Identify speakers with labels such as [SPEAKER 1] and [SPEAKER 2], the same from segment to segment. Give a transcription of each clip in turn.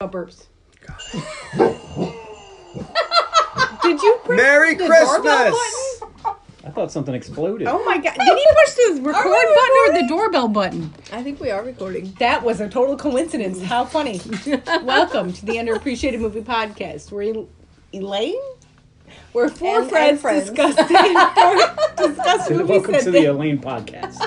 [SPEAKER 1] Oh, burps. Did you press
[SPEAKER 2] Merry
[SPEAKER 1] the doorbell
[SPEAKER 2] Christmas!
[SPEAKER 1] button?
[SPEAKER 3] I thought something exploded.
[SPEAKER 1] Oh my god! Did he push the record button or the doorbell button?
[SPEAKER 4] I think we are recording.
[SPEAKER 1] That was a total coincidence. How funny! Welcome to the Underappreciated Movie Podcast. We're El- Elaine. We're four
[SPEAKER 4] And- and
[SPEAKER 1] friends,
[SPEAKER 4] friends.
[SPEAKER 1] discussing discuss
[SPEAKER 3] And
[SPEAKER 1] movies.
[SPEAKER 3] welcome
[SPEAKER 1] that
[SPEAKER 3] to
[SPEAKER 1] they-
[SPEAKER 3] the Elaine podcast.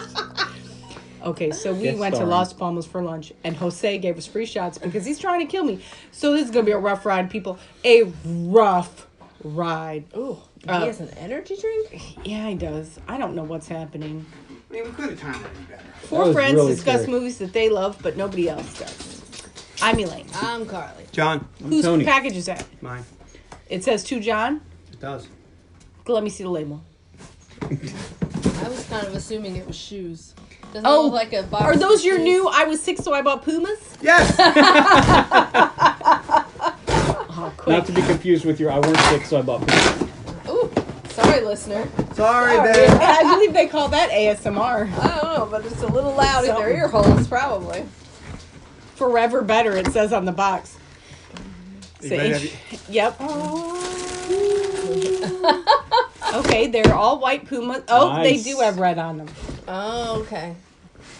[SPEAKER 1] Okay, so we
[SPEAKER 3] Guest
[SPEAKER 1] went
[SPEAKER 3] starring.
[SPEAKER 1] to Las Palmas for lunch, and Jose gave us free shots because he's trying to kill me. So this is gonna be a rough ride, people. A rough ride.
[SPEAKER 4] Ooh,
[SPEAKER 1] Uh,
[SPEAKER 4] he has an energy drink.
[SPEAKER 1] Yeah, he does. I don't know what's happening.
[SPEAKER 2] I mean, we could have timed it better.
[SPEAKER 1] Four
[SPEAKER 3] was
[SPEAKER 1] friends
[SPEAKER 3] really
[SPEAKER 1] discuss
[SPEAKER 3] scary.
[SPEAKER 1] movies that they love, but nobody else does. I'm Elaine.
[SPEAKER 4] I'm Carly.
[SPEAKER 2] John,
[SPEAKER 1] Whose
[SPEAKER 3] Tony.
[SPEAKER 1] package is that?
[SPEAKER 2] mine.
[SPEAKER 1] It says to John.
[SPEAKER 2] It does.
[SPEAKER 1] Let me see the label.
[SPEAKER 4] I was kind of assuming it was shoes. Doesn't
[SPEAKER 1] Oh,
[SPEAKER 4] look like a box
[SPEAKER 1] Are
[SPEAKER 4] of
[SPEAKER 1] those your
[SPEAKER 4] shoes.
[SPEAKER 1] new? I was sick, so I bought Pumas.
[SPEAKER 2] Yes!
[SPEAKER 1] Oh, quick.
[SPEAKER 3] Not to be confused with your I weren't sick, so I bought pizza.
[SPEAKER 4] Ooh, sorry, listener.
[SPEAKER 2] Sorry,
[SPEAKER 1] And
[SPEAKER 2] babe.
[SPEAKER 1] I believe they call that ASMR.
[SPEAKER 4] I don't know, but it's a little loud in their
[SPEAKER 1] Something.
[SPEAKER 4] ear holes, probably.
[SPEAKER 1] Forever better. It says on the box.
[SPEAKER 2] You ready to have
[SPEAKER 1] Say- Yep. okay, they're all white Pumas. Oh,
[SPEAKER 3] Nice.
[SPEAKER 1] they do have red on them.
[SPEAKER 4] Oh, okay.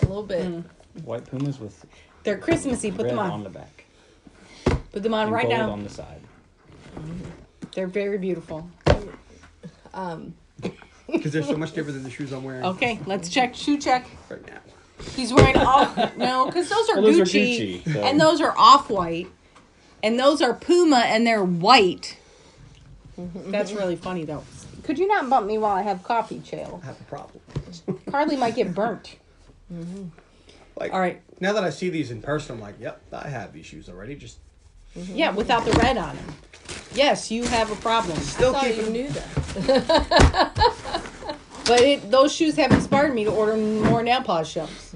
[SPEAKER 4] A little bit.
[SPEAKER 3] White Pumas with
[SPEAKER 1] They're Christmassy. Put
[SPEAKER 3] red
[SPEAKER 1] them
[SPEAKER 3] on.
[SPEAKER 1] on.
[SPEAKER 3] the back
[SPEAKER 1] Put them on
[SPEAKER 3] and
[SPEAKER 1] right
[SPEAKER 3] gold
[SPEAKER 1] now.
[SPEAKER 3] on the side.
[SPEAKER 1] They're very beautiful.
[SPEAKER 4] Um,
[SPEAKER 2] Because they're so much different than the shoes I'm wearing
[SPEAKER 1] Okay, let's check. Shoe check.
[SPEAKER 2] right now.
[SPEAKER 1] He's wearing off. no, because those are
[SPEAKER 3] Well, those are
[SPEAKER 1] Gucci,
[SPEAKER 3] Gucci, so-
[SPEAKER 1] and those are off white, and those are Puma, and they're white. That's really funny though. Could you not bump me while I have coffee, Chael?
[SPEAKER 2] I have a problem.
[SPEAKER 1] Carly might get burnt.
[SPEAKER 2] Like,
[SPEAKER 1] All right.
[SPEAKER 2] Now that I see these in person, I'm like, yep, I have these shoes already. Just
[SPEAKER 1] Yeah, without the red on them. Yes, you have a problem.
[SPEAKER 2] still
[SPEAKER 4] thought
[SPEAKER 2] keep
[SPEAKER 4] you
[SPEAKER 2] them.
[SPEAKER 4] knew that.
[SPEAKER 1] But it, those shoes have inspired me to order more nail polish shelves.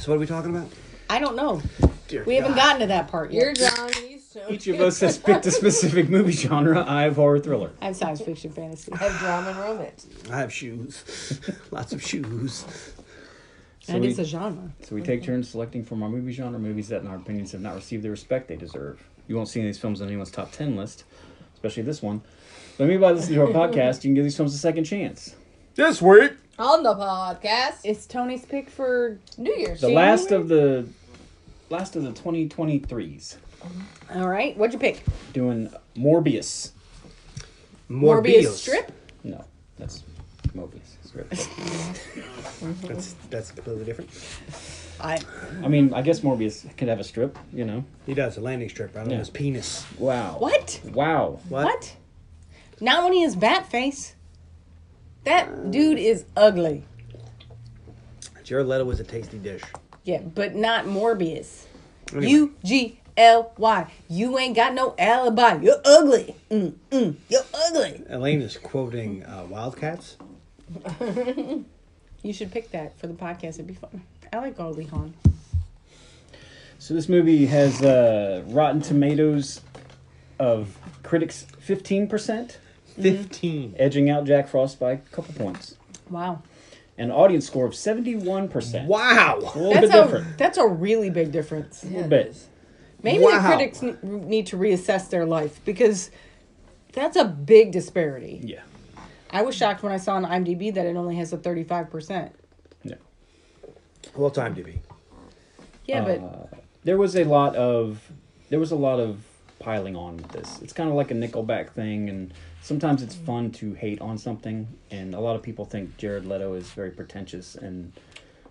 [SPEAKER 2] So, what are we talking about?
[SPEAKER 1] I don't know.
[SPEAKER 2] Dear
[SPEAKER 1] We haven't
[SPEAKER 2] God.
[SPEAKER 1] gotten to that part
[SPEAKER 4] You're
[SPEAKER 1] yet.
[SPEAKER 4] John. He's Joe.
[SPEAKER 3] Each of us has picked a specific movie genre. I have horror thriller.
[SPEAKER 1] I have science fiction fantasy.
[SPEAKER 4] I have drama and romance.
[SPEAKER 2] I have shoes. Lots of shoes.
[SPEAKER 1] That
[SPEAKER 3] we-
[SPEAKER 1] is a genre.
[SPEAKER 3] So we
[SPEAKER 1] Mm-hmm.
[SPEAKER 3] take turns selecting from our movie genre movies that, in our opinions, have not received the respect they deserve. You won't see any of these films on anyone's top 10 list, especially this one. But maybe by listening to our podcast, you can give these films a second chance.
[SPEAKER 2] This week.
[SPEAKER 4] On the podcast,
[SPEAKER 1] It's Tony's pick for.
[SPEAKER 4] New Year's.
[SPEAKER 3] The last of the last of the 2023s
[SPEAKER 1] All right, what'd you pick?
[SPEAKER 3] doing Morbius.
[SPEAKER 1] Morbius, strip.
[SPEAKER 3] No, that's Mobius. It's very close.
[SPEAKER 2] That's, that's completely different.
[SPEAKER 1] I.
[SPEAKER 3] I mean, I guess Morbius could have a strip, you know.
[SPEAKER 2] He does a landing strip right on
[SPEAKER 3] Yeah.
[SPEAKER 2] his penis.
[SPEAKER 3] Wow.
[SPEAKER 1] What?
[SPEAKER 3] Wow.
[SPEAKER 1] What? Not when he has bat face. That dude is ugly.
[SPEAKER 2] Jared Leto was a tasty dish.
[SPEAKER 1] Yeah, but not Morbius.
[SPEAKER 2] Anyway.
[SPEAKER 1] U G L Y. You ain't got no alibi. You're ugly. Mm mm. You're ugly.
[SPEAKER 2] Elaine is quoting uh, Wildcats.
[SPEAKER 1] You should pick that for the podcast. It'd be fun. I like Goldie Hawn.
[SPEAKER 3] So this movie has uh, Rotten Tomatoes of critics 15%,
[SPEAKER 1] Mm-hmm.
[SPEAKER 2] 15.
[SPEAKER 3] edging out Jack Frost by a couple points.
[SPEAKER 1] Wow.
[SPEAKER 3] An audience score of 71%.
[SPEAKER 2] Wow.
[SPEAKER 3] A little
[SPEAKER 1] That's
[SPEAKER 3] bit
[SPEAKER 1] a
[SPEAKER 3] different.
[SPEAKER 1] that's a really big difference.
[SPEAKER 3] A little bit.
[SPEAKER 1] Maybe the
[SPEAKER 2] Wow.
[SPEAKER 1] critics n- need to reassess their life because that's a big disparity.
[SPEAKER 3] Yeah.
[SPEAKER 1] I was shocked when I saw on IMDb that it only has a 35%.
[SPEAKER 3] No.
[SPEAKER 2] Well, time to be.
[SPEAKER 1] Yeah, but
[SPEAKER 3] There was a lot of there was a lot of piling on with this. It's kind of like a Nickelback thing and sometimes it's fun to hate on something and a lot of people think Jared Leto is very pretentious and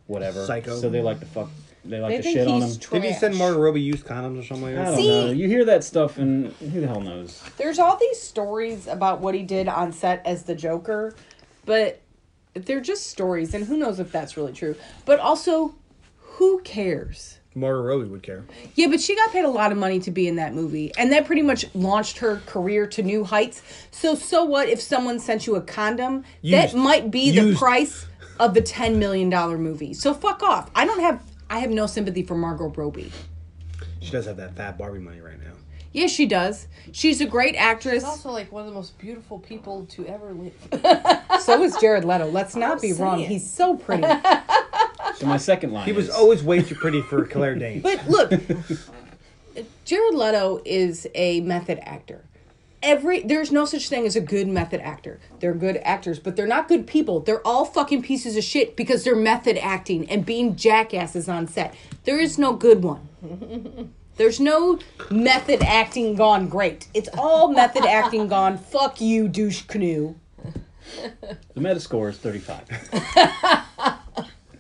[SPEAKER 3] whatever.
[SPEAKER 2] Psycho.
[SPEAKER 3] So they like to fuck they like
[SPEAKER 1] they
[SPEAKER 3] to
[SPEAKER 1] think
[SPEAKER 3] shit on him.
[SPEAKER 1] he's trash.
[SPEAKER 2] Did he send Margot Robbie used condoms or something like
[SPEAKER 3] I
[SPEAKER 2] that?
[SPEAKER 3] don't know. You hear that stuff, and who the hell knows?
[SPEAKER 1] There's all these stories about what he did on set as the Joker, but they're just stories, and who knows if that's really true. But also, who cares?
[SPEAKER 2] Margot Robbie would care.
[SPEAKER 1] Yeah, but she got paid a lot of money to be in that movie, and that pretty much launched her career to new heights. So, so what if someone sent you a condom?
[SPEAKER 2] Used.
[SPEAKER 1] That might be the
[SPEAKER 2] Used.
[SPEAKER 1] price of the ten million dollar movie. So fuck off. I don't have. I have no sympathy for Margot Robbie.
[SPEAKER 2] She does have that fat Barbie money right now.
[SPEAKER 1] Yes, she does. She's a great actress.
[SPEAKER 4] He's also like one of the most beautiful people to ever live.
[SPEAKER 1] So is Jared Leto. Let's not be wrong.
[SPEAKER 4] saying.
[SPEAKER 1] He's so pretty.
[SPEAKER 3] So my second line.
[SPEAKER 2] He was
[SPEAKER 3] is,
[SPEAKER 2] always way too pretty for Claire Danes.
[SPEAKER 1] But look, Jared Leto is a method actor. Every there's no such thing as a good method actor. They're good actors, but they're not good people. They're all fucking pieces of shit because they're method acting and being jackasses on set. There is no good one. There's no method acting gone great. It's all method acting gone fuck you douche canoe.
[SPEAKER 3] The meta score is 35.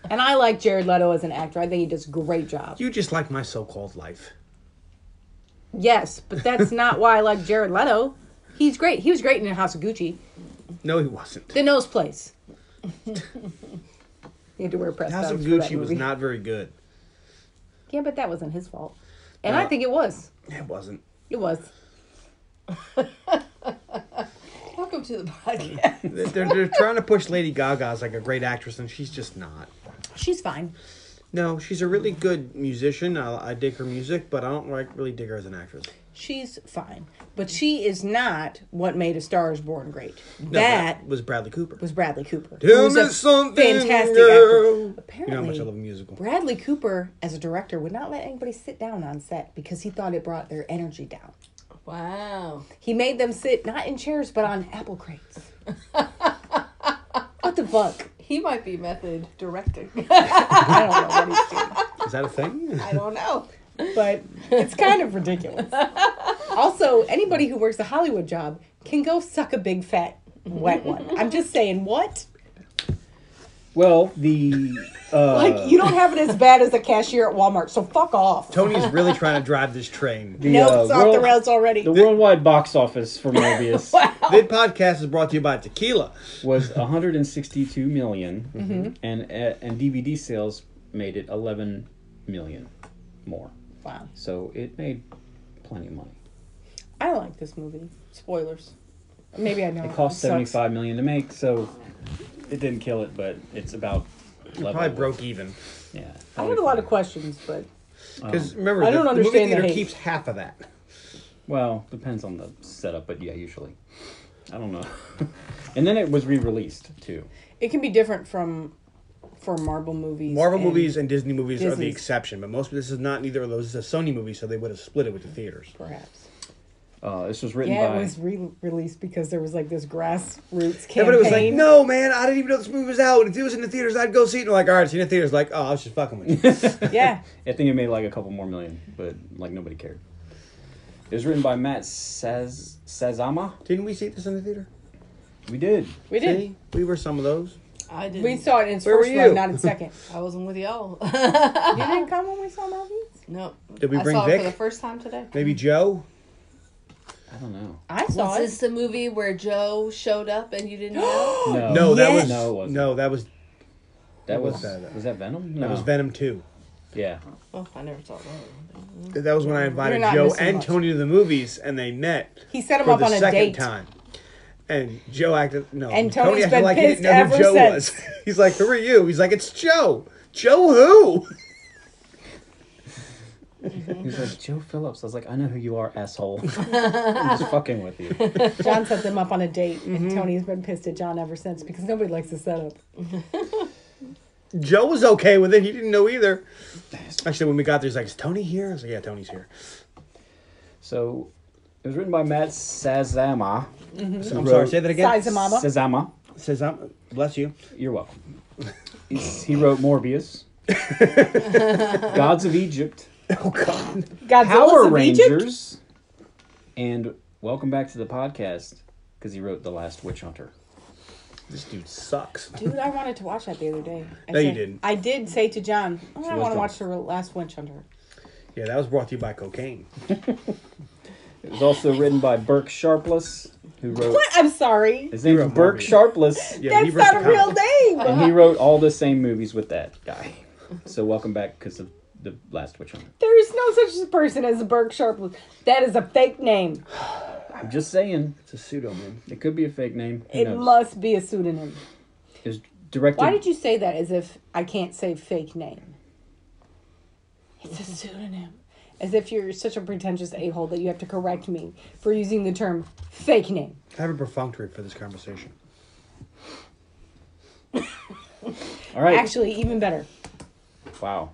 [SPEAKER 1] And I like Jared Leto as an actor. I think he does a great job.
[SPEAKER 2] You just like my so-called life.
[SPEAKER 1] Yes, but that's not why I like Jared Leto. He's great. He was great in House of Gucci.
[SPEAKER 2] No, he wasn't.
[SPEAKER 1] The nose place. he had to wear press
[SPEAKER 2] House of
[SPEAKER 1] studs for that
[SPEAKER 2] Gucci was
[SPEAKER 1] movie.
[SPEAKER 2] not very good.
[SPEAKER 1] Yeah, but that wasn't his fault. And I
[SPEAKER 2] No.
[SPEAKER 1] think it was.
[SPEAKER 2] It wasn't.
[SPEAKER 1] It was.
[SPEAKER 4] Welcome to the podcast.
[SPEAKER 2] They're, they're trying to push Lady Gaga as like a great actress, and she's just not.
[SPEAKER 1] She's fine.
[SPEAKER 2] No, she's a really good musician. I, I dig her music, but I don't like really dig her as an actress.
[SPEAKER 1] She's fine. But she is not what made A Star is Born great.
[SPEAKER 2] No,
[SPEAKER 1] that
[SPEAKER 2] was Bradley Cooper.
[SPEAKER 1] was Bradley Cooper.
[SPEAKER 2] Tell
[SPEAKER 1] who's
[SPEAKER 2] me
[SPEAKER 1] a
[SPEAKER 2] something,
[SPEAKER 1] fantastic
[SPEAKER 2] girl.
[SPEAKER 1] actor.
[SPEAKER 2] you
[SPEAKER 1] Apparently,
[SPEAKER 2] know how much I love a musical.
[SPEAKER 1] Bradley Cooper, as a director, would not let anybody sit down on set because he thought it brought their energy down.
[SPEAKER 4] wow.
[SPEAKER 1] He made them sit not in chairs but on apple crates. what the fuck?
[SPEAKER 4] He might be method directing.
[SPEAKER 1] I don't know what he's doing,
[SPEAKER 2] Is that a thing?
[SPEAKER 4] I don't know.
[SPEAKER 1] but it's kind of ridiculous. Also, anybody who works a Hollywood job can go suck a big fat wet one. I'm just saying, what?
[SPEAKER 3] Well, the uh,
[SPEAKER 1] Like you don't have it as bad as a cashier at Walmart, so fuck off.
[SPEAKER 2] Tony's really trying to drive this train.
[SPEAKER 3] the,
[SPEAKER 1] Nope,
[SPEAKER 3] uh,
[SPEAKER 1] it's off the
[SPEAKER 3] world-
[SPEAKER 1] rails already.
[SPEAKER 3] The worldwide box office for Morbius
[SPEAKER 2] This podcast is brought to you by Tequila.
[SPEAKER 3] was 162 million,
[SPEAKER 1] Mm-hmm.
[SPEAKER 3] and uh, and DVD sales made it 11 million more.
[SPEAKER 1] wow,
[SPEAKER 3] So it made plenty of money.
[SPEAKER 1] I like this movie. Spoilers. Maybe I know.
[SPEAKER 3] It cost
[SPEAKER 1] sucks.
[SPEAKER 3] 75 million to make, so it didn't kill it, but it's about level.
[SPEAKER 2] Probably broke even.
[SPEAKER 3] Yeah.
[SPEAKER 1] I had a lot of questions, but
[SPEAKER 3] Oh.
[SPEAKER 2] Because remember,
[SPEAKER 1] I don't
[SPEAKER 2] the, the
[SPEAKER 1] understand
[SPEAKER 2] movie theater
[SPEAKER 1] the hate.
[SPEAKER 2] keeps half of that.
[SPEAKER 3] Well, depends on the setup, but yeah, usually. I don't know. and then it was re-released too.
[SPEAKER 1] it can be different from for Marvel movies.
[SPEAKER 2] Marvel
[SPEAKER 1] and-
[SPEAKER 2] movies and Disney movies are the
[SPEAKER 1] Disney's.
[SPEAKER 2] exception, but most of this is not neither of those. This is a Sony movie, so they would have split it with the theaters.
[SPEAKER 1] perhaps.
[SPEAKER 3] Uh, this was written
[SPEAKER 1] Yeah,
[SPEAKER 3] by
[SPEAKER 1] it was re-released because there was like this grassroots campaign.
[SPEAKER 2] Yeah, but it was like, no, man, I didn't even know this movie was out. If it was in the theaters, I'd go see it. And they're like, all right, it's in the theaters. Like, oh, I was just fucking with you.
[SPEAKER 1] Yeah.
[SPEAKER 3] I think it made like a couple more million, but like nobody cared. It was written by Matt Saz- Sazama.
[SPEAKER 2] Didn't we see this in the theater?
[SPEAKER 3] We did.
[SPEAKER 1] we did.
[SPEAKER 2] See, we were some of those.
[SPEAKER 4] I didn't.
[SPEAKER 1] We saw it in its
[SPEAKER 2] Where
[SPEAKER 1] first
[SPEAKER 2] were
[SPEAKER 1] run,
[SPEAKER 2] you?
[SPEAKER 1] not in second.
[SPEAKER 4] I wasn't with y'all.
[SPEAKER 1] you didn't come when we saw movies.
[SPEAKER 4] no.
[SPEAKER 2] Did we
[SPEAKER 4] I
[SPEAKER 2] bring
[SPEAKER 4] saw it
[SPEAKER 2] Vic?
[SPEAKER 4] for the first time today.
[SPEAKER 2] Maybe Joe.
[SPEAKER 3] I don't know.
[SPEAKER 1] I saw
[SPEAKER 4] Was
[SPEAKER 1] it.
[SPEAKER 4] this the movie where Joe showed up and you didn't know?
[SPEAKER 3] No,
[SPEAKER 2] No, that
[SPEAKER 1] Yes.
[SPEAKER 2] was
[SPEAKER 3] No, it
[SPEAKER 2] no,
[SPEAKER 3] wasn't.
[SPEAKER 2] that was
[SPEAKER 3] that
[SPEAKER 2] what
[SPEAKER 3] was
[SPEAKER 2] was that?
[SPEAKER 3] was that Venom? No,
[SPEAKER 2] that was Venom two.
[SPEAKER 3] Yeah,
[SPEAKER 4] oh, I never saw that. one.
[SPEAKER 2] That was when I invited
[SPEAKER 1] not
[SPEAKER 2] Joe
[SPEAKER 1] missing
[SPEAKER 2] and
[SPEAKER 1] much.
[SPEAKER 2] Tony to the movies, and they met
[SPEAKER 1] he set him
[SPEAKER 2] for
[SPEAKER 1] up
[SPEAKER 2] the
[SPEAKER 1] on a
[SPEAKER 2] second
[SPEAKER 1] date.
[SPEAKER 2] time. And Joe acted no.
[SPEAKER 1] And Tony's
[SPEAKER 2] acted
[SPEAKER 1] been
[SPEAKER 2] like he
[SPEAKER 1] pissed
[SPEAKER 2] didn't know who
[SPEAKER 1] ever
[SPEAKER 2] Joe
[SPEAKER 1] since.
[SPEAKER 2] was. He's like, "Who are you?" He's like, "It's Joe." Joe who?
[SPEAKER 3] he was like Joe Phillips. I was like, I know who you are, asshole. I'm just fucking with you.
[SPEAKER 1] John set them up on a date, and
[SPEAKER 2] Mm-hmm.
[SPEAKER 1] Tony's been pissed at John ever since because nobody likes the setup.
[SPEAKER 2] Joe was okay with it. He didn't know either. Actually, when we got there, he's like, "Is Tony here?" I was like, "Yeah, Tony's here."
[SPEAKER 3] So it was written by Matt Sazama.
[SPEAKER 2] I'm sorry. Say that again.
[SPEAKER 1] Size of mama.
[SPEAKER 3] Sazama.
[SPEAKER 2] Says I'm. Bless you.
[SPEAKER 3] You're welcome. He's- he wrote Morbius, Gods of Egypt,
[SPEAKER 2] Oh God.
[SPEAKER 1] Godzilla's
[SPEAKER 3] Power
[SPEAKER 1] of Egypt?
[SPEAKER 3] Rangers, and welcome back to the podcast because he wrote The Last Witch Hunter.
[SPEAKER 2] This dude sucks.
[SPEAKER 1] Dude, I wanted to watch that the other day. I
[SPEAKER 2] No, you
[SPEAKER 1] said-
[SPEAKER 2] didn't.
[SPEAKER 1] I did say to John, oh, I
[SPEAKER 3] was
[SPEAKER 1] want to
[SPEAKER 3] wrong.
[SPEAKER 1] watch the re- last Witch Hunter.
[SPEAKER 2] Yeah, that was brought to you by cocaine.
[SPEAKER 3] It was also written by Burke Sharpless, who wrote
[SPEAKER 1] What? I'm sorry.
[SPEAKER 3] his name's
[SPEAKER 2] wrote
[SPEAKER 3] Burke
[SPEAKER 2] Morbius.
[SPEAKER 3] Sharpless,
[SPEAKER 2] Yeah,
[SPEAKER 1] That's
[SPEAKER 2] he wrote
[SPEAKER 1] not a
[SPEAKER 2] the
[SPEAKER 1] real
[SPEAKER 2] comic.
[SPEAKER 1] name.
[SPEAKER 3] and he wrote all the same movies with that guy. So welcome back because of The Last Witch Hunter.
[SPEAKER 1] There is no such person as Burke Sharpless. That is a fake name.
[SPEAKER 3] I'm just saying
[SPEAKER 2] It's a pseudonym.
[SPEAKER 3] it could be a fake name. Who
[SPEAKER 1] It
[SPEAKER 3] knows?
[SPEAKER 1] must be a pseudonym.
[SPEAKER 3] It was directed.
[SPEAKER 1] Why did you say that as if I can't say fake name? It's a pseudonym. As if you're such a pretentious a hole that you have to correct me for using the term fake name.
[SPEAKER 2] I have a perfunctory for this conversation.
[SPEAKER 3] All right.
[SPEAKER 1] Actually, even better.
[SPEAKER 3] Wow.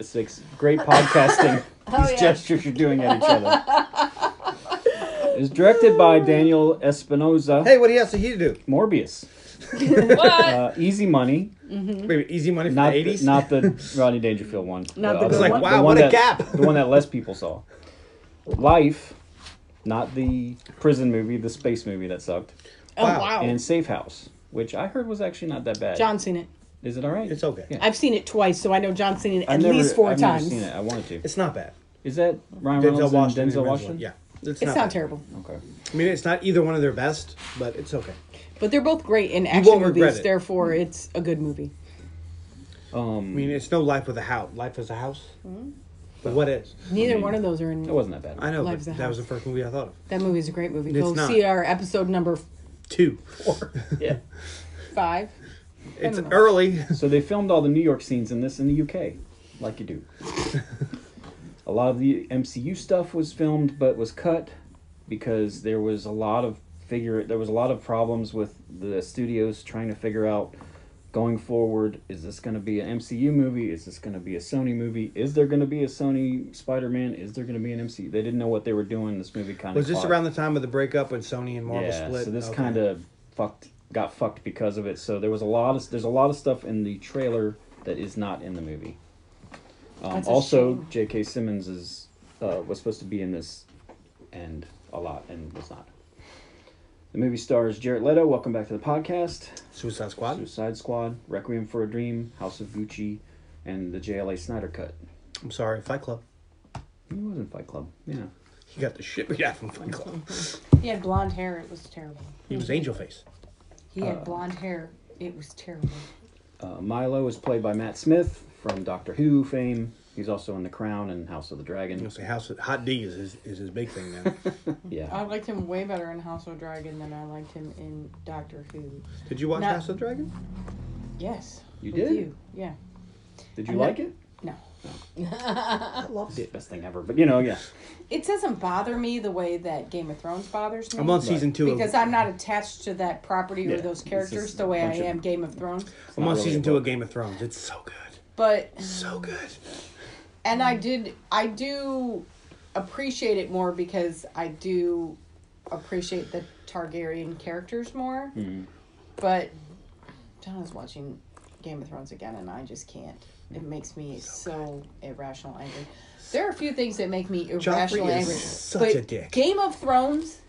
[SPEAKER 3] six. Great podcasting. These
[SPEAKER 1] Oh, yeah.
[SPEAKER 3] gestures you're doing at each other. It's directed by Daniel Espinosa.
[SPEAKER 2] Hey, what else did he do?
[SPEAKER 3] Morbius.
[SPEAKER 1] What?
[SPEAKER 3] Uh, Easy Money.
[SPEAKER 1] Hmm?
[SPEAKER 2] Wait, wait, Easy Money from
[SPEAKER 3] Not
[SPEAKER 2] the
[SPEAKER 3] the,
[SPEAKER 2] eighties.
[SPEAKER 3] not the Rodney Dangerfield one.
[SPEAKER 5] Not the
[SPEAKER 3] other
[SPEAKER 5] good
[SPEAKER 2] one. Like, wow, what a
[SPEAKER 3] that,
[SPEAKER 2] gap.
[SPEAKER 3] The one that less people saw. Life, not the prison movie, the space movie that sucked,
[SPEAKER 5] Oh
[SPEAKER 2] Wow.
[SPEAKER 5] wow.
[SPEAKER 3] and Safe House, which I heard was actually not that bad.
[SPEAKER 5] John's seen it.
[SPEAKER 3] is it all right?
[SPEAKER 2] It's okay.
[SPEAKER 3] Yeah.
[SPEAKER 5] I've seen it twice, so I know John's seen it
[SPEAKER 3] I've
[SPEAKER 5] at
[SPEAKER 3] never-
[SPEAKER 5] least 4
[SPEAKER 3] I've never
[SPEAKER 5] times.
[SPEAKER 3] seen it. I wanted to.
[SPEAKER 2] It's not bad.
[SPEAKER 3] Is that Ryan
[SPEAKER 2] Denzel
[SPEAKER 3] Reynolds
[SPEAKER 2] Washington. the
[SPEAKER 3] and Denzel
[SPEAKER 2] original.
[SPEAKER 3] Washington?
[SPEAKER 2] Yeah,
[SPEAKER 5] It's
[SPEAKER 2] bad.
[SPEAKER 5] not terrible,
[SPEAKER 3] Okay.
[SPEAKER 2] I mean, it's not either one of their best, but it's okay.
[SPEAKER 5] but they're both great in action
[SPEAKER 2] won't regret
[SPEAKER 5] movies.
[SPEAKER 2] it.
[SPEAKER 5] Therefore, it's a good movie.
[SPEAKER 2] I
[SPEAKER 3] Um,
[SPEAKER 2] mean, it's no life with a house. Life is a house.
[SPEAKER 5] Mm-hmm.
[SPEAKER 2] But what is?
[SPEAKER 5] Neither one of those are in.
[SPEAKER 3] It wasn't Mm-hmm. that bad.
[SPEAKER 2] I know, but
[SPEAKER 5] Life's a
[SPEAKER 2] that
[SPEAKER 5] house.
[SPEAKER 2] was the first movie I thought of.
[SPEAKER 5] That movie is a great movie.
[SPEAKER 2] It's
[SPEAKER 5] Go
[SPEAKER 2] not.
[SPEAKER 5] see our episode number
[SPEAKER 2] Two.
[SPEAKER 3] Yeah.
[SPEAKER 5] five.
[SPEAKER 2] It's
[SPEAKER 5] don't know.
[SPEAKER 2] early.
[SPEAKER 3] So they filmed all the New York scenes in this in the UK, like you do. a lot of the MCU stuff was filmed but was cut because there was a lot of figure there was a lot of problems with the studios trying to figure out going forward is this going to be an MCU movie is this going to be a Sony movie is there going to be a Sony Spider-Man is there going to be an MCU they didn't know what they were doing this movie kind
[SPEAKER 2] Was
[SPEAKER 3] of
[SPEAKER 2] this around the time of the breakup when Sony and Marvel
[SPEAKER 3] yeah,
[SPEAKER 2] split?
[SPEAKER 3] So this
[SPEAKER 2] Okay.
[SPEAKER 3] kind of fucked got fucked because of it. So there was a lot of there's a lot of stuff in the trailer that is not in the movie. Um,
[SPEAKER 5] That's a
[SPEAKER 3] also,
[SPEAKER 5] shame.
[SPEAKER 3] J.K. Simmons is uh, was supposed to be in this and a lot and was not. The movie stars Jared Leto. Welcome back to the podcast.
[SPEAKER 2] Suicide Squad.
[SPEAKER 3] Suicide Squad, Requiem for a Dream, House of Gucci, and the JLA Snyder cut.
[SPEAKER 2] I'm sorry, Fight Club.
[SPEAKER 3] He was in Fight Club. Yeah.
[SPEAKER 2] He got the shit beat out from Fight Club.
[SPEAKER 1] He had blonde hair. It was terrible.
[SPEAKER 2] He was Angel Face.
[SPEAKER 1] He had blonde hair. It was terrible.
[SPEAKER 3] Uh, Milo is played by Matt Smith from Doctor Who fame. He's also in The Crown and House of the Dragon.
[SPEAKER 2] You know, say House of, Hot D is his, is his big thing now.
[SPEAKER 3] Yeah.
[SPEAKER 1] liked him way better in House of Dragon than I liked him in Doctor Who.
[SPEAKER 2] Did you watch
[SPEAKER 1] Not-
[SPEAKER 2] House of the Dragon?
[SPEAKER 1] Yes.
[SPEAKER 3] You
[SPEAKER 1] with
[SPEAKER 3] did?
[SPEAKER 1] Yeah.
[SPEAKER 3] Did you
[SPEAKER 1] I'm
[SPEAKER 3] like
[SPEAKER 1] not-
[SPEAKER 3] it?
[SPEAKER 1] No.
[SPEAKER 2] I loved it.
[SPEAKER 3] Best thing ever. But you know, yeah.
[SPEAKER 1] It doesn't bother me the way that Game of Thrones bothers me.
[SPEAKER 2] I'm on season two.
[SPEAKER 1] because
[SPEAKER 2] Of,
[SPEAKER 1] I'm not attached to that property
[SPEAKER 3] Yeah,
[SPEAKER 1] or those
[SPEAKER 3] it's
[SPEAKER 1] characters
[SPEAKER 3] just
[SPEAKER 1] the
[SPEAKER 3] a
[SPEAKER 1] way I
[SPEAKER 3] bunch of-
[SPEAKER 1] am Game of Thrones.
[SPEAKER 2] I'm
[SPEAKER 3] not
[SPEAKER 2] on
[SPEAKER 3] really
[SPEAKER 2] season
[SPEAKER 3] a
[SPEAKER 2] two
[SPEAKER 3] book.
[SPEAKER 2] of Game of Thrones. It's so good,
[SPEAKER 1] But
[SPEAKER 2] so good.
[SPEAKER 1] and
[SPEAKER 2] Mm-hmm.
[SPEAKER 1] I did I do appreciate it more because I do appreciate the Targaryen characters more.
[SPEAKER 2] Mm-hmm.
[SPEAKER 1] But John is watching Game of Thrones again and I just can't. It
[SPEAKER 2] Mm-hmm.
[SPEAKER 1] makes me so, irrational angry. There are a few things that make me irrational
[SPEAKER 2] Joffrey is
[SPEAKER 1] angry.
[SPEAKER 2] such
[SPEAKER 1] but
[SPEAKER 2] a dick.
[SPEAKER 1] Game of Thrones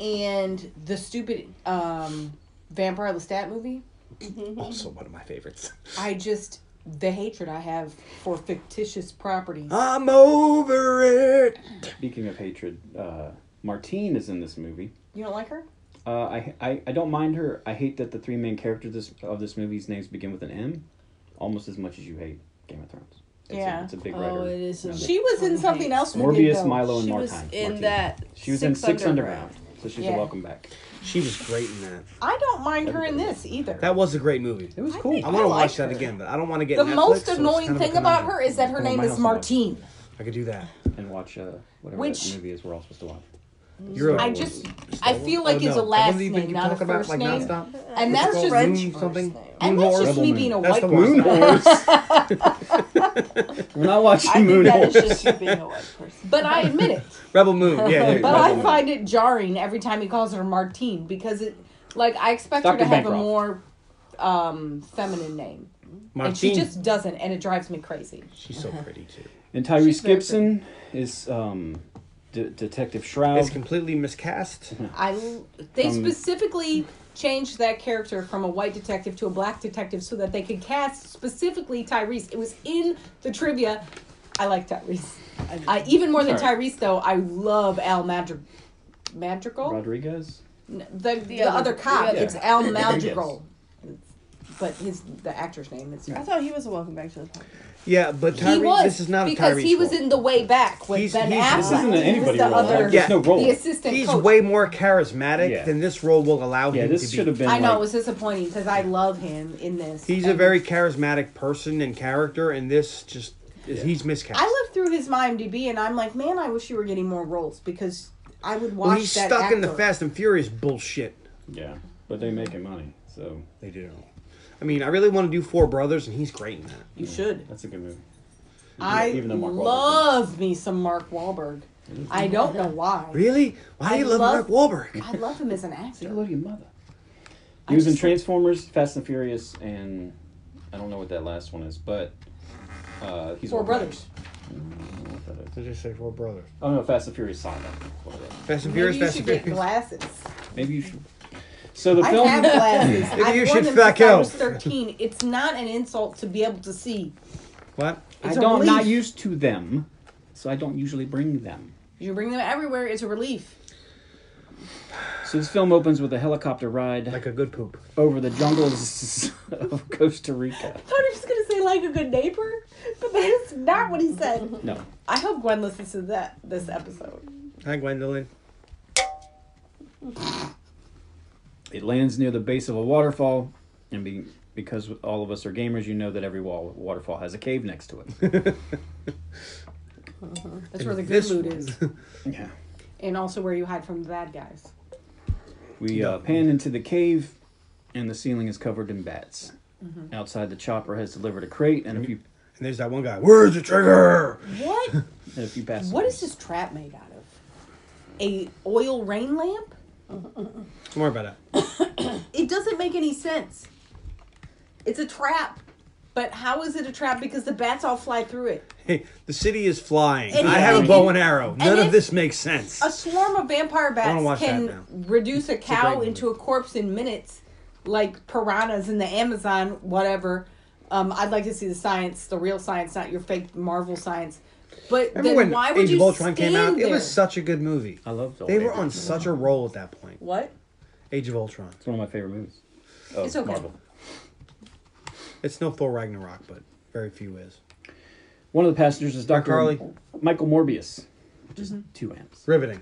[SPEAKER 1] and the stupid um, Vampire Lestat movie.
[SPEAKER 5] Mm-hmm.
[SPEAKER 2] Also one of my favorites.
[SPEAKER 1] I just the hatred I have for fictitious properties.
[SPEAKER 2] I'm over it.
[SPEAKER 3] Speaking of hatred, uh, Martine is in this movie.
[SPEAKER 1] You don't like her?
[SPEAKER 3] Uh, I, I I don't mind her. I hate that the three main characters this, of this movie's names begin with an M, almost as much as you hate Game of Thrones. It's
[SPEAKER 1] Yeah.
[SPEAKER 3] A, it's a big
[SPEAKER 4] Oh,
[SPEAKER 3] writer.
[SPEAKER 4] it is a-
[SPEAKER 3] number.
[SPEAKER 1] She was in something else. We did,
[SPEAKER 3] Morbius,
[SPEAKER 1] though.
[SPEAKER 3] Milo, and
[SPEAKER 4] She
[SPEAKER 3] Martine.
[SPEAKER 4] was in
[SPEAKER 3] Martine.
[SPEAKER 4] that
[SPEAKER 3] She was in
[SPEAKER 4] Six
[SPEAKER 3] Six Underground.
[SPEAKER 4] Underground.
[SPEAKER 3] so she's
[SPEAKER 1] Yeah.
[SPEAKER 3] a welcome back.
[SPEAKER 2] She was great in that.
[SPEAKER 1] I don't mind her in this either.
[SPEAKER 2] That was a great movie.
[SPEAKER 3] It was
[SPEAKER 1] I
[SPEAKER 3] cool.
[SPEAKER 1] think-
[SPEAKER 2] I want to
[SPEAKER 1] liked
[SPEAKER 2] watch that
[SPEAKER 1] her.
[SPEAKER 2] again, but I don't want to get
[SPEAKER 1] the
[SPEAKER 2] Netflix,
[SPEAKER 1] most
[SPEAKER 2] so it's
[SPEAKER 1] annoying
[SPEAKER 2] kind of a
[SPEAKER 1] thing about
[SPEAKER 2] conundrum.
[SPEAKER 1] her is that her
[SPEAKER 3] Well,
[SPEAKER 1] name
[SPEAKER 3] my
[SPEAKER 1] is
[SPEAKER 3] house
[SPEAKER 1] Martine.
[SPEAKER 2] I could do that.
[SPEAKER 3] and watch uh, whatever
[SPEAKER 1] Which-
[SPEAKER 3] that movie is we're all supposed to watch.
[SPEAKER 2] You're
[SPEAKER 1] I
[SPEAKER 2] a-
[SPEAKER 1] just I feel like it's
[SPEAKER 2] Oh, no.
[SPEAKER 1] a
[SPEAKER 2] The
[SPEAKER 1] last
[SPEAKER 2] one that you think
[SPEAKER 1] name,
[SPEAKER 2] you're
[SPEAKER 1] not a
[SPEAKER 2] talking about,
[SPEAKER 1] first
[SPEAKER 2] like,
[SPEAKER 1] name.
[SPEAKER 2] nonstop?
[SPEAKER 1] And that's
[SPEAKER 2] called
[SPEAKER 1] just
[SPEAKER 2] Moon
[SPEAKER 1] Moon
[SPEAKER 2] something.
[SPEAKER 1] and
[SPEAKER 2] Moon
[SPEAKER 1] that's
[SPEAKER 2] Horse?
[SPEAKER 1] just me being a
[SPEAKER 2] That's
[SPEAKER 1] white
[SPEAKER 2] the
[SPEAKER 1] person.
[SPEAKER 2] one.
[SPEAKER 3] Moon Horse. we're not watching
[SPEAKER 4] I think
[SPEAKER 3] Moon
[SPEAKER 4] that
[SPEAKER 3] Horse.
[SPEAKER 4] is just you being a white person.
[SPEAKER 1] But I admit it.
[SPEAKER 2] Rebel Moon. Yeah, yeah,
[SPEAKER 1] But
[SPEAKER 2] Rebel
[SPEAKER 1] I
[SPEAKER 2] Moon.
[SPEAKER 1] find it jarring every time he calls her Martine because it like I expect her
[SPEAKER 3] Dr.
[SPEAKER 1] to have a
[SPEAKER 3] Bancroft.
[SPEAKER 1] more um, feminine name. And she
[SPEAKER 2] Martine.
[SPEAKER 1] just doesn't and it drives me crazy.
[SPEAKER 2] She's so pretty too.
[SPEAKER 3] And
[SPEAKER 1] She's
[SPEAKER 3] Tyrese
[SPEAKER 1] very
[SPEAKER 3] Gibson is um, De- Detective
[SPEAKER 1] Oh.
[SPEAKER 2] It's
[SPEAKER 3] Shroud.
[SPEAKER 2] completely miscast.
[SPEAKER 1] I they
[SPEAKER 3] From-
[SPEAKER 1] specifically changed that character from a white detective to a black detective so that they could cast specifically Tyrese. It was in the trivia. I like Tyrese. I, even more than
[SPEAKER 3] Sorry.
[SPEAKER 1] Tyrese though, I love Al Madri- Madrigal.
[SPEAKER 3] Rodriguez.
[SPEAKER 1] N- the, the,
[SPEAKER 4] other-
[SPEAKER 1] other cop.
[SPEAKER 4] the other
[SPEAKER 1] It's
[SPEAKER 4] cop.
[SPEAKER 1] Al Madrigal. But his the actor's name is.
[SPEAKER 4] I thought he was a welcome back to the podcast.
[SPEAKER 2] Yeah, but
[SPEAKER 1] He
[SPEAKER 2] Tyrese.
[SPEAKER 1] was
[SPEAKER 2] This is not a
[SPEAKER 1] because
[SPEAKER 2] Tyrese.
[SPEAKER 1] he was
[SPEAKER 2] role.
[SPEAKER 1] in the way back with
[SPEAKER 2] He's-
[SPEAKER 1] Ben
[SPEAKER 2] he's-
[SPEAKER 1] Affleck.
[SPEAKER 2] this
[SPEAKER 3] isn't an
[SPEAKER 1] He was
[SPEAKER 3] anybody
[SPEAKER 1] the
[SPEAKER 3] role.
[SPEAKER 1] other
[SPEAKER 3] There's no role.
[SPEAKER 1] the assistant
[SPEAKER 2] He's
[SPEAKER 1] coach.
[SPEAKER 2] way more charismatic
[SPEAKER 3] Yeah.
[SPEAKER 2] than this role will allow
[SPEAKER 3] Yeah,
[SPEAKER 2] him
[SPEAKER 3] this
[SPEAKER 2] to
[SPEAKER 3] should
[SPEAKER 2] be.
[SPEAKER 3] have been.
[SPEAKER 1] I know it
[SPEAKER 3] like-
[SPEAKER 1] was disappointing because I love him in this.
[SPEAKER 2] He's a
[SPEAKER 1] And
[SPEAKER 2] very charismatic person and character, and this just is he's miscast.
[SPEAKER 1] I looked through his IMDb and I'm like, man, I wish you were getting more roles because I would watch
[SPEAKER 2] well, he's
[SPEAKER 1] that
[SPEAKER 2] stuck in the
[SPEAKER 1] actor.
[SPEAKER 2] Fast and Furious bullshit.
[SPEAKER 3] Yeah, but they making money, so
[SPEAKER 2] They do. I mean, I really want to do Four Brothers, and he's great in that.
[SPEAKER 1] You should.
[SPEAKER 3] that's a good movie.
[SPEAKER 1] I
[SPEAKER 3] even though Mark Wahlberg-
[SPEAKER 1] love me some Mark Wahlberg. I don't know why.
[SPEAKER 2] Really? Why do
[SPEAKER 1] I
[SPEAKER 2] you love,
[SPEAKER 1] love-
[SPEAKER 2] Mark Wahlberg?
[SPEAKER 1] I love him as an
[SPEAKER 3] Say
[SPEAKER 1] actor.
[SPEAKER 3] hello to your mother. He was in Transformers, Fast and Furious, and I don't know what that last one is, but uh, he's
[SPEAKER 1] Four
[SPEAKER 3] one of my-
[SPEAKER 1] brothers.
[SPEAKER 3] I don't know what that is.
[SPEAKER 2] I just say four brothers.
[SPEAKER 3] Oh no, Fast and Furious Saga. Whatever.
[SPEAKER 2] Fast and
[SPEAKER 1] Maybe
[SPEAKER 2] Furious,
[SPEAKER 1] you
[SPEAKER 2] Fast
[SPEAKER 1] should
[SPEAKER 2] and
[SPEAKER 1] get
[SPEAKER 2] Furious.
[SPEAKER 1] glasses.
[SPEAKER 3] Maybe you should. So the
[SPEAKER 1] I
[SPEAKER 3] film.
[SPEAKER 1] have glasses.
[SPEAKER 2] Maybe
[SPEAKER 1] I've
[SPEAKER 2] you
[SPEAKER 1] worn
[SPEAKER 2] should
[SPEAKER 1] them
[SPEAKER 2] back
[SPEAKER 1] since I was
[SPEAKER 2] out.
[SPEAKER 1] thirteen. It's not an insult to be able to see.
[SPEAKER 2] What?
[SPEAKER 3] I
[SPEAKER 1] It's a
[SPEAKER 3] don't. I'm not
[SPEAKER 1] relief.
[SPEAKER 3] used to them, so I don't usually bring them.
[SPEAKER 1] You bring them everywhere. It's a relief.
[SPEAKER 3] So this film opens with a helicopter ride
[SPEAKER 2] Like a good poop.
[SPEAKER 3] over the jungles of Costa Rica.
[SPEAKER 1] I thought he was gonna say like a good neighbor, but that is not what he said.
[SPEAKER 3] No,
[SPEAKER 1] I hope Gwen listens to that this episode.
[SPEAKER 2] Hi, Gwendolyn.
[SPEAKER 3] it lands near the base of a waterfall, and be, because all of us are gamers, you know that every wall, waterfall has a cave next to it.
[SPEAKER 1] That's where the good
[SPEAKER 2] This
[SPEAKER 1] loot
[SPEAKER 2] one.
[SPEAKER 1] is,
[SPEAKER 3] yeah.
[SPEAKER 1] and also where you hide from the bad guys.
[SPEAKER 3] We uh, pan into the cave, and the ceiling is covered in bats.
[SPEAKER 1] Mm-hmm.
[SPEAKER 3] Outside, the chopper has delivered a crate and a few
[SPEAKER 2] And there's that one guy. Where's the trigger?
[SPEAKER 1] What?
[SPEAKER 3] and a few passengers.
[SPEAKER 1] what is this trap made out of? A oil rain lamp?
[SPEAKER 2] Don't worry about that.
[SPEAKER 1] It doesn't make any sense. It's a trap. But how is it a trap? Because the bats all fly through it.
[SPEAKER 2] Hey, the city is flying.
[SPEAKER 1] And
[SPEAKER 2] I
[SPEAKER 1] if-
[SPEAKER 2] have a
[SPEAKER 1] and-
[SPEAKER 2] bow and arrow. None of
[SPEAKER 1] if-
[SPEAKER 2] this makes sense.
[SPEAKER 1] A swarm of vampire
[SPEAKER 2] wanna watch
[SPEAKER 1] bats
[SPEAKER 2] that
[SPEAKER 1] can
[SPEAKER 2] now.
[SPEAKER 1] reduce a
[SPEAKER 2] a
[SPEAKER 1] cow
[SPEAKER 2] great
[SPEAKER 1] into a corpse in minutes, like piranhas in the Amazon, whatever. Um, I'd like to see the science, the real science, not your fake Marvel science. But then
[SPEAKER 2] Remember when
[SPEAKER 1] why would
[SPEAKER 2] Age
[SPEAKER 1] you
[SPEAKER 2] of Ultron came out?
[SPEAKER 1] stand
[SPEAKER 2] It was
[SPEAKER 1] there?
[SPEAKER 2] such a good movie.
[SPEAKER 3] I love the
[SPEAKER 2] They
[SPEAKER 3] old
[SPEAKER 2] were
[SPEAKER 3] Age
[SPEAKER 2] on
[SPEAKER 3] of
[SPEAKER 2] such a roll at that point.
[SPEAKER 1] what?
[SPEAKER 2] Age of Ultron.
[SPEAKER 3] It's one of my favorite movies. Oh,
[SPEAKER 1] It's okay.
[SPEAKER 2] It's no Thor Ragnarok, but very few is.
[SPEAKER 3] One of the passengers is Dr.
[SPEAKER 2] Carly.
[SPEAKER 3] Michael Morbius, which is
[SPEAKER 1] Mm-hmm.
[SPEAKER 3] two amps.
[SPEAKER 2] Riveting.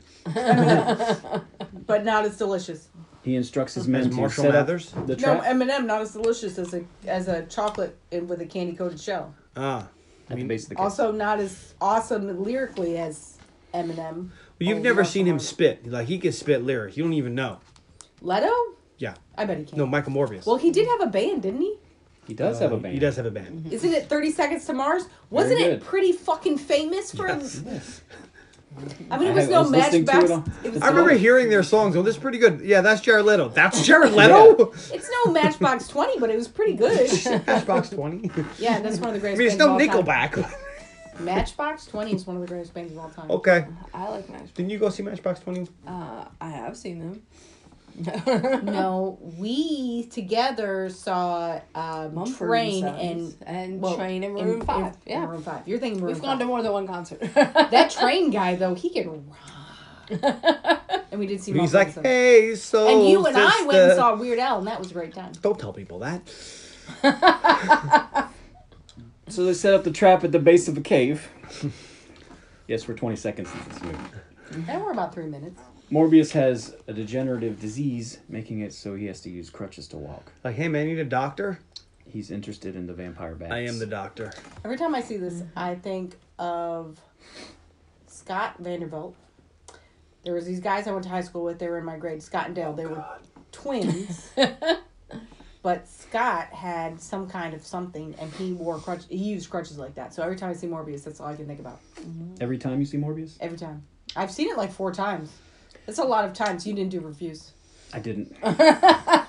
[SPEAKER 1] But not as delicious.
[SPEAKER 3] He instructs his men
[SPEAKER 2] As
[SPEAKER 3] to
[SPEAKER 2] Marshall
[SPEAKER 3] set
[SPEAKER 2] Mathers?
[SPEAKER 3] up the
[SPEAKER 1] No,
[SPEAKER 3] trap.
[SPEAKER 1] M and M not as delicious as a as a chocolate and with a candy coated shell.
[SPEAKER 2] Ah.
[SPEAKER 3] at the base of the cave.
[SPEAKER 1] Also, not as awesome lyrically as M and M. Oh,
[SPEAKER 2] Well, you've never seen him spit. Like, he can spit lyrics. You don't even know.
[SPEAKER 1] Leto?
[SPEAKER 2] Yeah.
[SPEAKER 1] I bet he can.
[SPEAKER 2] No, Michael Morbius.
[SPEAKER 1] Well, he did have a band, didn't he?
[SPEAKER 3] he does
[SPEAKER 2] Uh,
[SPEAKER 3] have a band.
[SPEAKER 2] He does have a band.
[SPEAKER 1] Isn't it Thirty Seconds to Mars? Wasn't it
[SPEAKER 3] good.
[SPEAKER 1] pretty fucking famous for?
[SPEAKER 3] Yes.
[SPEAKER 1] I mean,
[SPEAKER 3] I
[SPEAKER 1] it was
[SPEAKER 3] had- I
[SPEAKER 1] no
[SPEAKER 3] was listening to
[SPEAKER 1] Matchbox.
[SPEAKER 3] it on-
[SPEAKER 1] It was
[SPEAKER 2] I remember
[SPEAKER 1] no-
[SPEAKER 2] hearing their songs. Oh, this is pretty good. Yeah, that's Jared Leto. That's Jared Leto?
[SPEAKER 1] It's no Matchbox Twenty, but it was pretty good.
[SPEAKER 2] Matchbox 20. I
[SPEAKER 1] yeah, that's one of the greatest.
[SPEAKER 2] mean, it's
[SPEAKER 1] bands
[SPEAKER 2] no
[SPEAKER 1] of all time.
[SPEAKER 2] Nickelback.
[SPEAKER 1] Matchbox Twenty is one of the greatest bands of all time.
[SPEAKER 2] okay.
[SPEAKER 4] I like Matchbox.
[SPEAKER 2] Didn't you go see Matchbox 20?
[SPEAKER 4] Uh, I have seen them.
[SPEAKER 1] No, we together saw um,
[SPEAKER 4] Mumford
[SPEAKER 1] Train and
[SPEAKER 4] Sons and Train and Maroon Five. yeah,
[SPEAKER 1] Maroon Five. You're thinking Maroon
[SPEAKER 4] we've gone to
[SPEAKER 1] 5.
[SPEAKER 4] more than one concert.
[SPEAKER 1] that Train guy though. He can rock. and we did see.
[SPEAKER 2] He's
[SPEAKER 1] Mumford
[SPEAKER 2] like,
[SPEAKER 1] Sons.
[SPEAKER 2] hey, so.
[SPEAKER 1] And you and I went and
[SPEAKER 2] sister."
[SPEAKER 1] saw Weird Al, and that was a great time.
[SPEAKER 2] Don't tell people that.
[SPEAKER 3] So they set up the trap at the base of a cave. yes, we're 20 seconds into this movie.
[SPEAKER 1] And we're about three minutes.
[SPEAKER 3] Morbius has a degenerative disease, making it so he has to use crutches to walk.
[SPEAKER 2] Like, hey, man, you need a doctor?
[SPEAKER 3] He's interested in the vampire bats.
[SPEAKER 2] I am the doctor.
[SPEAKER 1] Every time I see this, I think of Scott Vanderbilt. There was these guys I went to high school with. They were in my grade, Scott and Dale. They were twins. but Scott had some kind of something, and he wore crutch. He used crutches like that. So every time I see Morbius, that's all I can think about.
[SPEAKER 3] Every time you see Morbius?
[SPEAKER 1] Every time. I've seen it like four times. That's a lot of times. You didn't do reviews.
[SPEAKER 3] I didn't.
[SPEAKER 2] I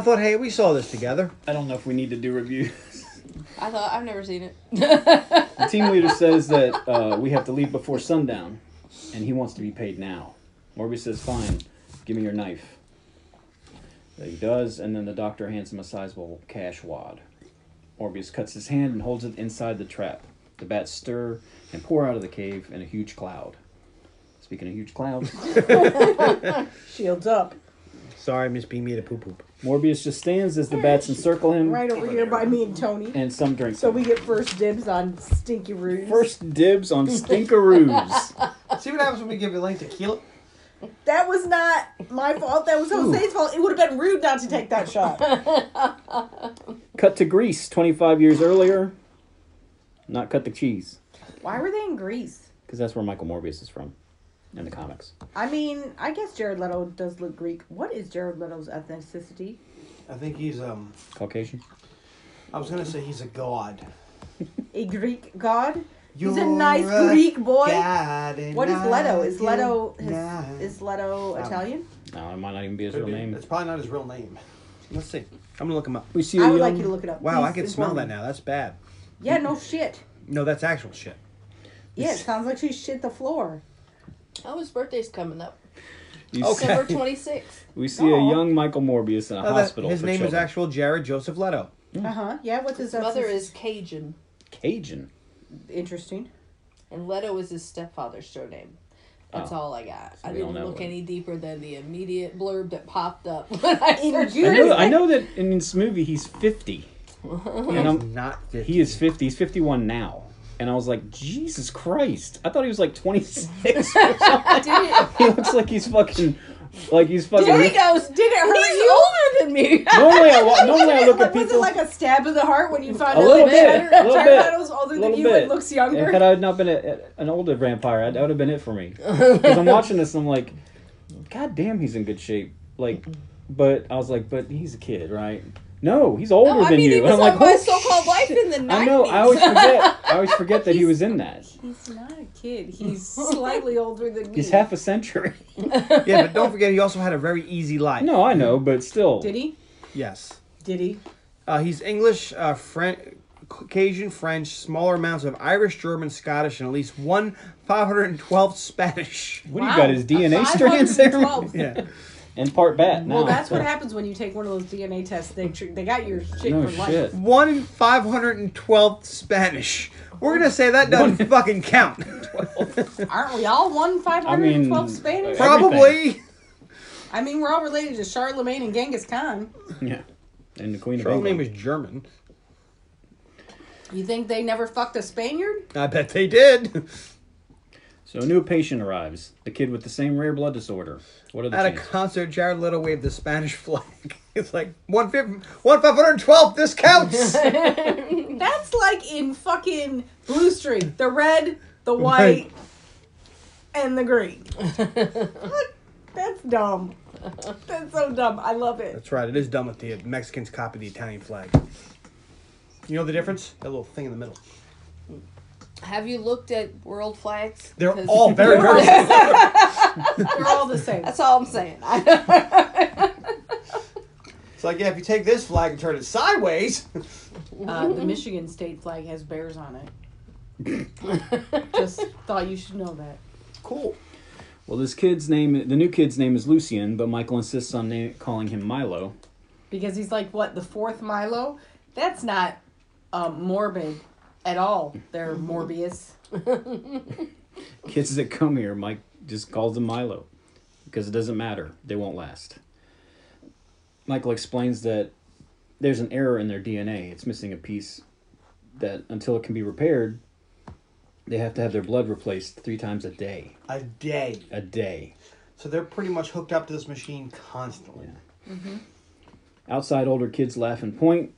[SPEAKER 2] thought, hey, we saw this together.
[SPEAKER 3] I don't know if we need to do reviews.
[SPEAKER 4] I thought I've never seen it.
[SPEAKER 3] The team leader says that uh, we have to leave before sundown, and he wants to be paid now. Morbius says, "Fine, give me your knife." He does, and then the doctor hands him a sizable cash wad. Morbius cuts his hand and holds it inside the trap. The bats stir and pour out of the cave in a huge cloud. Speaking of huge clouds,
[SPEAKER 1] Shields up.
[SPEAKER 2] Sorry, Miss B made a poop poop.
[SPEAKER 3] Morbius just stands as the bats encircle him,
[SPEAKER 1] Right over here by me and Tony.
[SPEAKER 3] and some drink.
[SPEAKER 1] So we get first dibs on Stinky Roos.
[SPEAKER 3] first dibs on stinkaroos.
[SPEAKER 2] See what happens when we give it like tequila?
[SPEAKER 1] That was not my fault. That was Jose's fault. It would have been rude not to take that shot.
[SPEAKER 3] cut to Greece, twenty-five years earlier. Not cut the cheese.
[SPEAKER 1] Why were they in Greece?
[SPEAKER 3] Because that's where Michael Morbius is from in the comics.
[SPEAKER 1] I mean, I guess Jared Leto does look Greek. What is Jared Leto's ethnicity?
[SPEAKER 6] I think he's um.
[SPEAKER 3] Caucasian?
[SPEAKER 6] I was gonna say he's a god.
[SPEAKER 1] a Greek god. He's a
[SPEAKER 2] You're
[SPEAKER 1] nice
[SPEAKER 2] a
[SPEAKER 1] Greek boy.
[SPEAKER 2] God and
[SPEAKER 1] What is Leto? Is
[SPEAKER 2] I
[SPEAKER 1] Leto
[SPEAKER 2] am not.
[SPEAKER 1] his, is Leto
[SPEAKER 2] Stop.
[SPEAKER 1] Italian?
[SPEAKER 3] No, it might not even be his
[SPEAKER 6] Could
[SPEAKER 3] real
[SPEAKER 6] be.
[SPEAKER 3] name.
[SPEAKER 6] It's probably not his real name.
[SPEAKER 2] Let's see. I'm gonna look him up.
[SPEAKER 3] We see
[SPEAKER 1] I
[SPEAKER 3] a
[SPEAKER 1] would like
[SPEAKER 3] young-
[SPEAKER 1] you to look it up.
[SPEAKER 2] Wow,
[SPEAKER 1] Please
[SPEAKER 2] I can
[SPEAKER 1] inform
[SPEAKER 2] smell
[SPEAKER 1] me.
[SPEAKER 2] that now. That's bad.
[SPEAKER 1] Yeah, no shit.
[SPEAKER 2] No, that's actual shit.
[SPEAKER 1] Yeah, it sounds like she shit the floor.
[SPEAKER 4] Oh, his birthday's coming up.
[SPEAKER 3] you
[SPEAKER 2] Okay.
[SPEAKER 3] see-
[SPEAKER 4] December 26th.
[SPEAKER 3] We see a
[SPEAKER 1] Aw.
[SPEAKER 3] young Michael Morbius in a
[SPEAKER 2] No, Uh,
[SPEAKER 1] Oh,
[SPEAKER 2] that-
[SPEAKER 3] hospital.
[SPEAKER 2] his
[SPEAKER 3] for
[SPEAKER 2] name is
[SPEAKER 3] children.
[SPEAKER 2] actual Jared Joseph Leto.
[SPEAKER 3] Mm.
[SPEAKER 1] Uh huh. Yeah, what's his
[SPEAKER 4] His mother
[SPEAKER 1] that's-
[SPEAKER 4] is Cajun,
[SPEAKER 3] Cajun.
[SPEAKER 1] interesting.
[SPEAKER 4] and Leto is his stepfather's surname. That's
[SPEAKER 3] Oh.
[SPEAKER 4] all I got. I
[SPEAKER 3] we don't
[SPEAKER 4] didn't
[SPEAKER 3] know
[SPEAKER 4] look
[SPEAKER 3] what-
[SPEAKER 4] any deeper than the immediate blurb that popped up when I
[SPEAKER 1] In
[SPEAKER 4] searched.
[SPEAKER 3] I
[SPEAKER 1] June-
[SPEAKER 3] know, I know that in this movie he's 50. And
[SPEAKER 2] He's
[SPEAKER 3] I'm,
[SPEAKER 2] not 50.
[SPEAKER 3] he is 50. He's 51 now. And I was like, Jesus Christ. I thought he was like 26 or something.
[SPEAKER 4] Did it,
[SPEAKER 3] he looks like he's fucking. Like he's fucking.
[SPEAKER 4] there he goes. Did it hurt
[SPEAKER 1] He's
[SPEAKER 4] you? older than me.
[SPEAKER 3] Normally I, wa- normally I look at
[SPEAKER 1] was it
[SPEAKER 3] people.
[SPEAKER 1] like a stab in the heart when you found
[SPEAKER 3] A
[SPEAKER 1] out
[SPEAKER 3] little
[SPEAKER 1] that
[SPEAKER 3] bit,
[SPEAKER 1] Jared-
[SPEAKER 3] a little
[SPEAKER 1] Jared
[SPEAKER 3] bit,
[SPEAKER 1] Leto's older than
[SPEAKER 3] little
[SPEAKER 1] you
[SPEAKER 3] bit.
[SPEAKER 1] and looks
[SPEAKER 3] Yeah,
[SPEAKER 1] younger?
[SPEAKER 3] Had I not been a, a- an older vampire, that would have been it for me. Because I'm watching this, and I'm like, God damn, he's in good shape. Like, but I was like, but he's a kid, right? No, he's older
[SPEAKER 4] No, I
[SPEAKER 3] than
[SPEAKER 4] mean
[SPEAKER 3] you.
[SPEAKER 4] he was
[SPEAKER 3] and I'm
[SPEAKER 4] on
[SPEAKER 3] like,
[SPEAKER 4] my
[SPEAKER 3] "Holy
[SPEAKER 4] so-called
[SPEAKER 3] shit."
[SPEAKER 4] life in the 90s.
[SPEAKER 3] I know. I always forget. I always forget that he was in that.
[SPEAKER 1] He's not a kid. He's slightly older than me.
[SPEAKER 3] He's half a century.
[SPEAKER 2] yeah, but don't forget he also had a very easy life.
[SPEAKER 3] No, I know, but still.
[SPEAKER 1] Did he?
[SPEAKER 2] Yes.
[SPEAKER 1] Did he?
[SPEAKER 2] Uh, he's English, uh, French, Cajun, French, smaller amounts of Irish, German, Scottish, and at least one 512 Spanish.
[SPEAKER 3] What do you got? His DNA strands there,
[SPEAKER 1] 512.
[SPEAKER 2] Yeah.
[SPEAKER 3] and part bat.
[SPEAKER 1] Well,
[SPEAKER 3] now.
[SPEAKER 1] that's what happens when you take one of those DNA tests. They tr- they got your shit
[SPEAKER 3] No
[SPEAKER 1] for life.
[SPEAKER 3] shit.
[SPEAKER 2] one in 512 Spanish. We're gonna say that doesn't fucking count.
[SPEAKER 1] Aren't we all one five
[SPEAKER 3] I
[SPEAKER 1] hundred
[SPEAKER 3] mean,
[SPEAKER 1] and twelve Spanish?
[SPEAKER 3] uh,
[SPEAKER 2] Probably.
[SPEAKER 1] I mean, we're all related to Charlemagne and Genghis Khan.
[SPEAKER 3] Yeah. And the Queen of
[SPEAKER 2] His name
[SPEAKER 3] England.
[SPEAKER 2] is German.
[SPEAKER 1] You think they never fucked a Spaniard?
[SPEAKER 2] I bet they did.
[SPEAKER 3] So a new patient arrives. The kid with the same rare blood disorder. What are the
[SPEAKER 2] At a
[SPEAKER 3] chances?
[SPEAKER 2] concert, Jared Leto waved the Spanish flag. It's like one fif- one five hundred twelve. This counts.
[SPEAKER 1] That's like in fucking Blue Streak: the red, the white,
[SPEAKER 2] Right.
[SPEAKER 1] and the green. What? That's dumb. That's so dumb. I love it.
[SPEAKER 2] That's right. It is dumb if the Mexicans copy the Italian flag. You know the difference? That little thing in the middle.
[SPEAKER 4] Have you looked at world flags?
[SPEAKER 2] They're
[SPEAKER 4] 'Cause
[SPEAKER 2] all very very. similar.
[SPEAKER 1] They're all the same.
[SPEAKER 4] That's all I'm saying. I,
[SPEAKER 6] It's like, yeah, if you take this flag and turn it sideways.
[SPEAKER 1] Uh, the Michigan state flag has bears on it. Just thought you should know that.
[SPEAKER 6] cool.
[SPEAKER 3] Well, this kid's name, the new kid's name is Lucian, but Michael insists on na- calling him Milo.
[SPEAKER 1] Because he's like, what, the fourth Milo? That's not um, morbid at all. They're Morbius.
[SPEAKER 3] Kids that come here, Mike just calls them Milo because it doesn't matter. They won't last. Michael explains that there's an error in their DNA. It's missing a piece that until it can be repaired, they have to have their blood replaced three times a day.
[SPEAKER 6] A day.
[SPEAKER 3] A day.
[SPEAKER 6] So they're pretty much hooked up to this machine constantly.
[SPEAKER 3] Outside, older kids laugh and point,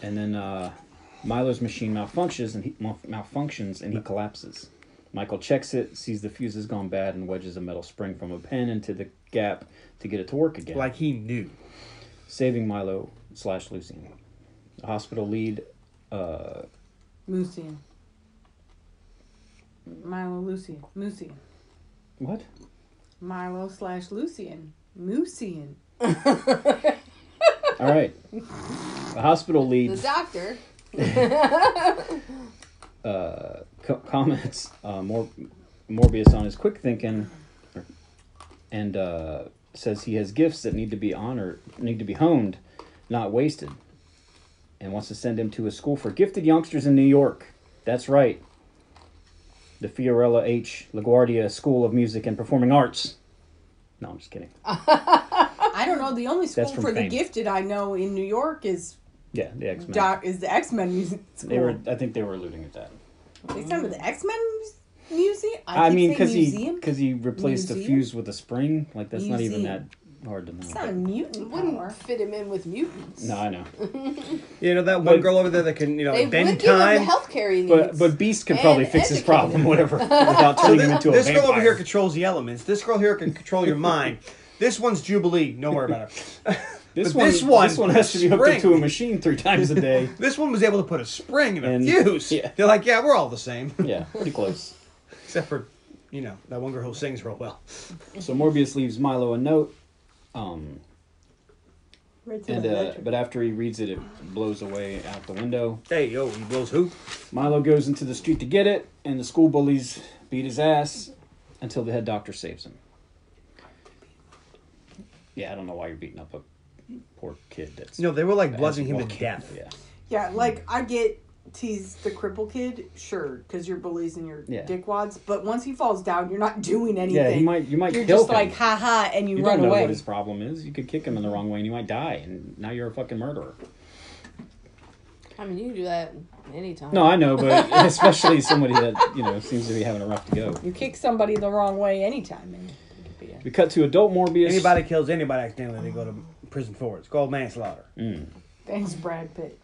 [SPEAKER 3] and then uh, Milo's machine malfunctions and he mal- malfunctions and he collapses. Michael checks it, sees the fuse has gone bad, and wedges a metal spring from a pen into the gap to get it to work again,
[SPEAKER 2] like he knew.
[SPEAKER 3] saving Milo slash Lucien. The hospital lead,
[SPEAKER 1] Lucian. Milo Lucian. Lucian.
[SPEAKER 3] what?
[SPEAKER 1] Milo slash Lucian. Lucian.
[SPEAKER 3] All right. The hospital lead
[SPEAKER 4] the doctor.
[SPEAKER 3] co- comments uh, Mor- Morbius on his quick thinking, and uh, says he has gifts that need to be honored, need to be honed, not wasted, and wants to send him to a school for gifted youngsters in New York. That's right, the Fiorella H. LaGuardia School of Music and Performing Arts. No, I'm just kidding.
[SPEAKER 1] Uh, I don't know. The only school
[SPEAKER 3] from
[SPEAKER 1] for the
[SPEAKER 3] Fame.
[SPEAKER 1] gifted I know in New York is
[SPEAKER 3] Yeah, the X Men.
[SPEAKER 1] doc, is the X Men music school.
[SPEAKER 3] they were, I think they were alluding at that.
[SPEAKER 1] They sent him to the X Men museum.
[SPEAKER 3] I,
[SPEAKER 1] keep
[SPEAKER 3] mean,
[SPEAKER 1] saying
[SPEAKER 3] because he
[SPEAKER 1] museum.
[SPEAKER 3] because he replaced a
[SPEAKER 1] Museum?
[SPEAKER 3] fuse with a spring. Like that's not even that
[SPEAKER 1] Museum.
[SPEAKER 3] hard to know.
[SPEAKER 1] it's not a mutant. Power.
[SPEAKER 4] Wouldn't fit him in with mutants.
[SPEAKER 3] No, I know.
[SPEAKER 2] You know that one
[SPEAKER 3] But-
[SPEAKER 2] girl over there that can you know
[SPEAKER 4] They would
[SPEAKER 2] bend
[SPEAKER 4] give him the
[SPEAKER 2] time.
[SPEAKER 4] health care he needs.
[SPEAKER 3] But but Beast could probably
[SPEAKER 4] And
[SPEAKER 3] fix his
[SPEAKER 4] educated.
[SPEAKER 3] problem, whatever, without
[SPEAKER 2] So
[SPEAKER 3] turning
[SPEAKER 2] thi-
[SPEAKER 3] him into a
[SPEAKER 2] this girl over
[SPEAKER 3] vampire.
[SPEAKER 2] here controls the elements. This girl here can control your mind. This one's Jubilee. Don't worry about her.
[SPEAKER 3] This
[SPEAKER 2] But
[SPEAKER 3] one,
[SPEAKER 2] this one
[SPEAKER 3] this one has to be hooked
[SPEAKER 2] spring.
[SPEAKER 3] up to a machine three times a day.
[SPEAKER 2] This one was able to put a spring in a
[SPEAKER 3] And-
[SPEAKER 2] fuse.
[SPEAKER 3] yeah.
[SPEAKER 2] They're like, yeah, we're all the same,
[SPEAKER 3] yeah, pretty close.
[SPEAKER 2] except for, you know, that one girl who sings real well.
[SPEAKER 3] So Morbius leaves Milo a note, um, and uh, but after he reads it, it blows away out the window.
[SPEAKER 2] Hey, yo, he blows who?
[SPEAKER 3] Milo goes into the street to get it, and the school bullies beat his ass until the head doctor saves him. Yeah, I don't know why you're beating up a poor kid. That's
[SPEAKER 2] No, they were like
[SPEAKER 3] that's
[SPEAKER 2] bludgeoning him to
[SPEAKER 3] walking.
[SPEAKER 2] death.
[SPEAKER 3] Yeah,
[SPEAKER 1] Yeah, like I get tease the cripple kid, sure, because you're bullies and you're
[SPEAKER 3] Yeah.
[SPEAKER 1] dickwads. But once he falls down, you're not doing anything.
[SPEAKER 3] yeah. You might you might
[SPEAKER 1] You're
[SPEAKER 3] kill
[SPEAKER 1] just
[SPEAKER 3] him.
[SPEAKER 1] like ha ha, and you,
[SPEAKER 3] you
[SPEAKER 1] run
[SPEAKER 3] don't know
[SPEAKER 1] away.
[SPEAKER 3] what his problem is. You could kick him in the wrong way, and he might die, and now you're a fucking murderer.
[SPEAKER 4] I mean, you can do that anytime.
[SPEAKER 3] No, I know, but especially somebody that you know seems to be having a rough to go.
[SPEAKER 1] you kick somebody the wrong way anytime, and it could be a-
[SPEAKER 3] We cut to adult Morbius.
[SPEAKER 2] Anybody kills anybody accidentally, they go to prison for it. It's called manslaughter.
[SPEAKER 1] thanks, Brad Pitt.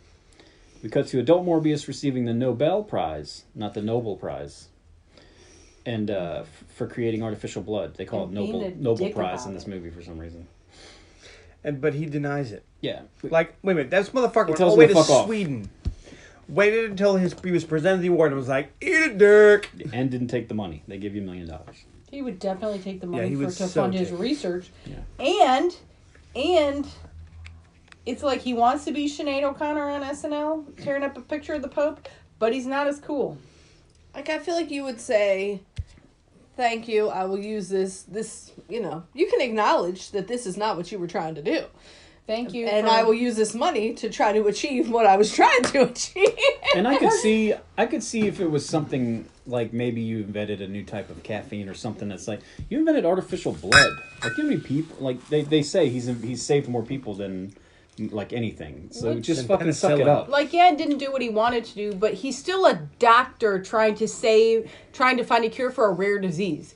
[SPEAKER 3] We cut to adult Morbius receiving the Nobel Prize, not the Nobel Prize, and uh, f- for creating artificial blood. They call
[SPEAKER 1] And
[SPEAKER 3] it
[SPEAKER 1] being
[SPEAKER 3] Nobel
[SPEAKER 1] a
[SPEAKER 3] Nobel
[SPEAKER 1] dick
[SPEAKER 3] Prize
[SPEAKER 1] about
[SPEAKER 3] in this
[SPEAKER 1] it.
[SPEAKER 3] movie for some reason.
[SPEAKER 2] And but he denies it.
[SPEAKER 3] Yeah,
[SPEAKER 2] Like, wait a minute, that's motherfucker went
[SPEAKER 3] tells
[SPEAKER 2] all the
[SPEAKER 3] him
[SPEAKER 2] way
[SPEAKER 3] to
[SPEAKER 2] to
[SPEAKER 3] fuck off.
[SPEAKER 2] Sweden. Waited until his he was presented the award and was like, eat it, Dirk.
[SPEAKER 3] and didn't take the money. They give you a million dollars.
[SPEAKER 1] He would definitely take the money
[SPEAKER 2] he
[SPEAKER 1] for
[SPEAKER 2] would
[SPEAKER 1] to
[SPEAKER 2] so
[SPEAKER 1] fund his
[SPEAKER 2] take it.
[SPEAKER 1] research,
[SPEAKER 3] Yeah.
[SPEAKER 1] and and it's like he wants to be Sinead O'Connor on SNL, tearing up a picture of the Pope, but he's not as cool.
[SPEAKER 4] Like I feel like you would say, "Thank you. I will use this. This you know you can acknowledge that this is not what you were trying to do,
[SPEAKER 1] Thank you,
[SPEAKER 4] and
[SPEAKER 1] for-
[SPEAKER 4] I will use this money to try to achieve what I was trying to achieve."
[SPEAKER 3] and I could see, I could see if it was something like maybe you invented a new type of caffeine or something that's like you invented artificial blood. Like you know how many people, like they, they say he's he's saved more people than like anything. So just
[SPEAKER 2] Than
[SPEAKER 3] fucking suck it
[SPEAKER 2] penicillin.
[SPEAKER 3] up.
[SPEAKER 1] like yeah didn't do what he wanted to do but he's still a doctor trying to save trying to find a cure for a rare disease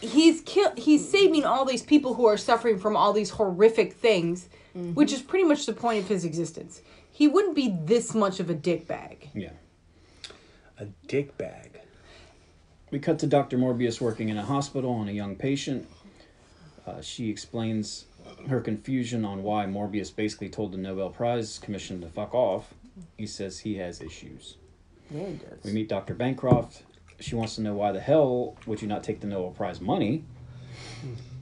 [SPEAKER 1] he's kill he's saving all these people who are suffering from all these horrific things which is pretty much the point of his existence he wouldn't be this much of a dickbag
[SPEAKER 3] Yeah.
[SPEAKER 2] A dick bag.
[SPEAKER 3] We cut to Dr. Morbius working in a hospital on a young patient. Uh, she explains her confusion on why Morbius basically told the Nobel Prize Commission to fuck off. He says he has issues.
[SPEAKER 4] Yeah, he
[SPEAKER 3] We
[SPEAKER 4] does.
[SPEAKER 3] meet Dr. Bancroft. She wants to know why the hell would you not take the Nobel Prize money?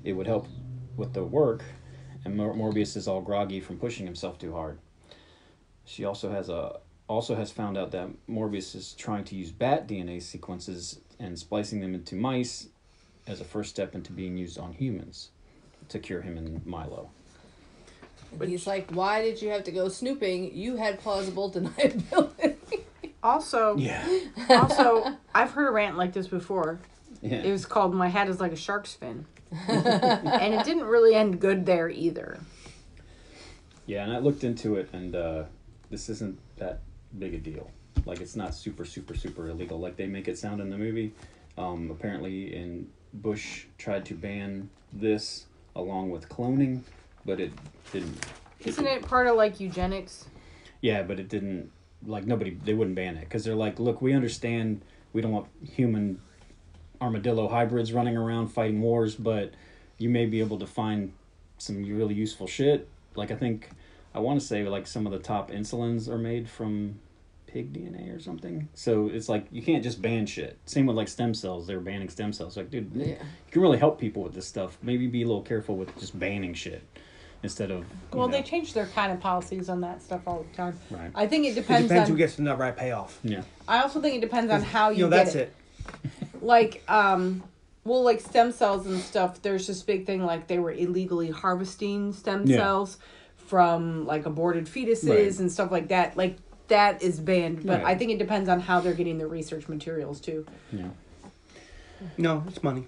[SPEAKER 3] It would help with the work. And Mor- Morbius is all groggy from pushing himself too hard. She also has a also has found out that Morbius is trying to use bat DNA sequences and splicing them into mice as a first step into being used on humans to cure him and Milo.
[SPEAKER 4] He's like, "Why did you have to go snooping? You had plausible deniability."
[SPEAKER 1] also
[SPEAKER 3] Yeah.
[SPEAKER 1] also i've heard a rant like this before
[SPEAKER 3] Yeah.
[SPEAKER 1] it was called my hat is like a shark's fin and it didn't really end good there either
[SPEAKER 3] Yeah, and I looked into it, and uh, this isn't that big a deal. Like, it's not super, super, super illegal, like they make it sound in the movie. Um, apparently, in Bush tried to ban this along with cloning, but it didn't.
[SPEAKER 1] isn't it part of like eugenics
[SPEAKER 3] Yeah, but it didn't. Like nobody, they wouldn't ban it because they're like, look, we understand we don't want human armadillo hybrids running around fighting wars, but you may be able to find some really useful shit. Like I think I want to say like some of the top insulins are made from pig DNA or something. So it's like you can't just ban shit. Same with like stem cells, they were banning stem cells. Like, dude, you can really help people with this stuff. Maybe be a little careful with just banning shit instead of. you
[SPEAKER 1] Well, they
[SPEAKER 3] know.
[SPEAKER 1] change their kind of policies on that stuff all the time.
[SPEAKER 3] Right.
[SPEAKER 1] I think it
[SPEAKER 2] It
[SPEAKER 1] depends,
[SPEAKER 2] depends,
[SPEAKER 1] on.
[SPEAKER 2] who gets the right payoff.
[SPEAKER 3] Yeah.
[SPEAKER 1] I also think it depends on how Oh, you.
[SPEAKER 2] You know,
[SPEAKER 1] get
[SPEAKER 2] that's it.
[SPEAKER 1] Like, um, well, like stem cells and stuff. There's this big thing like they were illegally harvesting stem
[SPEAKER 3] Yeah.
[SPEAKER 1] cells from like aborted fetuses
[SPEAKER 3] Right.
[SPEAKER 1] and stuff like that. Like that is banned, but I
[SPEAKER 3] Right.
[SPEAKER 1] think it depends on how they're getting their research materials too.
[SPEAKER 3] Yeah.
[SPEAKER 2] No, it's money.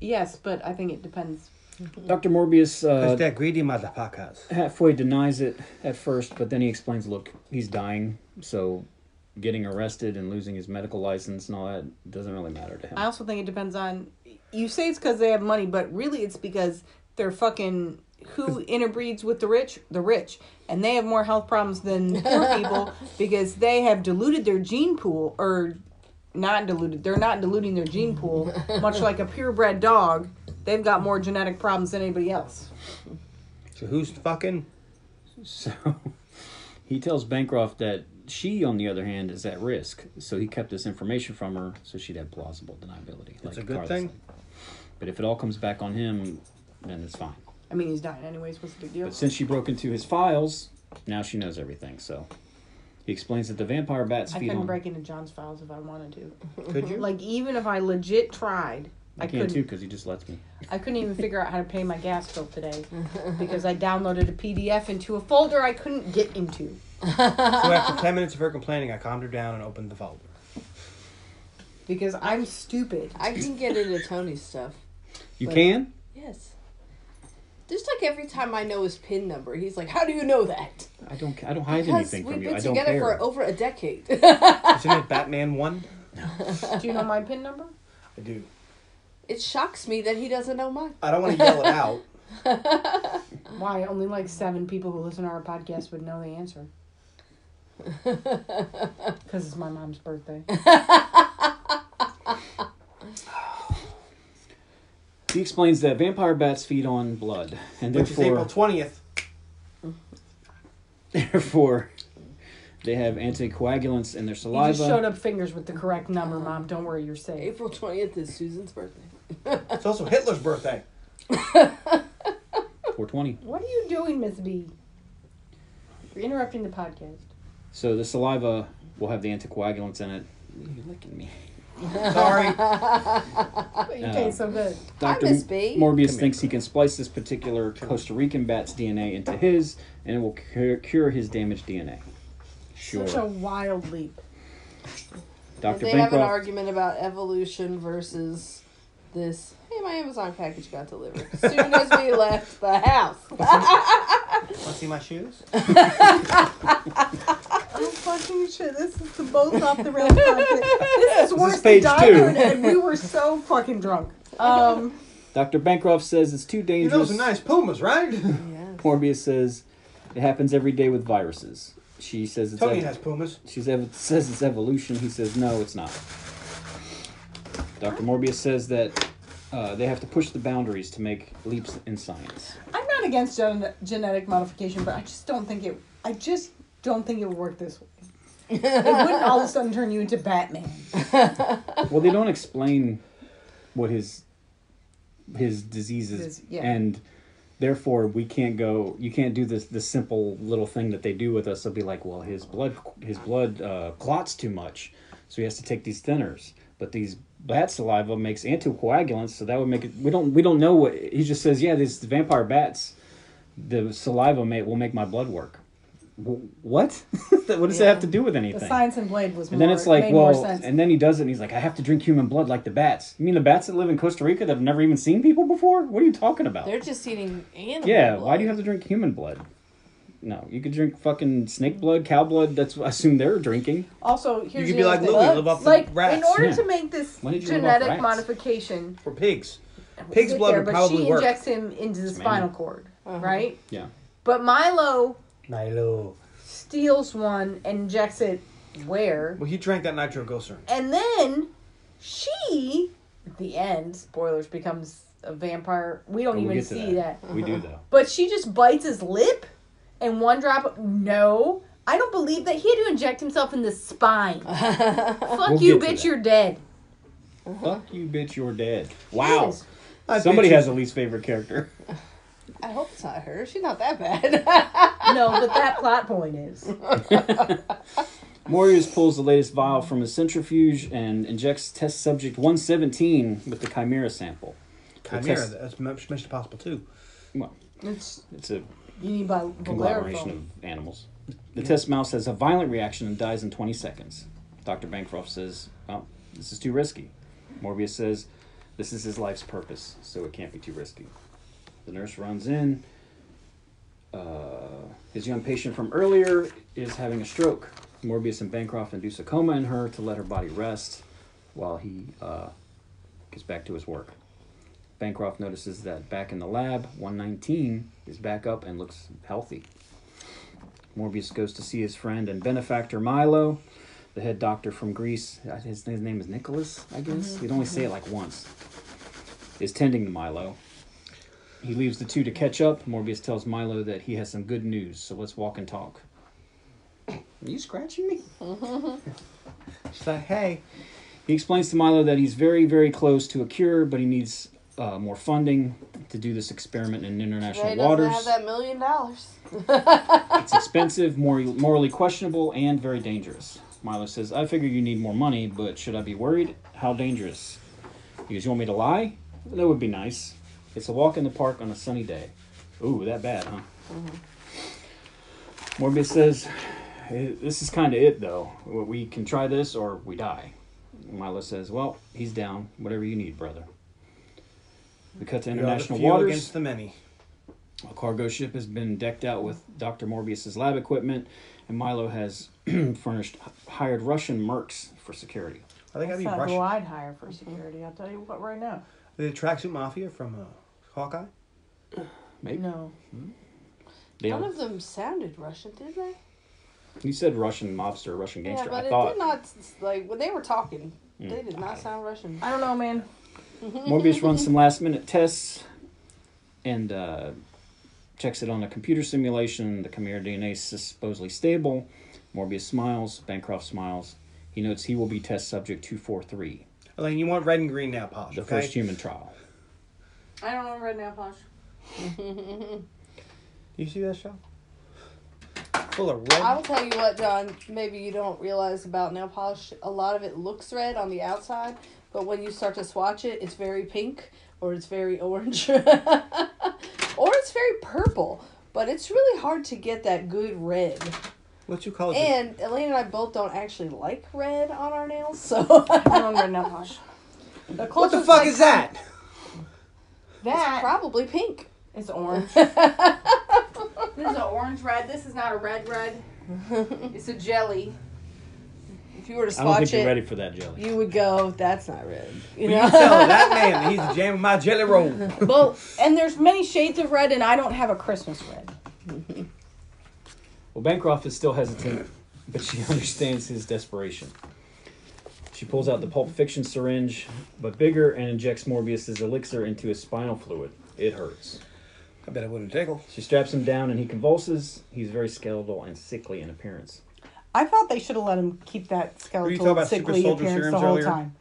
[SPEAKER 1] Yes, but I think it depends.
[SPEAKER 3] Dr. Morbius
[SPEAKER 2] It's
[SPEAKER 3] uh,
[SPEAKER 2] that greedy motherfuckers.
[SPEAKER 3] halfway denies it at first, but then he explains, look, he's dying, so getting arrested and losing his medical license and all that doesn't really matter to him.
[SPEAKER 1] I also think it depends on. You say it's because they have money, but really it's because they're fucking. Who interbreeds with the rich? The rich, and they have more health problems than poor people because they have diluted their gene pool or not diluted. They're not diluting their gene pool, much like a purebred dog. They've got more genetic problems than anybody else.
[SPEAKER 2] So who's fucking?
[SPEAKER 3] So he tells Bancroft that she, on the other hand, is at risk. So he kept this information from her so she'd have plausible deniability.
[SPEAKER 2] It's a good thing.
[SPEAKER 3] But if it all comes back on him, then it's fine.
[SPEAKER 1] I mean, he's dying anyways. What's the big deal?
[SPEAKER 3] But since she broke into his files, now she knows everything. So he explains that the vampire bats
[SPEAKER 1] I
[SPEAKER 3] feed
[SPEAKER 1] couldn't
[SPEAKER 3] on.
[SPEAKER 1] break into John's files if I wanted to.
[SPEAKER 2] Could you?
[SPEAKER 1] Like even if I legit tried, I,
[SPEAKER 3] I can
[SPEAKER 1] couldn't.
[SPEAKER 3] too because he just lets me.
[SPEAKER 1] I couldn't even figure out how to pay my gas bill today because I downloaded a PDF into a folder I couldn't get into.
[SPEAKER 2] so after ten minutes of her complaining, I calmed her down and opened the folder.
[SPEAKER 1] Because I'm stupid.
[SPEAKER 4] I can get into Tony's stuff.
[SPEAKER 3] You
[SPEAKER 4] But-
[SPEAKER 3] can?
[SPEAKER 4] Yes. Just like every time I know his pin number, he's like, "How do you know that?"
[SPEAKER 3] I don't. I don't hide
[SPEAKER 4] Because
[SPEAKER 3] anything
[SPEAKER 4] we've
[SPEAKER 3] from you.
[SPEAKER 4] been
[SPEAKER 3] I don't
[SPEAKER 4] together
[SPEAKER 3] care.
[SPEAKER 4] for over a decade.
[SPEAKER 2] Isn't it Batman one?
[SPEAKER 1] Do you know my PIN number?
[SPEAKER 6] I do.
[SPEAKER 4] it shocks me that he doesn't know mine.
[SPEAKER 6] I don't want to yell it out.
[SPEAKER 1] Why? Only like seven people who listen to our podcast would know the answer. Because it's my mom's birthday.
[SPEAKER 3] He explains that vampire bats feed on blood, and
[SPEAKER 6] Which is April
[SPEAKER 3] therefore,
[SPEAKER 6] twentieth.
[SPEAKER 3] therefore, they have anticoagulants in their
[SPEAKER 1] You
[SPEAKER 3] saliva.
[SPEAKER 1] just showed up fingers with the correct number, mom. Don't worry, you're safe.
[SPEAKER 4] April twentieth is Susan's birthday.
[SPEAKER 6] It's also Hitler's birthday.
[SPEAKER 3] 420.
[SPEAKER 1] What are you doing, Miss B? You're interrupting the podcast.
[SPEAKER 3] So the saliva will have the anticoagulants in it. You're licking me.
[SPEAKER 6] Sorry.
[SPEAKER 1] But you taste so good.
[SPEAKER 3] Dr.
[SPEAKER 4] Miss B.
[SPEAKER 3] Morbius thinks he can splice this particular Costa Rican bat's DNA into his, and it will cure, cure his damaged DNA. Sure.
[SPEAKER 1] Such a wild leap.
[SPEAKER 3] Dr.
[SPEAKER 4] they have an
[SPEAKER 3] Bancroft.
[SPEAKER 4] argument about evolution versus this. Hey, my Amazon package got delivered. Soon as we left the house.
[SPEAKER 6] Want to see my shoes?
[SPEAKER 1] Oh fucking shit! This is the both off the rails. this is worse
[SPEAKER 3] page
[SPEAKER 1] than
[SPEAKER 3] two.
[SPEAKER 1] Diamond, and we were so fucking drunk. Um,
[SPEAKER 3] Dr. Bancroft says it's too
[SPEAKER 6] You
[SPEAKER 3] dangerous.
[SPEAKER 6] know, those are nice pumas, right?
[SPEAKER 4] Yes.
[SPEAKER 3] Morbius says it happens every day with viruses. She says it's
[SPEAKER 6] Tony
[SPEAKER 3] ev-
[SPEAKER 6] has pumas.
[SPEAKER 3] She ev- says it's evolution. He says no, it's not. Dr. Morbius says that uh, they have to push the boundaries to make leaps in science.
[SPEAKER 1] I'm not against gen- genetic modification, but I just don't think it. I just don't think it would work this way. it wouldn't all of a sudden turn you into Batman.
[SPEAKER 3] Well, they don't explain what his his disease is,
[SPEAKER 1] His- yeah.
[SPEAKER 3] and therefore we can't go. You can't do this the simple little thing that they do with us. They'll be like, well, his blood his blood uh, clots too much, so he has to take these thinners. But these bat saliva makes anticoagulants, so that would make it. We don't we don't know what he just says. Yeah, these vampire bats, the saliva may will make my blood work. W- What? what does that have to do with
[SPEAKER 1] The
[SPEAKER 3] anything?
[SPEAKER 1] science and Blade was
[SPEAKER 3] And
[SPEAKER 1] more.
[SPEAKER 3] then it's like,
[SPEAKER 1] made
[SPEAKER 3] well,
[SPEAKER 1] more sense.
[SPEAKER 3] and then he does it, and he's like, I have to drink human blood like the bats. You mean the bats that live in Costa Rica that have never even seen people before? What are you talking about?
[SPEAKER 4] They're just eating animal.
[SPEAKER 3] yeah,
[SPEAKER 4] blood.
[SPEAKER 3] why do you have to drink human blood? No, you could drink fucking snake blood, cow blood. That's what I assume they're drinking.
[SPEAKER 1] also, here's the
[SPEAKER 2] you could be
[SPEAKER 1] other
[SPEAKER 2] like
[SPEAKER 1] thing.
[SPEAKER 2] Louie, live off the
[SPEAKER 1] Like,
[SPEAKER 2] rats
[SPEAKER 1] in order
[SPEAKER 3] Yeah.
[SPEAKER 1] to make this
[SPEAKER 3] Why did you live off
[SPEAKER 1] genetic
[SPEAKER 3] rats?
[SPEAKER 1] modification,
[SPEAKER 2] for pigs. Pig's blood
[SPEAKER 1] there,
[SPEAKER 2] would
[SPEAKER 1] but
[SPEAKER 2] probably
[SPEAKER 1] she
[SPEAKER 2] work.
[SPEAKER 1] injects him into the spinal
[SPEAKER 3] mammal.
[SPEAKER 1] cord,
[SPEAKER 4] Uh-huh.
[SPEAKER 1] right?
[SPEAKER 3] Yeah.
[SPEAKER 1] But Milo
[SPEAKER 2] Milo.
[SPEAKER 1] steals one and injects it where?
[SPEAKER 2] Well, he drank that nitroglycerin.
[SPEAKER 1] And then she, at the end, spoilers, becomes a vampire. We don't
[SPEAKER 3] We'll
[SPEAKER 1] even
[SPEAKER 3] Oh, get to
[SPEAKER 1] see that.
[SPEAKER 3] We do though.
[SPEAKER 1] But she just bites his lip and one drop. No. I don't believe that. He had to inject himself in the spine. Fuck
[SPEAKER 3] We'll
[SPEAKER 1] you,
[SPEAKER 3] get to
[SPEAKER 1] bitch,
[SPEAKER 3] that.
[SPEAKER 1] you're dead.
[SPEAKER 3] Fuck you, bitch. You're dead. Wow.
[SPEAKER 1] Yes.
[SPEAKER 6] I
[SPEAKER 3] Somebody
[SPEAKER 6] bet you-
[SPEAKER 3] has a least favorite character.
[SPEAKER 4] I hope it's not her. She's not that bad.
[SPEAKER 1] No, but that plot point is.
[SPEAKER 3] Morbius pulls the latest vial from his centrifuge and injects test subject 117 with the chimera sample. The
[SPEAKER 2] Chimera,
[SPEAKER 3] test-
[SPEAKER 2] that's m- Mission Impossible too.
[SPEAKER 3] well,
[SPEAKER 1] It's,
[SPEAKER 3] it's a
[SPEAKER 1] you need by
[SPEAKER 3] conglomeration
[SPEAKER 1] Valerian.
[SPEAKER 3] of animals. The test mouse has a violent reaction and dies in 20 seconds. Dr. Bancroft says, Well, this is too risky. Morbius says, This is his life's purpose, so it can't be too risky. The nurse runs in. Uh, his young patient from earlier is having a stroke. Morbius and Bancroft induce a coma in her to let her body rest while he uh, gets back to his work. Bancroft notices that back in the lab, 119 is back up and looks healthy. Morbius goes to see his friend and benefactor Milo, the head doctor from Greece. I- His, his name is Nicholas, I guess. You'd only say it like once. Is tending to Milo. He leaves the two to catch up. Morbius tells Milo that he has some good news, so let's walk and talk. Are you scratching me?
[SPEAKER 2] She's like, hey,
[SPEAKER 3] He explains to Milo that he's very, very close to a cure, but he needs uh, more funding to do this experiment in international
[SPEAKER 4] Ray doesn't
[SPEAKER 3] waters.
[SPEAKER 4] have that million dollars.
[SPEAKER 3] It's expensive, mor- morally questionable, and very dangerous. Milo says, I figure you need more money, but should I be worried? How dangerous? He goes, You want me to lie? That would be nice. It's a walk in the park on a sunny day. Ooh, that bad, huh? Morbius says, "Eh, This is kind of it, though. We can try this or we die. Milo says, Well, he's down. Whatever you need, brother. We cut to
[SPEAKER 2] you're the
[SPEAKER 3] international
[SPEAKER 2] few
[SPEAKER 3] waters.
[SPEAKER 2] against the many.
[SPEAKER 3] A cargo ship has been decked out with Dr. Morbius's lab equipment, and Milo has furnished hired Russian mercs for security.
[SPEAKER 2] I think I'd
[SPEAKER 7] That's
[SPEAKER 2] be
[SPEAKER 7] not who
[SPEAKER 2] Russian.
[SPEAKER 7] I'd hire for security. I'll tell you what, right now.
[SPEAKER 2] The tracksuit mafia from uh, Hawkeye.
[SPEAKER 3] Maybe.
[SPEAKER 7] No,
[SPEAKER 3] They-
[SPEAKER 4] None of them sounded Russian, did they?
[SPEAKER 3] you said Russian mobster, Russian
[SPEAKER 4] Yeah,
[SPEAKER 3] gangster.
[SPEAKER 4] but
[SPEAKER 3] I
[SPEAKER 4] it
[SPEAKER 3] thought Mm.
[SPEAKER 4] did not s- like when they were talking. They did not sound Russian.
[SPEAKER 7] I don't know, man.
[SPEAKER 3] Morbius runs some last minute tests and uh, checks it on a computer simulation. The Chimera DNA is supposedly stable. Morbius smiles. Bancroft smiles. He notes he will be test subject 243,
[SPEAKER 2] Elaine, you want red and green now, Posh.
[SPEAKER 3] the
[SPEAKER 2] okay?
[SPEAKER 3] first human trial.
[SPEAKER 1] I don't know Red Nail Polish.
[SPEAKER 2] You see that show? Full of red.
[SPEAKER 4] I will tell you what, John. Maybe you don't realize about nail polish. A lot of it looks red on the outside, but when you start to swatch it, it's very pink or it's very orange, or it's very purple. But it's really hard to get that good red.
[SPEAKER 2] what you call it?
[SPEAKER 4] And Elaine and I both don't actually like red on our nails, so
[SPEAKER 7] I'm on right now, Posh.
[SPEAKER 4] the
[SPEAKER 2] what the
[SPEAKER 4] closest
[SPEAKER 2] fuck
[SPEAKER 4] I-
[SPEAKER 2] is that?
[SPEAKER 7] That
[SPEAKER 4] Probably pink.
[SPEAKER 7] is orange.
[SPEAKER 1] This is an orange red. This is not a red red. it's a jelly.
[SPEAKER 4] If you were to
[SPEAKER 3] I don't
[SPEAKER 4] swatch
[SPEAKER 3] think you're
[SPEAKER 4] it,
[SPEAKER 3] ready for that, Jelly.
[SPEAKER 4] you would go, "That's not red," you
[SPEAKER 2] You
[SPEAKER 4] know.
[SPEAKER 2] can tell that man, he's jamming my jelly roll.
[SPEAKER 7] well, and there's many shades of red, and I don't have a Christmas red.
[SPEAKER 3] Well, Bancroft is still hesitant, but she understands his desperation. She pulls out the Pulp Fiction syringe, but bigger, and injects Morbius's elixir into his spinal fluid. It hurts.
[SPEAKER 2] I bet it wouldn't tickle.
[SPEAKER 3] She straps him down, and he convulses. He's very skeletal and sickly in apparence.
[SPEAKER 7] I thought they should have let him keep that
[SPEAKER 2] Were you talking
[SPEAKER 7] skeletal
[SPEAKER 2] about super
[SPEAKER 7] sickly
[SPEAKER 2] soldier
[SPEAKER 7] appearance the
[SPEAKER 2] serums
[SPEAKER 7] whole
[SPEAKER 2] earlier?
[SPEAKER 7] time.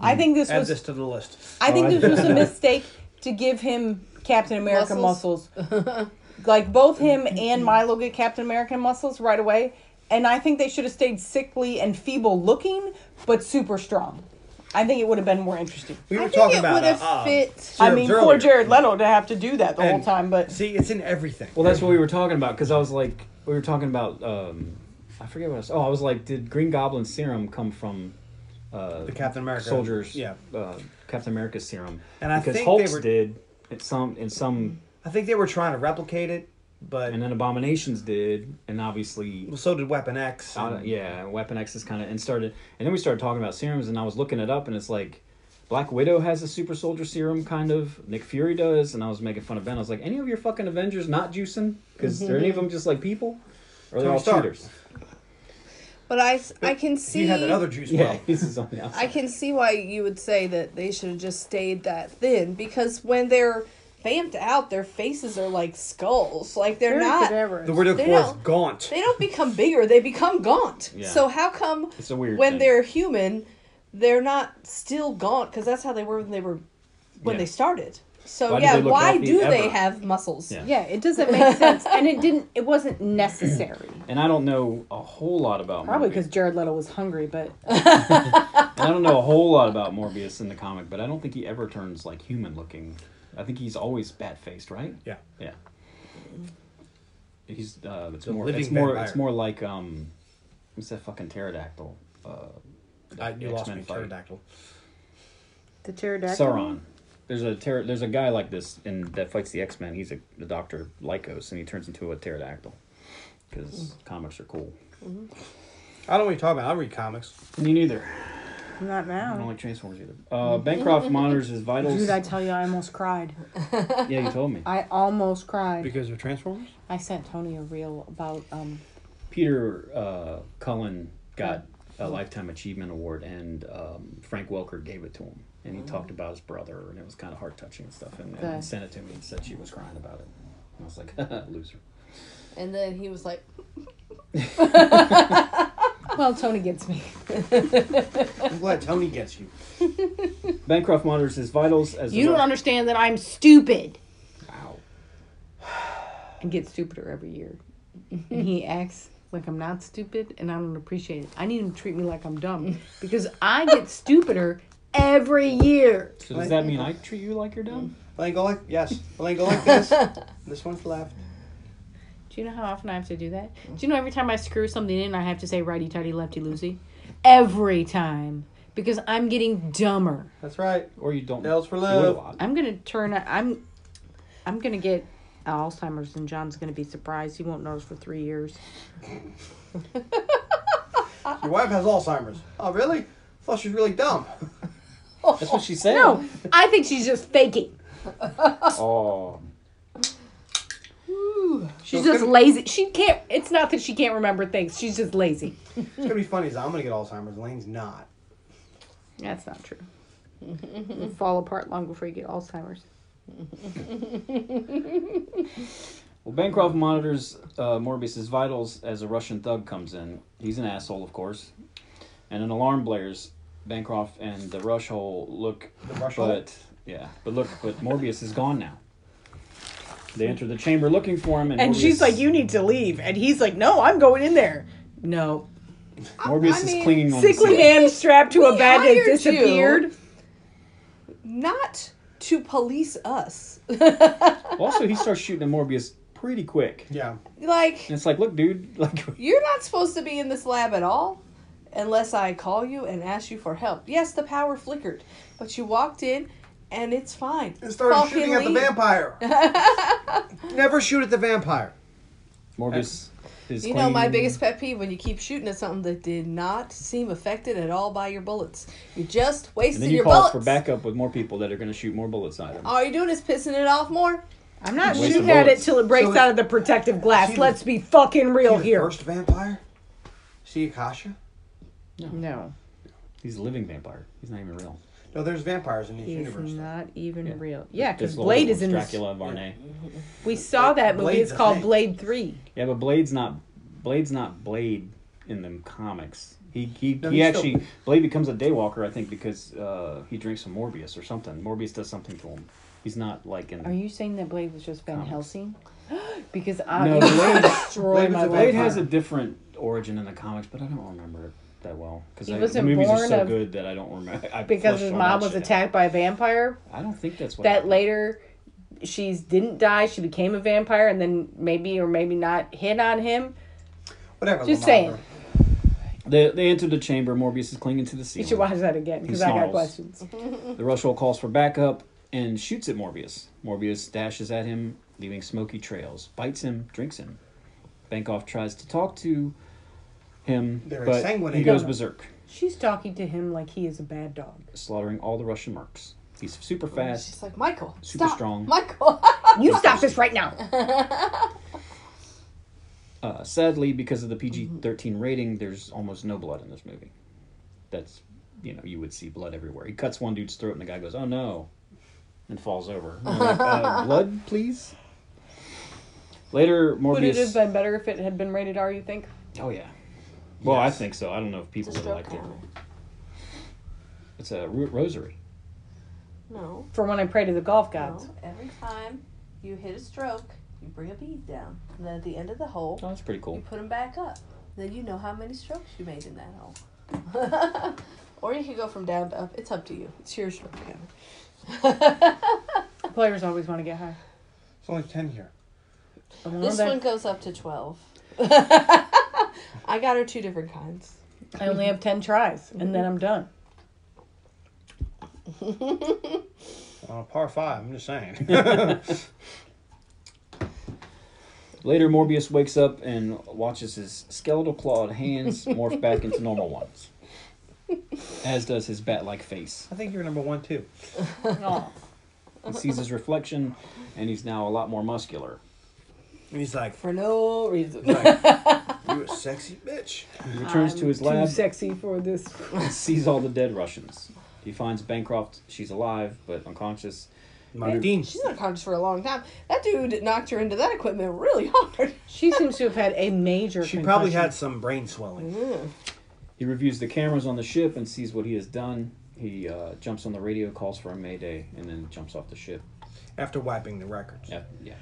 [SPEAKER 7] I think this
[SPEAKER 2] Add
[SPEAKER 7] was.
[SPEAKER 2] this to the list.
[SPEAKER 7] I
[SPEAKER 3] Oh, I
[SPEAKER 7] think this
[SPEAKER 3] did.
[SPEAKER 7] was a mistake to give him Captain America
[SPEAKER 4] Muscles?
[SPEAKER 7] muscles. like both him and Milo get Captain America muscles right away, and I think they should have stayed sickly and feeble looking, but super strong. I think it would have been more interesting.
[SPEAKER 2] We
[SPEAKER 4] I
[SPEAKER 2] were
[SPEAKER 4] think
[SPEAKER 2] talking
[SPEAKER 4] it
[SPEAKER 2] about
[SPEAKER 4] would have
[SPEAKER 2] uh, uh,
[SPEAKER 4] fit.
[SPEAKER 7] I
[SPEAKER 2] serums
[SPEAKER 7] mean,
[SPEAKER 2] earlier.
[SPEAKER 7] poor Jared Leto to have to do that the
[SPEAKER 2] And-
[SPEAKER 7] whole time, but
[SPEAKER 2] See, it's in everything.
[SPEAKER 3] Well, that's what we were talking about, because I was like, we were talking about, um, I forget what I was. Oh, I was like, did Green Goblin serum come from uh,
[SPEAKER 2] the Captain America
[SPEAKER 3] soldiers?
[SPEAKER 2] Yeah,
[SPEAKER 3] uh, Captain America's serum.
[SPEAKER 2] And I
[SPEAKER 3] because
[SPEAKER 2] think they
[SPEAKER 3] Hulk's
[SPEAKER 2] were-
[SPEAKER 3] did. In some, in some,
[SPEAKER 2] I think they were trying to replicate it, but
[SPEAKER 3] and then Abominations did, and obviously
[SPEAKER 2] well, so did Weapon X.
[SPEAKER 3] out
[SPEAKER 2] and-
[SPEAKER 3] yeah, Weapon X is kind of and started, and then we started talking about serums, and I was looking it up, and it's like Black Widow has a super soldier serum, kind of. Nick Fury does, and I was making fun of Ben. I was like, any of your fucking Avengers not juicing? Because are any of them just like people, or
[SPEAKER 2] Mm-hmm. Tony
[SPEAKER 3] they're all
[SPEAKER 2] Stark.
[SPEAKER 3] shooters?
[SPEAKER 4] But I, s- I can
[SPEAKER 2] He
[SPEAKER 4] see
[SPEAKER 2] had that other juice
[SPEAKER 3] Yeah,
[SPEAKER 2] well.
[SPEAKER 3] this is on the outside.
[SPEAKER 4] I can see why you would say that they should have just stayed that thin because when they're vamped out, their faces are like skulls. Like they're not.
[SPEAKER 2] The Widow
[SPEAKER 4] They
[SPEAKER 2] Core is
[SPEAKER 4] don't-
[SPEAKER 2] gaunt.
[SPEAKER 4] They don't become bigger; they become gaunt.
[SPEAKER 3] Yeah.
[SPEAKER 4] So how come
[SPEAKER 3] It's a weird
[SPEAKER 4] when
[SPEAKER 3] thing.
[SPEAKER 4] they're human, they're not still gaunt? Because that's how they were when they were when
[SPEAKER 3] Yeah.
[SPEAKER 4] they started. So
[SPEAKER 3] Why do
[SPEAKER 4] yeah,
[SPEAKER 3] they look
[SPEAKER 4] why
[SPEAKER 3] healthy
[SPEAKER 4] do they
[SPEAKER 3] ever?
[SPEAKER 4] have muscles?
[SPEAKER 3] Yeah.
[SPEAKER 7] yeah, it doesn't make sense, and it didn't. It wasn't necessary.
[SPEAKER 3] and I don't know a whole lot about
[SPEAKER 7] Probably
[SPEAKER 3] Morbius.
[SPEAKER 7] because Jared Leto was hungry, but
[SPEAKER 3] And I don't know a whole lot about Morbius in the comic, but I don't think he ever turns like human looking. I think he's always bat faced, right?
[SPEAKER 2] Yeah.
[SPEAKER 3] Yeah. He's uh, it's
[SPEAKER 2] The
[SPEAKER 3] more
[SPEAKER 2] living
[SPEAKER 3] it's more
[SPEAKER 2] vampire.
[SPEAKER 3] it's more like um, what's that fucking pterodactyl? Uh,
[SPEAKER 2] I, you
[SPEAKER 3] the
[SPEAKER 2] lost
[SPEAKER 3] X-Men
[SPEAKER 2] me,
[SPEAKER 3] fight.
[SPEAKER 2] pterodactyl.
[SPEAKER 7] the pterodactyl.
[SPEAKER 3] Sauron. There's a pter- there's a guy like this in that fights the X Men. He's a the Doctor Lycos, and he turns into a pterodactyl because comics are cool.
[SPEAKER 2] I don't know what you're talking about. I don't read comics.
[SPEAKER 3] Me neither.
[SPEAKER 7] Oh. Not
[SPEAKER 3] I don't
[SPEAKER 7] now,
[SPEAKER 3] like Transformers either. Uh, Bancroft monitors his vitals.
[SPEAKER 7] dude. I tell you, I almost cried.
[SPEAKER 3] yeah, you told me.
[SPEAKER 7] I almost cried.
[SPEAKER 2] Because of Transformers?
[SPEAKER 7] I sent Tony a reel about um
[SPEAKER 3] Peter uh, Cullen got a lifetime achievement award, and um, Frank Welker gave it to him, and he talked about his brother, and it was kind of heart touching and stuff, and, and
[SPEAKER 4] Okay.
[SPEAKER 3] he sent it to me and said she was crying about it. And I was like, loser.
[SPEAKER 4] And then he was like,
[SPEAKER 5] Well, Tony gets me.
[SPEAKER 2] I'm glad Tony gets you.
[SPEAKER 3] Bancroft monitors his vitals as
[SPEAKER 5] You
[SPEAKER 3] the
[SPEAKER 5] don't understand that I'm stupid.
[SPEAKER 3] Wow.
[SPEAKER 5] And get stupider every year. and he acts like I'm not stupid and I don't appreciate it. I need him to treat me like I'm dumb because I get stupider every year.
[SPEAKER 3] So does that mean I treat you like you're dumb?
[SPEAKER 2] Let go like yes. Let go like this. this one's left.
[SPEAKER 5] Do you know how often I have to do that? Do you know every time I screw something in, I have to say righty tighty, lefty loosey? Every time. Because I'm getting dumber.
[SPEAKER 2] That's right.
[SPEAKER 3] Or you don't?
[SPEAKER 2] Nails for
[SPEAKER 3] do it a
[SPEAKER 2] love.
[SPEAKER 3] lot?
[SPEAKER 5] I'm gonna turn. I'm, I'm gonna get Alzheimer's, and John's gonna be surprised. He won't notice for three years.
[SPEAKER 2] Your wife has Alzheimer's. Oh really? Thought she was really dumb.
[SPEAKER 3] That's what she said.
[SPEAKER 5] No, I think she's just faking.
[SPEAKER 3] Oh.
[SPEAKER 5] She's just lazy. She can't. It's not that she can't remember things. She's just lazy.
[SPEAKER 2] It's gonna be funny. Is I'm gonna get Alzheimer's. Lane's not.
[SPEAKER 5] That's not true. You'll fall apart long before you get Alzheimer's.
[SPEAKER 3] Well, Bancroft monitors uh, Morbius's vitals as a Russian thug comes in. He's an asshole, of course. And an alarm blares. Bancroft and the rush hole look,
[SPEAKER 2] The rush hole?
[SPEAKER 3] but yeah, but look, but Morbius is gone now. They enter the chamber looking for him, and,
[SPEAKER 7] And
[SPEAKER 3] Morbius,
[SPEAKER 7] she's like, "You need to leave," and he's like, "No, I'm going in there." No,
[SPEAKER 3] Morbius
[SPEAKER 1] I
[SPEAKER 3] is
[SPEAKER 1] mean,
[SPEAKER 3] clinging on. the
[SPEAKER 7] sickly
[SPEAKER 3] ceiling.
[SPEAKER 7] man strapped to a
[SPEAKER 4] we
[SPEAKER 7] bed
[SPEAKER 4] hired
[SPEAKER 7] and
[SPEAKER 4] you.
[SPEAKER 7] disappeared.
[SPEAKER 4] not to police us.
[SPEAKER 3] Also, he starts shooting at Morbius pretty quick. And
[SPEAKER 2] Yeah.
[SPEAKER 4] like,
[SPEAKER 3] it's like, look, dude, like
[SPEAKER 4] you're not supposed to be in this lab at all unless I call you and ask you for help. Yes, the power flickered, but you walked in and it's fine.
[SPEAKER 2] And started
[SPEAKER 4] Fucking
[SPEAKER 2] shooting at the
[SPEAKER 4] leave.
[SPEAKER 2] vampire. Never shoot at the vampire.
[SPEAKER 3] Morbius is.
[SPEAKER 4] You know my
[SPEAKER 3] clinging-
[SPEAKER 4] biggest pet peeve when you keep shooting at something that did not seem affected at all by your bullets. You're just
[SPEAKER 3] And
[SPEAKER 4] wasting
[SPEAKER 3] then you
[SPEAKER 4] your
[SPEAKER 3] call
[SPEAKER 4] bullets.
[SPEAKER 3] for backup with more people that are going to shoot more bullets at him.
[SPEAKER 4] All you're doing is pissing it off more.
[SPEAKER 7] I'm not
[SPEAKER 3] Waste of
[SPEAKER 7] shooting at it
[SPEAKER 3] bullets.
[SPEAKER 7] till it breaks
[SPEAKER 2] So it-
[SPEAKER 7] out of the protective glass.
[SPEAKER 2] She-
[SPEAKER 7] Let's be fucking real
[SPEAKER 2] the
[SPEAKER 7] here.
[SPEAKER 2] First vampire. See Akasha?
[SPEAKER 5] No,
[SPEAKER 3] He's a living vampire. He's not even real.
[SPEAKER 2] No, there's vampires in this
[SPEAKER 5] he's
[SPEAKER 2] universe.
[SPEAKER 5] not even
[SPEAKER 3] Yeah.
[SPEAKER 5] real. Yeah,
[SPEAKER 3] This
[SPEAKER 5] because
[SPEAKER 3] little
[SPEAKER 5] Blade
[SPEAKER 3] one's
[SPEAKER 5] is in. This,
[SPEAKER 3] Dracula Varney.
[SPEAKER 5] we saw that movie.
[SPEAKER 2] Blade's
[SPEAKER 5] it's
[SPEAKER 2] a
[SPEAKER 5] called
[SPEAKER 2] thing.
[SPEAKER 5] Blade Three.
[SPEAKER 3] Yeah, but Blade's not Blade's not Blade in the comics. He he,
[SPEAKER 2] No,
[SPEAKER 3] he
[SPEAKER 2] he's
[SPEAKER 3] actually Blade becomes a daywalker, I think, because uh, he drinks some Morbius or something. Morbius does something to him. He's not like in
[SPEAKER 5] Are you saying that Blade was just Van
[SPEAKER 3] Comics.
[SPEAKER 5] Helsing? because I
[SPEAKER 3] No,
[SPEAKER 5] would
[SPEAKER 3] Blade,
[SPEAKER 5] destroy
[SPEAKER 2] Blade was
[SPEAKER 5] my
[SPEAKER 2] a
[SPEAKER 5] life.
[SPEAKER 3] Blade has a different origin in the comics, but I don't remember it that well because
[SPEAKER 5] He
[SPEAKER 3] the
[SPEAKER 5] wasn't
[SPEAKER 3] movies are
[SPEAKER 5] born
[SPEAKER 3] so
[SPEAKER 5] of-
[SPEAKER 3] good that I don't remember. I
[SPEAKER 7] Because
[SPEAKER 3] flushed
[SPEAKER 7] his
[SPEAKER 3] all
[SPEAKER 7] mom
[SPEAKER 3] that
[SPEAKER 7] was
[SPEAKER 3] shit out.
[SPEAKER 7] attacked by a vampire.
[SPEAKER 3] I don't think that's what
[SPEAKER 7] That
[SPEAKER 3] happened.
[SPEAKER 7] later, she didn't die. She became a vampire, and then maybe or maybe not hit on him.
[SPEAKER 2] Whatever.
[SPEAKER 7] Just
[SPEAKER 2] Lamar.
[SPEAKER 7] saying.
[SPEAKER 3] They, they enter the chamber. Morbius is clinging to the
[SPEAKER 7] You
[SPEAKER 3] ceiling.
[SPEAKER 7] should watch that again because I got
[SPEAKER 3] snarls.
[SPEAKER 7] questions.
[SPEAKER 3] The Rush Hole calls for backup and shoots at Morbius. Morbius dashes at him, leaving smoky trails, bites him, drinks him. Bankoff tries to talk to him,
[SPEAKER 2] They're
[SPEAKER 3] but he
[SPEAKER 2] exsanguinated.
[SPEAKER 3] goes berserk,
[SPEAKER 7] She's talking to him like he is a bad dog.
[SPEAKER 3] slaughtering all the Russian mercs. He's super fast.
[SPEAKER 4] She's like, Michael,
[SPEAKER 3] Super
[SPEAKER 4] stop.
[SPEAKER 3] strong.
[SPEAKER 4] Michael.
[SPEAKER 7] You stop this right now.
[SPEAKER 3] Uh, sadly, because of the PG 13 rating, there's almost no blood in this movie. That's, you know, you would see blood everywhere. He cuts one dude's throat, and the guy goes, oh no, and falls over. And you're like, uh, blood, please? Later, Morbius.
[SPEAKER 7] Would it have been better if it had been rated R? You think?
[SPEAKER 3] Oh yeah. Well, I think so. I don't know if people
[SPEAKER 4] It's a
[SPEAKER 3] would like it.
[SPEAKER 4] stroke now.
[SPEAKER 3] It's a ro- rosary.
[SPEAKER 4] No,
[SPEAKER 7] For when I pray to the golf gods.
[SPEAKER 4] no. Every time you hit a stroke, you bring a bead down. And then at the end of the hole,
[SPEAKER 3] Oh, that's pretty
[SPEAKER 4] you
[SPEAKER 3] cool.
[SPEAKER 4] put them back up. Then you know how many strokes you made in that hole. or you could go from down to up. It's up to you. It's your stroke count.
[SPEAKER 7] Players always want to get high.
[SPEAKER 2] It's only ten here.
[SPEAKER 7] I don't know
[SPEAKER 4] this
[SPEAKER 7] that-
[SPEAKER 4] one goes up to 12. I got her two different kinds.
[SPEAKER 7] I only have ten tries, and
[SPEAKER 4] Mm-hmm.
[SPEAKER 7] then I'm done.
[SPEAKER 2] On a par five. I'm just saying.
[SPEAKER 3] Later, Morbius wakes up and watches his skeletal clawed hands morph back into normal ones, as does his bat-like face.
[SPEAKER 2] I think you're number one too.
[SPEAKER 7] Aw.
[SPEAKER 3] He sees his reflection, and he's now a lot more muscular.
[SPEAKER 2] And he's like,
[SPEAKER 4] for no reason.
[SPEAKER 2] "You a sexy bitch."
[SPEAKER 3] He returns to his
[SPEAKER 7] Too
[SPEAKER 3] lab
[SPEAKER 7] sexy for this.
[SPEAKER 3] and sees all the dead Russians. He finds Bancroft. She's alive but unconscious.
[SPEAKER 2] Martin.
[SPEAKER 4] She's been unconscious for a long time. That dude knocked her into that equipment really hard.
[SPEAKER 7] She seems to have had a major.
[SPEAKER 2] She probably
[SPEAKER 7] concussion.
[SPEAKER 2] had some brain swelling.
[SPEAKER 3] He reviews the cameras on the ship and sees what he has done. He uh, jumps on the radio, calls for a mayday, and then jumps off the ship.
[SPEAKER 2] After wiping the records,
[SPEAKER 3] Yeah, yeah.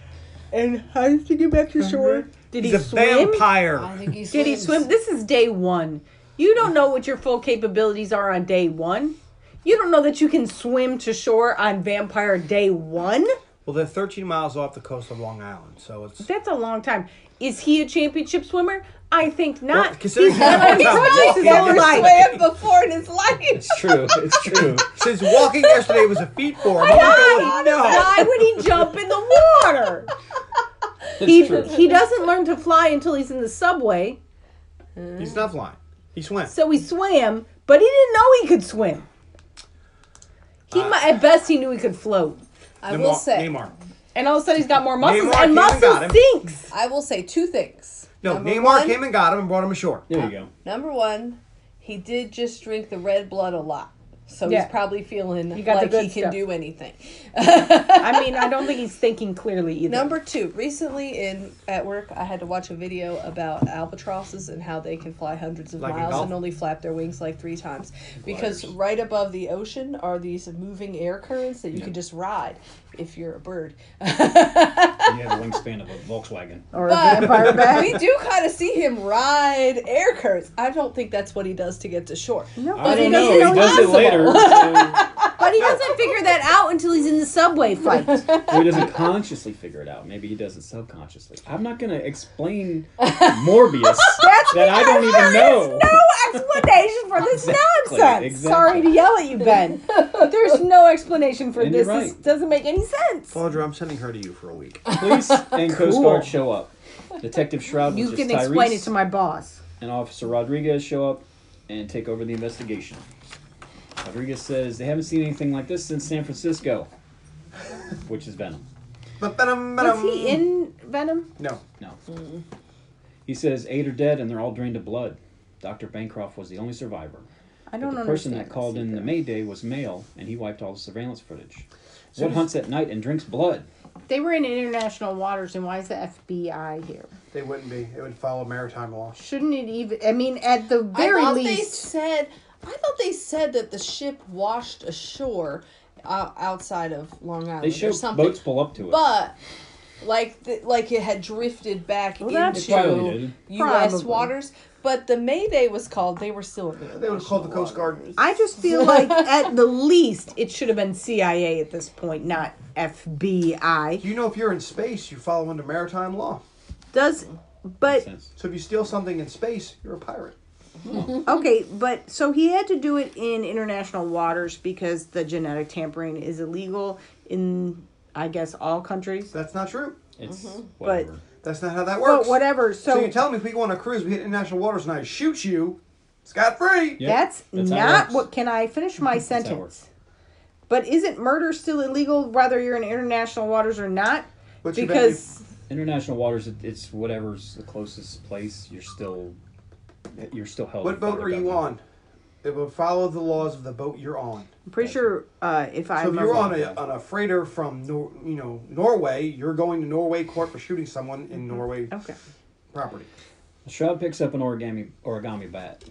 [SPEAKER 7] And how did he get back to shore?
[SPEAKER 2] Mm-hmm.
[SPEAKER 7] Did
[SPEAKER 2] he's
[SPEAKER 7] he
[SPEAKER 2] a
[SPEAKER 7] swim?
[SPEAKER 4] I
[SPEAKER 2] vampire.
[SPEAKER 4] think he
[SPEAKER 7] Did he
[SPEAKER 4] swims.
[SPEAKER 7] swim? This is day one. You don't know what your full capabilities are on day one. You don't know that you can swim to shore on vampire day one.
[SPEAKER 2] Well, they're 13 miles off the coast of Long Island, so it's
[SPEAKER 7] That's a long time. Is he a championship swimmer? I think not.
[SPEAKER 2] Well, considering
[SPEAKER 7] he's never
[SPEAKER 2] he's not
[SPEAKER 7] experienced his
[SPEAKER 2] walking.
[SPEAKER 7] own life.
[SPEAKER 4] swam before in his life.
[SPEAKER 3] It's true. It's true.
[SPEAKER 2] since walking yesterday was a feat for him. I'm going, no.
[SPEAKER 7] Why would he jump in the water? he
[SPEAKER 3] It's true.
[SPEAKER 7] he doesn't learn to fly until he's in the subway.
[SPEAKER 2] He's not flying. He swam.
[SPEAKER 7] So he swam, but he didn't know he could swim.
[SPEAKER 2] Uh,
[SPEAKER 7] He mi- at best he knew he could float,
[SPEAKER 4] I
[SPEAKER 2] Neymar-
[SPEAKER 4] will say.
[SPEAKER 2] Neymar.
[SPEAKER 7] and all of a sudden he's got more muscles,
[SPEAKER 2] Neymar
[SPEAKER 7] and
[SPEAKER 2] came and got
[SPEAKER 7] muscle
[SPEAKER 2] him.
[SPEAKER 7] sinks.
[SPEAKER 4] I will say two things.
[SPEAKER 2] No,
[SPEAKER 4] Number
[SPEAKER 2] Neymar
[SPEAKER 4] one-
[SPEAKER 2] came and got him and brought him ashore.
[SPEAKER 3] There you go.
[SPEAKER 4] Number one, he did just drink the red blood a lot. So
[SPEAKER 7] Yeah.
[SPEAKER 4] he's probably feeling
[SPEAKER 7] got the
[SPEAKER 4] like he
[SPEAKER 7] good
[SPEAKER 4] can
[SPEAKER 7] stuff.
[SPEAKER 4] do anything.
[SPEAKER 7] I mean, I don't think he's thinking clearly either.
[SPEAKER 4] Number two, recently in at work, I had to watch a video about albatrosses and how they can fly hundreds of
[SPEAKER 2] Like in
[SPEAKER 4] miles
[SPEAKER 2] golf?
[SPEAKER 4] and only flap their wings like three times because right above the ocean are these moving air currents that you can just ride if you're a bird.
[SPEAKER 3] You have a wingspan of a Volkswagen.
[SPEAKER 7] or a vampire
[SPEAKER 4] But
[SPEAKER 7] bat.
[SPEAKER 4] we do kind of see him ride air currents. I don't think that's what he does to get to shore.
[SPEAKER 7] No,
[SPEAKER 3] I
[SPEAKER 7] but he
[SPEAKER 3] don't
[SPEAKER 7] doesn't
[SPEAKER 3] know. He
[SPEAKER 7] know
[SPEAKER 3] does it
[SPEAKER 7] possible.
[SPEAKER 3] later. So
[SPEAKER 7] But he doesn't figure that out until he's in the subway fight.
[SPEAKER 3] he doesn't consciously figure it out. Maybe he does it subconsciously. I'm not going to explain Morbius that I don't even know.
[SPEAKER 7] No explanation for this
[SPEAKER 3] Exactly,
[SPEAKER 7] nonsense.
[SPEAKER 3] exactly.
[SPEAKER 7] Sorry to yell at you, Ben. But there's no explanation for
[SPEAKER 3] And
[SPEAKER 7] this.
[SPEAKER 3] you're
[SPEAKER 7] This
[SPEAKER 3] right.
[SPEAKER 7] doesn't make any sense.
[SPEAKER 2] Audra, I'm sending her to you for a week.
[SPEAKER 3] Police and Coast
[SPEAKER 7] Cool.
[SPEAKER 3] Guard show up. Detective Shroud,
[SPEAKER 7] You
[SPEAKER 3] which is
[SPEAKER 7] can
[SPEAKER 3] Tyrese,
[SPEAKER 7] explain it to my boss.
[SPEAKER 3] and Officer Rodriguez show up and take over the investigation. Rodriguez says they haven't seen anything like this since San Francisco, which is Venom.
[SPEAKER 2] But ba-dum,
[SPEAKER 7] Was
[SPEAKER 2] ba-dum.
[SPEAKER 7] he in Venom?
[SPEAKER 2] No.
[SPEAKER 3] No. He says eight are dead and they're all drained of blood. Dr. Bancroft was the only survivor. But
[SPEAKER 7] I don't
[SPEAKER 3] the
[SPEAKER 7] understand.
[SPEAKER 3] person that
[SPEAKER 7] this
[SPEAKER 3] called in the
[SPEAKER 7] either.
[SPEAKER 3] Mayday was male, and he wiped all the surveillance footage. what hunts at night and drinks blood?
[SPEAKER 7] They were in international waters, and why is the FBI here?
[SPEAKER 2] They wouldn't be. It would follow maritime law.
[SPEAKER 7] Shouldn't it even? I mean, at the
[SPEAKER 4] I
[SPEAKER 7] very
[SPEAKER 4] thought they
[SPEAKER 7] least,
[SPEAKER 4] said. I thought they said that the ship washed ashore uh, outside of Long Island
[SPEAKER 3] They
[SPEAKER 4] or
[SPEAKER 3] show
[SPEAKER 4] something.
[SPEAKER 3] boats pull up to it.
[SPEAKER 4] but like the, like it had drifted back
[SPEAKER 7] Well, that's
[SPEAKER 3] Probably
[SPEAKER 4] into
[SPEAKER 3] did.
[SPEAKER 4] U.S.
[SPEAKER 7] Probably.
[SPEAKER 4] waters. But the Mayday was called. They were still in the.
[SPEAKER 2] They would call the Coast Guard.
[SPEAKER 7] I just feel like at the least it should have been CIA at this point, not FBI.
[SPEAKER 2] You know, if you're in space, you follow under maritime law.
[SPEAKER 7] Does but
[SPEAKER 3] Sense.
[SPEAKER 2] So if you steal something in space, you're a pirate.
[SPEAKER 7] okay, but so he had to do it in international waters because the genetic tampering is illegal in, I guess, all countries.
[SPEAKER 2] That's not true.
[SPEAKER 3] It's
[SPEAKER 7] Mm-hmm.
[SPEAKER 3] whatever.
[SPEAKER 2] That's not how that works.
[SPEAKER 7] But whatever. So,
[SPEAKER 2] So, you tell me if we go on a cruise, we hit international waters, and I shoot you, scot free.
[SPEAKER 3] Yeah.
[SPEAKER 7] That's,
[SPEAKER 3] That's how it
[SPEAKER 7] not
[SPEAKER 3] works.
[SPEAKER 7] what. Can I finish my
[SPEAKER 3] how it
[SPEAKER 7] sentence?
[SPEAKER 3] works.
[SPEAKER 7] But isn't murder still illegal whether you're in international waters or not?
[SPEAKER 2] What's your
[SPEAKER 7] because
[SPEAKER 3] International waters, it, it's whatever's the closest place. You're still, you're still held.
[SPEAKER 2] What boat
[SPEAKER 3] by the
[SPEAKER 2] are you
[SPEAKER 3] government.
[SPEAKER 2] on? It will follow the laws of the boat you're on.
[SPEAKER 7] I'm pretty sure uh, if I
[SPEAKER 2] So if you're on a
[SPEAKER 3] yeah.
[SPEAKER 2] on a freighter from Nor- you know Norway, you're going to Norway court for shooting someone
[SPEAKER 3] Mm-hmm.
[SPEAKER 2] in Norway
[SPEAKER 3] Oh.
[SPEAKER 7] okay,
[SPEAKER 2] property.
[SPEAKER 3] Shroud picks up an origami origami bat.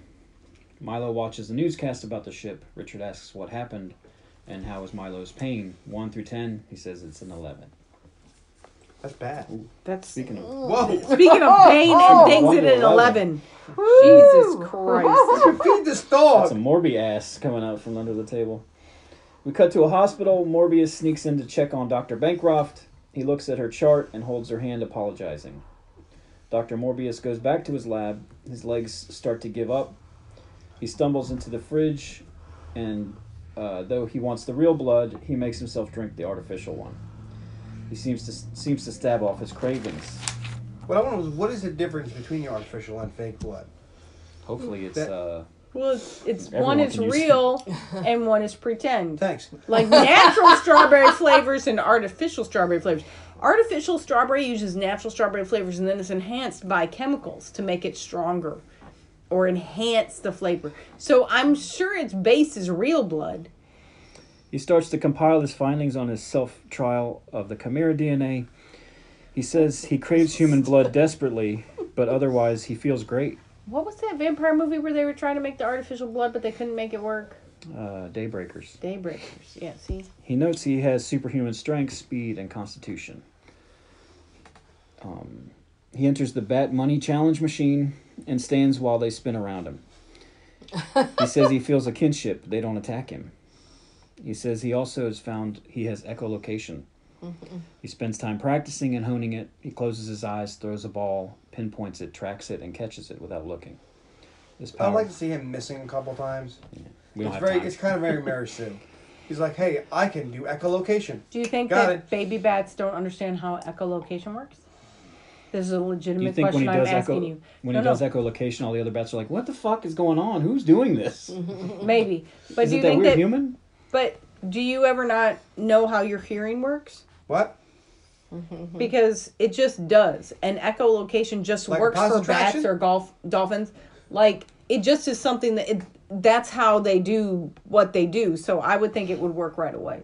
[SPEAKER 3] Milo watches the newscast about the ship. Richard asks what happened, and how is Milo's pain? One through ten, he says it's an eleven.
[SPEAKER 2] That's bad.
[SPEAKER 7] that's
[SPEAKER 3] Speaking of,
[SPEAKER 2] Whoa!
[SPEAKER 7] speaking of
[SPEAKER 2] Oh,
[SPEAKER 7] pain and dings it at eleven.
[SPEAKER 3] Eleven.
[SPEAKER 7] Jesus Christ!
[SPEAKER 2] Feed this
[SPEAKER 3] that's a
[SPEAKER 2] dog.
[SPEAKER 3] Morby ass coming out from under the table. We cut to a hospital. Morbius sneaks in to check on Dr. Bancroft. He looks at her chart and holds her hand, apologizing. Dr. Morbius goes back to his lab. His legs start to give up. He stumbles into the fridge, and uh, though he wants the real blood, he makes himself drink the artificial one. He seems to seems to stab off his cravings.
[SPEAKER 2] What I want was what is the difference between the artificial and fake blood?
[SPEAKER 3] Hopefully, it's
[SPEAKER 2] That-
[SPEAKER 3] uh,
[SPEAKER 7] Well, it's, it's
[SPEAKER 3] Everyone
[SPEAKER 7] one is
[SPEAKER 3] can use-
[SPEAKER 7] real and one is pretend.
[SPEAKER 2] Thanks.
[SPEAKER 7] like natural strawberry flavors and artificial strawberry flavors. Artificial strawberry uses natural strawberry flavors and then it's enhanced by chemicals to make it stronger or enhance the flavor. So I'm sure its base is real blood.
[SPEAKER 3] He starts to compile his findings on his self trial of the Chimera DNA. He says he craves human blood desperately, but otherwise he feels great.
[SPEAKER 7] What was that vampire movie where they were trying to make the artificial blood but they couldn't make it work?
[SPEAKER 3] Uh, Daybreakers.
[SPEAKER 7] Daybreakers. Yeah, see?
[SPEAKER 3] He notes he has superhuman strength, speed, and constitution. Um, he enters the Bat Money Challenge machine and stands while they spin around him. he says he feels a kinship. They don't attack him. He says he also has found he has echolocation. He spends time practicing and honing it. He closes his eyes, throws a ball, pinpoints it, tracks it, and catches it without looking. This
[SPEAKER 2] I'd
[SPEAKER 3] power.
[SPEAKER 2] like to see him missing a couple times.
[SPEAKER 3] we
[SPEAKER 2] it's
[SPEAKER 3] don't have
[SPEAKER 2] very,
[SPEAKER 3] time.
[SPEAKER 2] it's kind of very Mary Sue. He's like, hey, I can do echolocation.
[SPEAKER 7] Do you think
[SPEAKER 2] Got
[SPEAKER 7] that
[SPEAKER 2] it.
[SPEAKER 7] baby bats don't understand how echolocation works? This is a
[SPEAKER 3] Do you
[SPEAKER 7] legitimate
[SPEAKER 3] think when
[SPEAKER 7] question
[SPEAKER 3] he
[SPEAKER 7] I'm
[SPEAKER 3] does
[SPEAKER 7] asking
[SPEAKER 3] echo,
[SPEAKER 7] you.
[SPEAKER 3] when
[SPEAKER 7] no,
[SPEAKER 3] he does
[SPEAKER 7] no,
[SPEAKER 3] echolocation, all the other bats are like, "What the fuck is going on? Who's doing this?
[SPEAKER 7] maybe. Mm-hmm. But
[SPEAKER 3] Is
[SPEAKER 7] do
[SPEAKER 3] it
[SPEAKER 7] you
[SPEAKER 3] that
[SPEAKER 7] think
[SPEAKER 3] weird
[SPEAKER 7] that?
[SPEAKER 3] human?"
[SPEAKER 7] But do you ever not know how your hearing works?
[SPEAKER 2] What?
[SPEAKER 3] Mm-hmm.
[SPEAKER 7] Because it just does, and echolocation just
[SPEAKER 2] Like
[SPEAKER 7] works for
[SPEAKER 2] positive
[SPEAKER 7] bats
[SPEAKER 2] traction?
[SPEAKER 7] or golf dolphins. Like it just is something that it, that's how they do what they do. So I would think it would work right away.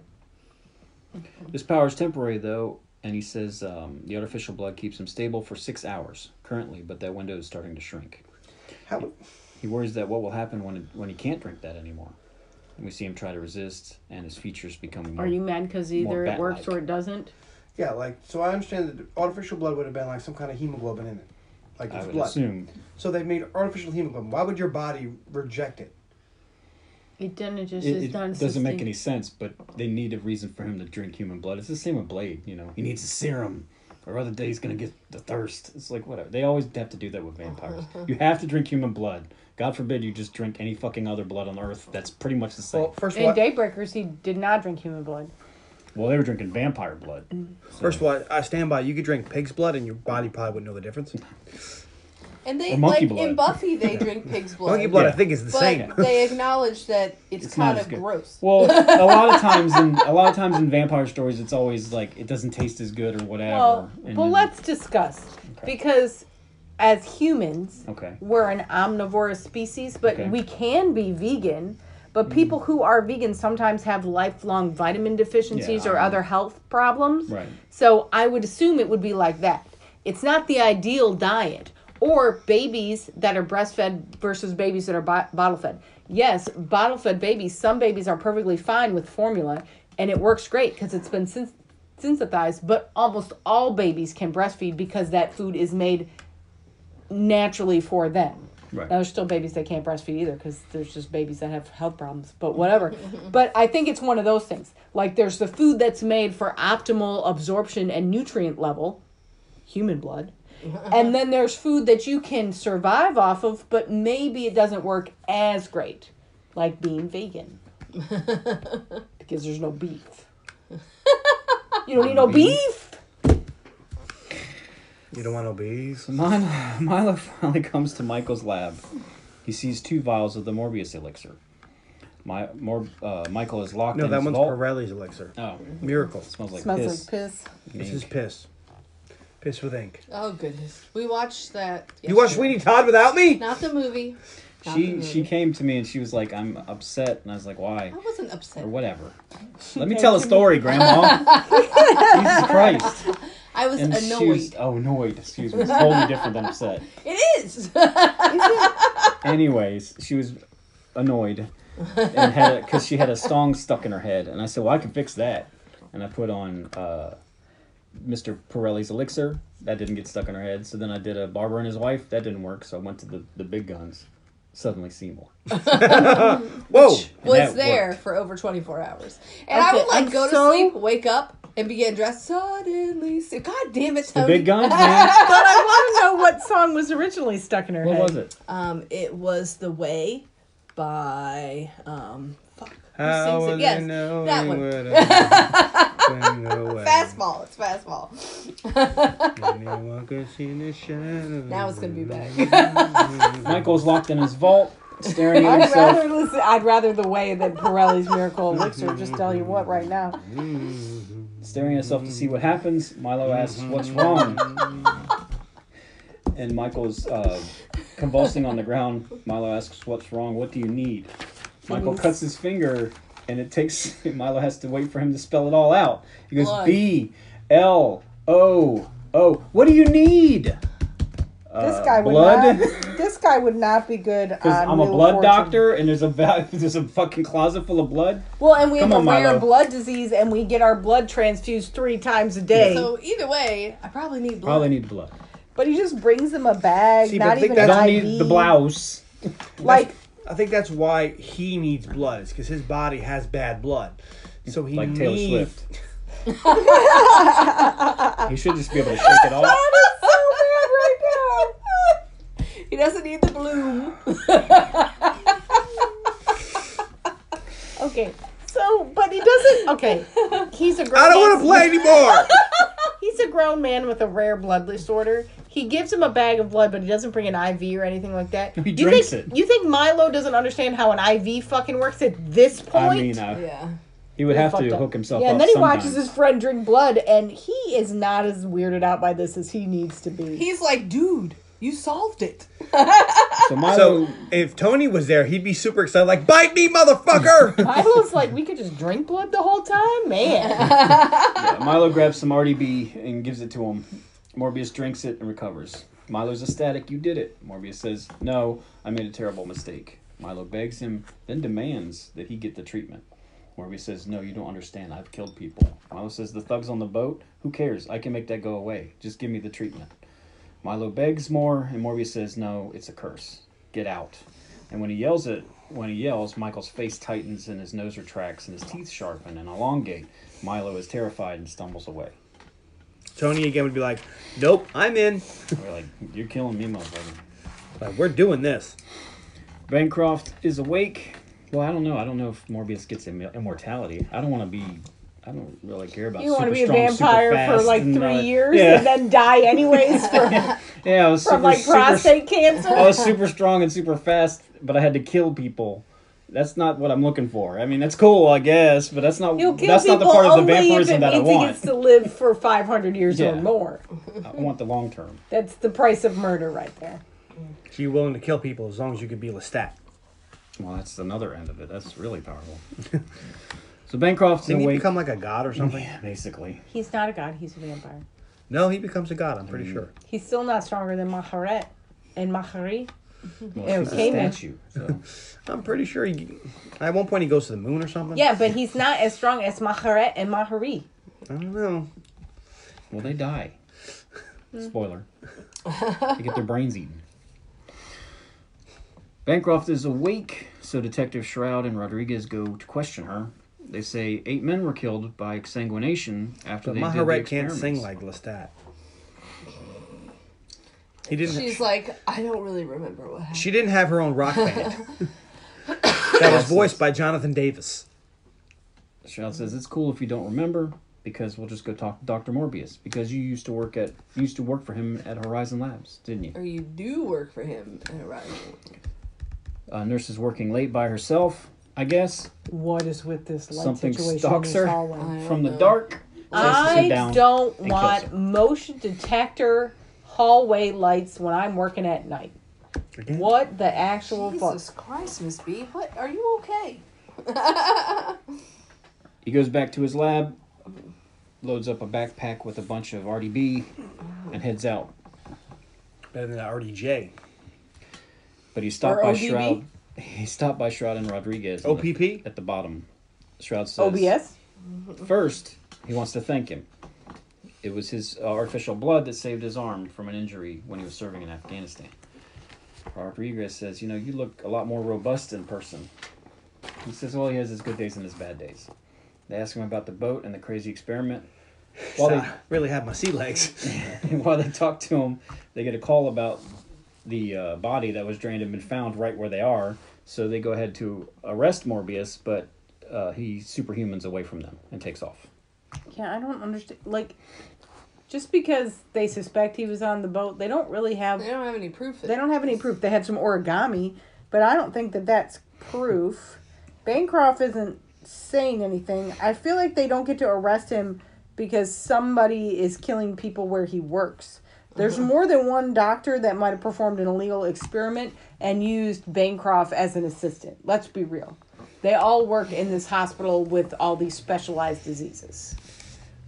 [SPEAKER 3] This power is temporary, though, and he says um, the artificial blood keeps him stable for six hours currently, but that window is starting to shrink.
[SPEAKER 2] How,
[SPEAKER 3] He worries that what will happen when when he can't drink that anymore. And we see him try to resist, and his features become. More,
[SPEAKER 7] Are you mad because
[SPEAKER 3] More
[SPEAKER 7] either it works
[SPEAKER 3] bat-like.
[SPEAKER 7] or it doesn't?
[SPEAKER 2] yeah, like, so I understand that artificial blood would have been like some kind of hemoglobin in it. Like
[SPEAKER 3] I
[SPEAKER 2] it's
[SPEAKER 3] would
[SPEAKER 2] blood.
[SPEAKER 3] assume
[SPEAKER 2] So they've made artificial hemoglobin. Why would your body reject it?
[SPEAKER 7] It doesn't just
[SPEAKER 3] it,
[SPEAKER 7] is
[SPEAKER 3] it
[SPEAKER 7] not
[SPEAKER 3] doesn't make
[SPEAKER 7] sustain-
[SPEAKER 3] any sense, but they need a reason for him to drink human blood. It's the same with Blade, you know. He needs a serum, or other day he's gonna get the thirst. It's like whatever. They always have to do that with vampires. you have to drink human blood. God forbid you just drink any fucking other blood on Earth. That's pretty much the same.
[SPEAKER 2] Well,
[SPEAKER 3] Well,
[SPEAKER 2] first of
[SPEAKER 7] In
[SPEAKER 2] all,
[SPEAKER 7] Daybreakers, he did not drink human blood.
[SPEAKER 3] they were drinking vampire blood.
[SPEAKER 2] first of all, I stand by. You could drink pig's blood, and your body probably wouldn't know the difference.
[SPEAKER 4] And they
[SPEAKER 3] Or monkey
[SPEAKER 4] like in
[SPEAKER 3] blood.
[SPEAKER 4] Buffy, they drink pig's blood.
[SPEAKER 2] Monkey blood, I
[SPEAKER 3] Yeah.
[SPEAKER 2] think, is the
[SPEAKER 4] But
[SPEAKER 2] same.
[SPEAKER 4] they acknowledge that it's,
[SPEAKER 3] It's not
[SPEAKER 4] kind
[SPEAKER 3] as
[SPEAKER 4] of
[SPEAKER 3] good.
[SPEAKER 4] gross.
[SPEAKER 3] Well, a lot of times in a lot of times in vampire stories, it's always like it doesn't taste as good or whatever.
[SPEAKER 7] Well,
[SPEAKER 3] and
[SPEAKER 7] well,
[SPEAKER 3] then-
[SPEAKER 7] let's discuss because as humans,
[SPEAKER 3] Okay.
[SPEAKER 7] we're an omnivorous species, but
[SPEAKER 3] Okay. Mm.
[SPEAKER 7] we can be vegan. But people who are vegan sometimes have lifelong vitamin deficiencies
[SPEAKER 3] Yeah,
[SPEAKER 7] or
[SPEAKER 3] I-
[SPEAKER 7] other health problems.
[SPEAKER 3] Right.
[SPEAKER 7] So I would assume it would be like that. It's not the ideal diet. Or babies that are breastfed versus babies that are bo- bottle fed. Yes, bottle fed babies, some babies are perfectly fine with formula and it works great because it's been syn- synthesized, but almost all babies can breastfeed because that food is made naturally for them.
[SPEAKER 3] Right.
[SPEAKER 7] Now, there's still babies that can't breastfeed either because there's just babies that have health problems, but whatever. but I think it's one of those things. Like, there's the food that's made for optimal absorption and nutrient level, human blood. and then there's food that you can survive off of, but maybe it doesn't work as great, like being vegan. because there's no beef. You don't need no beef.
[SPEAKER 2] You don't want obese.
[SPEAKER 3] Milo, Milo finally comes to Michael's lab. He sees two vials of the Morbius elixir. My, Mor, uh, Michael is locked
[SPEAKER 2] No,
[SPEAKER 3] in
[SPEAKER 2] that
[SPEAKER 3] his
[SPEAKER 2] one's
[SPEAKER 3] vault.
[SPEAKER 2] Pirelli's elixir.
[SPEAKER 3] Oh,
[SPEAKER 2] Miracle.
[SPEAKER 3] smells like
[SPEAKER 7] Smells
[SPEAKER 3] piss.
[SPEAKER 7] like piss.
[SPEAKER 2] This is piss. Piss with ink.
[SPEAKER 8] Oh goodness.
[SPEAKER 4] We watched that.
[SPEAKER 2] You watch
[SPEAKER 4] yesterday.
[SPEAKER 2] Sweeney Todd without me?
[SPEAKER 4] Not the movie. Not the
[SPEAKER 3] She
[SPEAKER 4] movie.
[SPEAKER 3] she came to me and she was like, "I'm upset," and I was like, "Why?"
[SPEAKER 4] I wasn't upset.
[SPEAKER 3] Or whatever. Let me tell a story, Grandma. Jesus Christ!
[SPEAKER 4] I was
[SPEAKER 3] And she
[SPEAKER 4] annoyed.
[SPEAKER 3] was oh annoyed. Excuse me, it's totally different than upset.
[SPEAKER 4] It is.
[SPEAKER 3] Oh, Anyways, she was annoyed and had because she had a song stuck in her head, and I said, "Well, I can fix that." And I put on uh, Mr. Pirelli's Elixir. That didn't get stuck in her head. So then I did a Barber and His Wife. That didn't work. So I went to the the big guns. Suddenly Seymour.
[SPEAKER 2] Whoa.
[SPEAKER 3] And
[SPEAKER 4] was
[SPEAKER 3] that
[SPEAKER 4] there
[SPEAKER 3] worked.
[SPEAKER 4] for over 24 hours. And I
[SPEAKER 7] Okay,
[SPEAKER 4] would like
[SPEAKER 7] I'm
[SPEAKER 4] go
[SPEAKER 7] so-
[SPEAKER 4] to sleep, wake up, and be getting dressed suddenly. So, God damn it,
[SPEAKER 3] The
[SPEAKER 4] Tony.
[SPEAKER 3] big guns, man.
[SPEAKER 7] but I want to know Oh, what song was originally stuck in her
[SPEAKER 3] What
[SPEAKER 7] head.
[SPEAKER 3] was it?
[SPEAKER 4] Um, it was The Way by, um, fuck. Who
[SPEAKER 2] How
[SPEAKER 4] sings
[SPEAKER 2] will
[SPEAKER 4] it?
[SPEAKER 2] you
[SPEAKER 4] Yes,
[SPEAKER 2] know
[SPEAKER 4] that
[SPEAKER 2] you
[SPEAKER 4] one.
[SPEAKER 2] were the-
[SPEAKER 4] Fastball. It's fastball.
[SPEAKER 2] Anyone could see the shadow.
[SPEAKER 4] Now it's going to be better.
[SPEAKER 2] Mm-hmm.
[SPEAKER 3] Michael's locked in his vault, staring at
[SPEAKER 7] I'd
[SPEAKER 3] himself.
[SPEAKER 7] rather
[SPEAKER 2] Mm.
[SPEAKER 7] listen. I'd rather the way than Pirelli's Miracle Elixir. Just tell you what, right now.
[SPEAKER 3] staring at himself to see what happens. Milo asks, "What's wrong?" and Michael's uh, convulsing on the ground. Milo asks, "What's wrong? What do you need?" Michael cuts his finger, and it takes Milo has to wait for him to spell it all out. He goes,
[SPEAKER 4] Blood.
[SPEAKER 3] "B L O O. What do you need?"
[SPEAKER 7] This
[SPEAKER 3] Uh,
[SPEAKER 7] guy would
[SPEAKER 3] blood.
[SPEAKER 7] not. This guy would not be good.
[SPEAKER 3] Because
[SPEAKER 7] on
[SPEAKER 3] I'm a
[SPEAKER 7] Wheel of
[SPEAKER 3] blood
[SPEAKER 7] Fortune.
[SPEAKER 3] doctor, and there's a va- there's a fucking closet full of blood.
[SPEAKER 7] Well, and we
[SPEAKER 3] Come
[SPEAKER 7] have
[SPEAKER 3] on,
[SPEAKER 7] a rare
[SPEAKER 3] Milo.
[SPEAKER 7] blood disease, and we get our blood transfused three times a day.
[SPEAKER 4] So either way, I probably need blood.
[SPEAKER 3] Probably need blood.
[SPEAKER 7] but he just brings them a bag,
[SPEAKER 2] See, but
[SPEAKER 7] not
[SPEAKER 2] I think
[SPEAKER 7] even
[SPEAKER 3] I
[SPEAKER 7] an
[SPEAKER 2] that's-
[SPEAKER 3] don't
[SPEAKER 7] IV.
[SPEAKER 3] need the blouse.
[SPEAKER 7] Like
[SPEAKER 2] I think that's why he needs blood, is because his body has bad blood. So he
[SPEAKER 3] Like Taylor
[SPEAKER 2] needs,
[SPEAKER 3] Swift.
[SPEAKER 7] Uh,
[SPEAKER 3] he should just be able to shake it off.
[SPEAKER 4] He doesn't need the bloom.
[SPEAKER 7] okay, so but he doesn't. Okay, he's a grown.
[SPEAKER 2] I don't want to play anymore.
[SPEAKER 7] He's a grown man with a rare blood disorder. He gives him a bag of blood, but he doesn't bring an IV or anything like that.
[SPEAKER 3] He
[SPEAKER 7] you
[SPEAKER 3] drinks
[SPEAKER 7] think,
[SPEAKER 3] it.
[SPEAKER 7] You think Milo doesn't understand how an IV fucking works at this point?
[SPEAKER 3] I mean, uh,
[SPEAKER 4] Yeah.
[SPEAKER 3] he would
[SPEAKER 7] He
[SPEAKER 3] have to
[SPEAKER 7] fucked up.
[SPEAKER 3] hook himself
[SPEAKER 7] Yeah,
[SPEAKER 3] up.
[SPEAKER 7] and then he
[SPEAKER 3] sometime.
[SPEAKER 7] watches his friend drink blood, and he is not as weirded out by this as he needs to be.
[SPEAKER 4] He's like, dude, you solved it.
[SPEAKER 3] So Milo,
[SPEAKER 2] So if Tony was there, he'd be super excited, like, bite me, motherfucker!
[SPEAKER 7] Milo's like, we could just drink blood the whole time, man.
[SPEAKER 3] yeah, Milo grabs some RDB and gives it to him. Morbius drinks it and recovers. Milo's ecstatic. You did it. Morbius says, "No, I made a terrible mistake." Milo begs him, then demands that he get the treatment. Morbius says, No, you don't understand. I've killed people. Milo says, The thugs on the boat? Who cares? I can make that go away. Just give me the treatment. Milo begs more, and Morbius says, No, it's a curse. Get out. And when he yells it, when he yells, Michael's face tightens and his nose retracts and his teeth sharpen and elongate. Milo is terrified and stumbles away.
[SPEAKER 2] Tony again would be like, nope, I'm in.
[SPEAKER 3] We're like, You're killing me, motherfucker.
[SPEAKER 2] Like, we're doing this.
[SPEAKER 3] Bancroft is awake. Well, I don't know. I don't know if Morbius gets imm- immortality. I don't want to be. I don't really care about.
[SPEAKER 7] You want
[SPEAKER 3] super
[SPEAKER 7] to be
[SPEAKER 3] strong,
[SPEAKER 7] a
[SPEAKER 3] super
[SPEAKER 7] vampire for
[SPEAKER 3] fast
[SPEAKER 7] like
[SPEAKER 3] and,
[SPEAKER 7] three
[SPEAKER 3] uh,
[SPEAKER 7] years
[SPEAKER 3] Yeah,
[SPEAKER 7] and then die anyways for,
[SPEAKER 3] yeah. I was
[SPEAKER 7] from
[SPEAKER 3] super,
[SPEAKER 7] like
[SPEAKER 3] super-
[SPEAKER 7] prostate cancer?
[SPEAKER 3] I was super strong and super fast, but I had to kill people. That's not what I'm looking for. I mean, that's cool, I guess, but that's not
[SPEAKER 7] You'll kill
[SPEAKER 3] that's not
[SPEAKER 7] people
[SPEAKER 3] the part of the
[SPEAKER 7] only if it
[SPEAKER 3] vampirism that I
[SPEAKER 7] means he
[SPEAKER 3] want.
[SPEAKER 7] gets to live for 500 years or
[SPEAKER 3] Yeah.
[SPEAKER 7] more.
[SPEAKER 3] I want the long term.
[SPEAKER 7] That's the price of murder right there.
[SPEAKER 2] So you're willing to kill people as long as you can be Lestat.
[SPEAKER 3] Well, that's another end of it. That's really powerful. so Bancroft's
[SPEAKER 2] Didn't he
[SPEAKER 3] awake.
[SPEAKER 2] become like a god or something?
[SPEAKER 3] yeah, basically.
[SPEAKER 7] He's not a god, he's a vampire.
[SPEAKER 2] No, he becomes a god, I'm
[SPEAKER 3] Mm.
[SPEAKER 2] pretty sure.
[SPEAKER 7] He's still not stronger than Maharet and Mahari.
[SPEAKER 3] Well, she's a
[SPEAKER 7] Okay, man.
[SPEAKER 3] statue. So.
[SPEAKER 2] I'm pretty sure he, at one point he goes to the moon or something.
[SPEAKER 7] Yeah, but he's not as strong as Maharet and Mahari.
[SPEAKER 2] I don't know.
[SPEAKER 3] Well, they die. Spoiler. they get their brains eaten. Bancroft is awake, so Detective Shroud and Rodriguez go to question her. They say eight men were killed by exsanguination after
[SPEAKER 2] But
[SPEAKER 3] they
[SPEAKER 2] Maharet
[SPEAKER 3] did the
[SPEAKER 2] can't sing
[SPEAKER 3] experiments.
[SPEAKER 2] like Lestat. He didn't.
[SPEAKER 4] She's like, I don't really remember what happened.
[SPEAKER 2] she didn't have her own rock band. that was voiced by Jonathan Davis.
[SPEAKER 3] Shroud says it's cool if you don't remember because we'll just go talk to Doctor Morbius because you used to work at you used to work for him at Horizon Labs, didn't you?
[SPEAKER 4] Or you do work for him at Horizon.
[SPEAKER 3] Uh, nurse is working late by herself, I guess.
[SPEAKER 7] What is with this light
[SPEAKER 3] Something
[SPEAKER 7] situation
[SPEAKER 3] stalks
[SPEAKER 7] in
[SPEAKER 3] her
[SPEAKER 7] this hallway?
[SPEAKER 3] from the dark. Says to sit
[SPEAKER 7] I
[SPEAKER 3] down
[SPEAKER 7] don't
[SPEAKER 3] and kills
[SPEAKER 7] want
[SPEAKER 3] her.
[SPEAKER 7] motion detector hallway lights when I'm working at night. What the actual fuck?
[SPEAKER 4] Jesus Christ, Miss B, what are you okay?
[SPEAKER 3] He goes back to his lab, loads up a backpack with a bunch of RDB, and heads out.
[SPEAKER 2] Better than RDJ.
[SPEAKER 3] But he's stopped
[SPEAKER 4] Or
[SPEAKER 3] by
[SPEAKER 4] ODB?
[SPEAKER 3] Shroud. He's stopped by Shroud and Rodriguez. in the-
[SPEAKER 2] OPP?
[SPEAKER 3] at the bottom. Shroud says
[SPEAKER 7] OBS?
[SPEAKER 3] First, he wants to thank him. It was his uh, artificial blood that saved his arm from an injury when he was serving in Afghanistan. Rodriguez says, "You know, you look a lot more robust in person." He says all he has is good days and his bad days. They ask him about the boat and the crazy experiment. While
[SPEAKER 2] So
[SPEAKER 3] they,
[SPEAKER 2] I really have my sea legs.
[SPEAKER 3] And while they talk to him, they get a call about the uh, body that was drained and been found right where they are. So they go ahead to arrest Morbius, but uh, he superhumans away from them and takes off.
[SPEAKER 7] Yeah, I don't understand. Like, just because they suspect he was on the boat, they don't really have.
[SPEAKER 4] They don't have any proof that
[SPEAKER 7] They don't have any proof. They had some origami, but I don't think that that's proof. Bancroft isn't saying anything. I feel like they don't get to arrest him because somebody is killing people where he works. There's more than one doctor that might have performed an illegal experiment and used Bancroft as an assistant. Let's be real. They all work in this hospital with all these specialized diseases.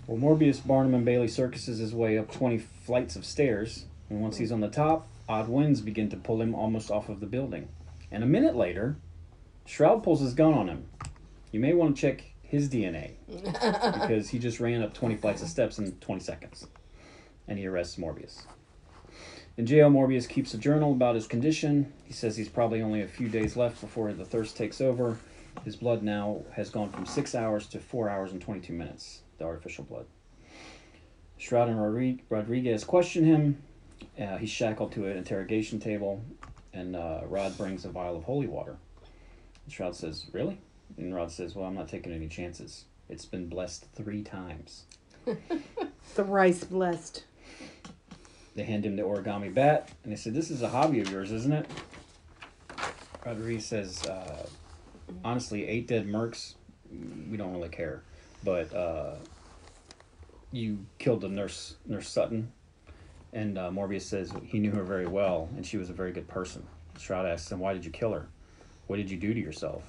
[SPEAKER 3] Well, Morbius, Barnum, and Bailey circuses his way up 20 flights of stairs, and once he's on the top, odd winds begin to pull him almost off of the building. And a minute later, Shroud pulls his gun on him. You may want to check his DNA, because he just ran up 20 flights of steps in 20 seconds. And he arrests Morbius. In jail, Morbius keeps a journal about his condition. He says he's probably only a few days left before the thirst takes over. His blood now has gone from six hours to four hours and 22 minutes, the artificial blood. Shroud and Rodri- Rodriguez question him. Uh, he's shackled to an interrogation table, and uh, Rod brings a vial of holy water. Shroud says, Really? And Rod says, Well, I'm not taking any chances. It's been blessed three times.
[SPEAKER 7] Thrice blessed.
[SPEAKER 3] They hand him the origami bat, and they said, "This is a hobby of yours, isn't it?" Rodriguez says, uh, "Honestly, eight dead mercs, we don't really care, but uh, you killed the nurse, Nurse Sutton." And uh, Morbius says he knew her very well, and she was a very good person. Shroud asks him, "Why did you kill her? What did you do to yourself?"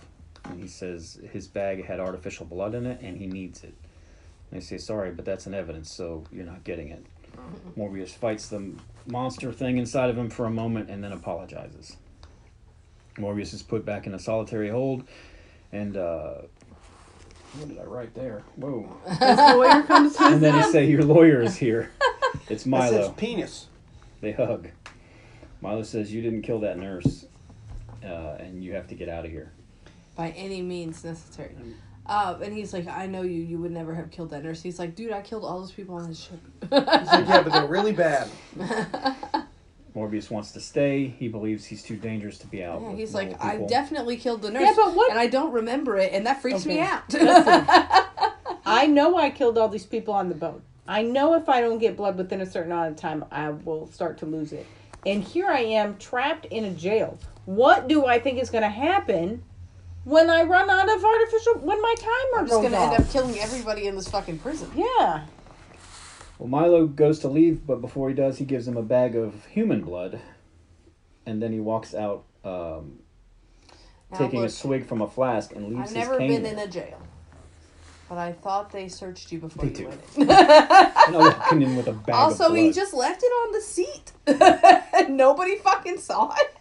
[SPEAKER 3] And he says his bag had artificial blood in it, and he needs it. And they say, "Sorry, but that's an evidence, so you're not getting it." Morbius fights the monster thing inside of him for a moment and then apologizes. Morbius is put back in a solitary hold, and uh, what did I write there? Whoa!
[SPEAKER 7] lawyer comes to
[SPEAKER 3] and then they say, "Your lawyer is here." It's
[SPEAKER 2] That says
[SPEAKER 3] Milo.
[SPEAKER 2] penis.
[SPEAKER 3] They hug. Milo says, "You didn't kill that nurse, uh, and you have to get out of here."
[SPEAKER 4] by any means necessary. Uh, and he's like, I know you. You would never have killed that nurse. He's like, dude, I killed all those people on this ship.
[SPEAKER 6] He's like, yeah, but they're really bad.
[SPEAKER 3] Morbius wants to stay. He believes he's too dangerous to be out.
[SPEAKER 4] Yeah,
[SPEAKER 3] with
[SPEAKER 4] he's like,
[SPEAKER 3] normal
[SPEAKER 4] I
[SPEAKER 3] people."
[SPEAKER 4] definitely killed the nurse.
[SPEAKER 7] Yeah, but what-
[SPEAKER 4] And I don't remember it, and that freaks me
[SPEAKER 7] Okay.
[SPEAKER 4] out.
[SPEAKER 7] I know I killed all these people on the boat. I know if I don't get blood within a certain amount of time, I will start to lose it. And here I am trapped in a jail. What do I think is going to happen when I run out of artificial? When my timer
[SPEAKER 4] I'm just
[SPEAKER 7] goes
[SPEAKER 4] gonna
[SPEAKER 7] off?
[SPEAKER 4] end up killing everybody in this fucking prison.
[SPEAKER 7] yeah.
[SPEAKER 3] Well, Milo goes to leave, but before he does, he gives him a bag of human blood, and then he walks out, um,
[SPEAKER 4] Now,
[SPEAKER 3] taking a
[SPEAKER 4] look,
[SPEAKER 3] swig from a flask and leaves
[SPEAKER 4] I've never
[SPEAKER 3] his cane.
[SPEAKER 4] been
[SPEAKER 3] there.
[SPEAKER 4] in a jail, but I thought they searched you before
[SPEAKER 3] They
[SPEAKER 4] you
[SPEAKER 3] do.
[SPEAKER 4] went in.
[SPEAKER 3] And I'm walking in with a bag of
[SPEAKER 4] Also,
[SPEAKER 3] blood.
[SPEAKER 4] he just left it on the seat. Nobody fucking saw it.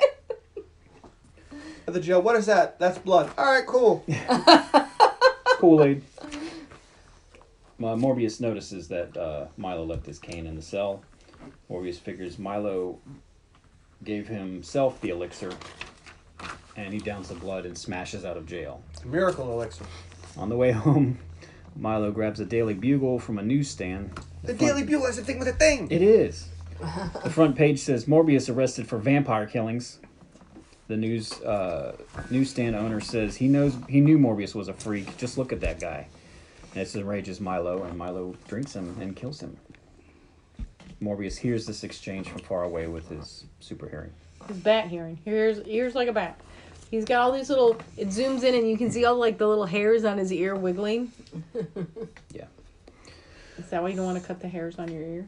[SPEAKER 2] At the jail, what is that? That's blood. All right, cool.
[SPEAKER 3] Kool Aid. Uh, Morbius notices that uh, Milo left his cane in the cell. Morbius figures Milo gave himself the elixir, and he downs the blood and smashes out of jail.
[SPEAKER 2] Miracle elixir.
[SPEAKER 3] On the way home, Milo grabs a Daily Bugle from a newsstand.
[SPEAKER 2] The Daily Bugle is the thing with a thing.
[SPEAKER 3] It is. The front page says Morbius arrested for vampire killings. The news uh, newsstand owner says he knows he knew Morbius was a freak. Just look at that guy. And this enrages Milo, and Milo drinks him and kills him. Morbius hears this exchange from far away with his super hearing.
[SPEAKER 7] His bat hearing. Here's ears like a bat. He's got all these little. It zooms in and you can see all like the little hairs on his ear wiggling.
[SPEAKER 3] Yeah.
[SPEAKER 7] Is that why you don't want to cut the hairs on your ear?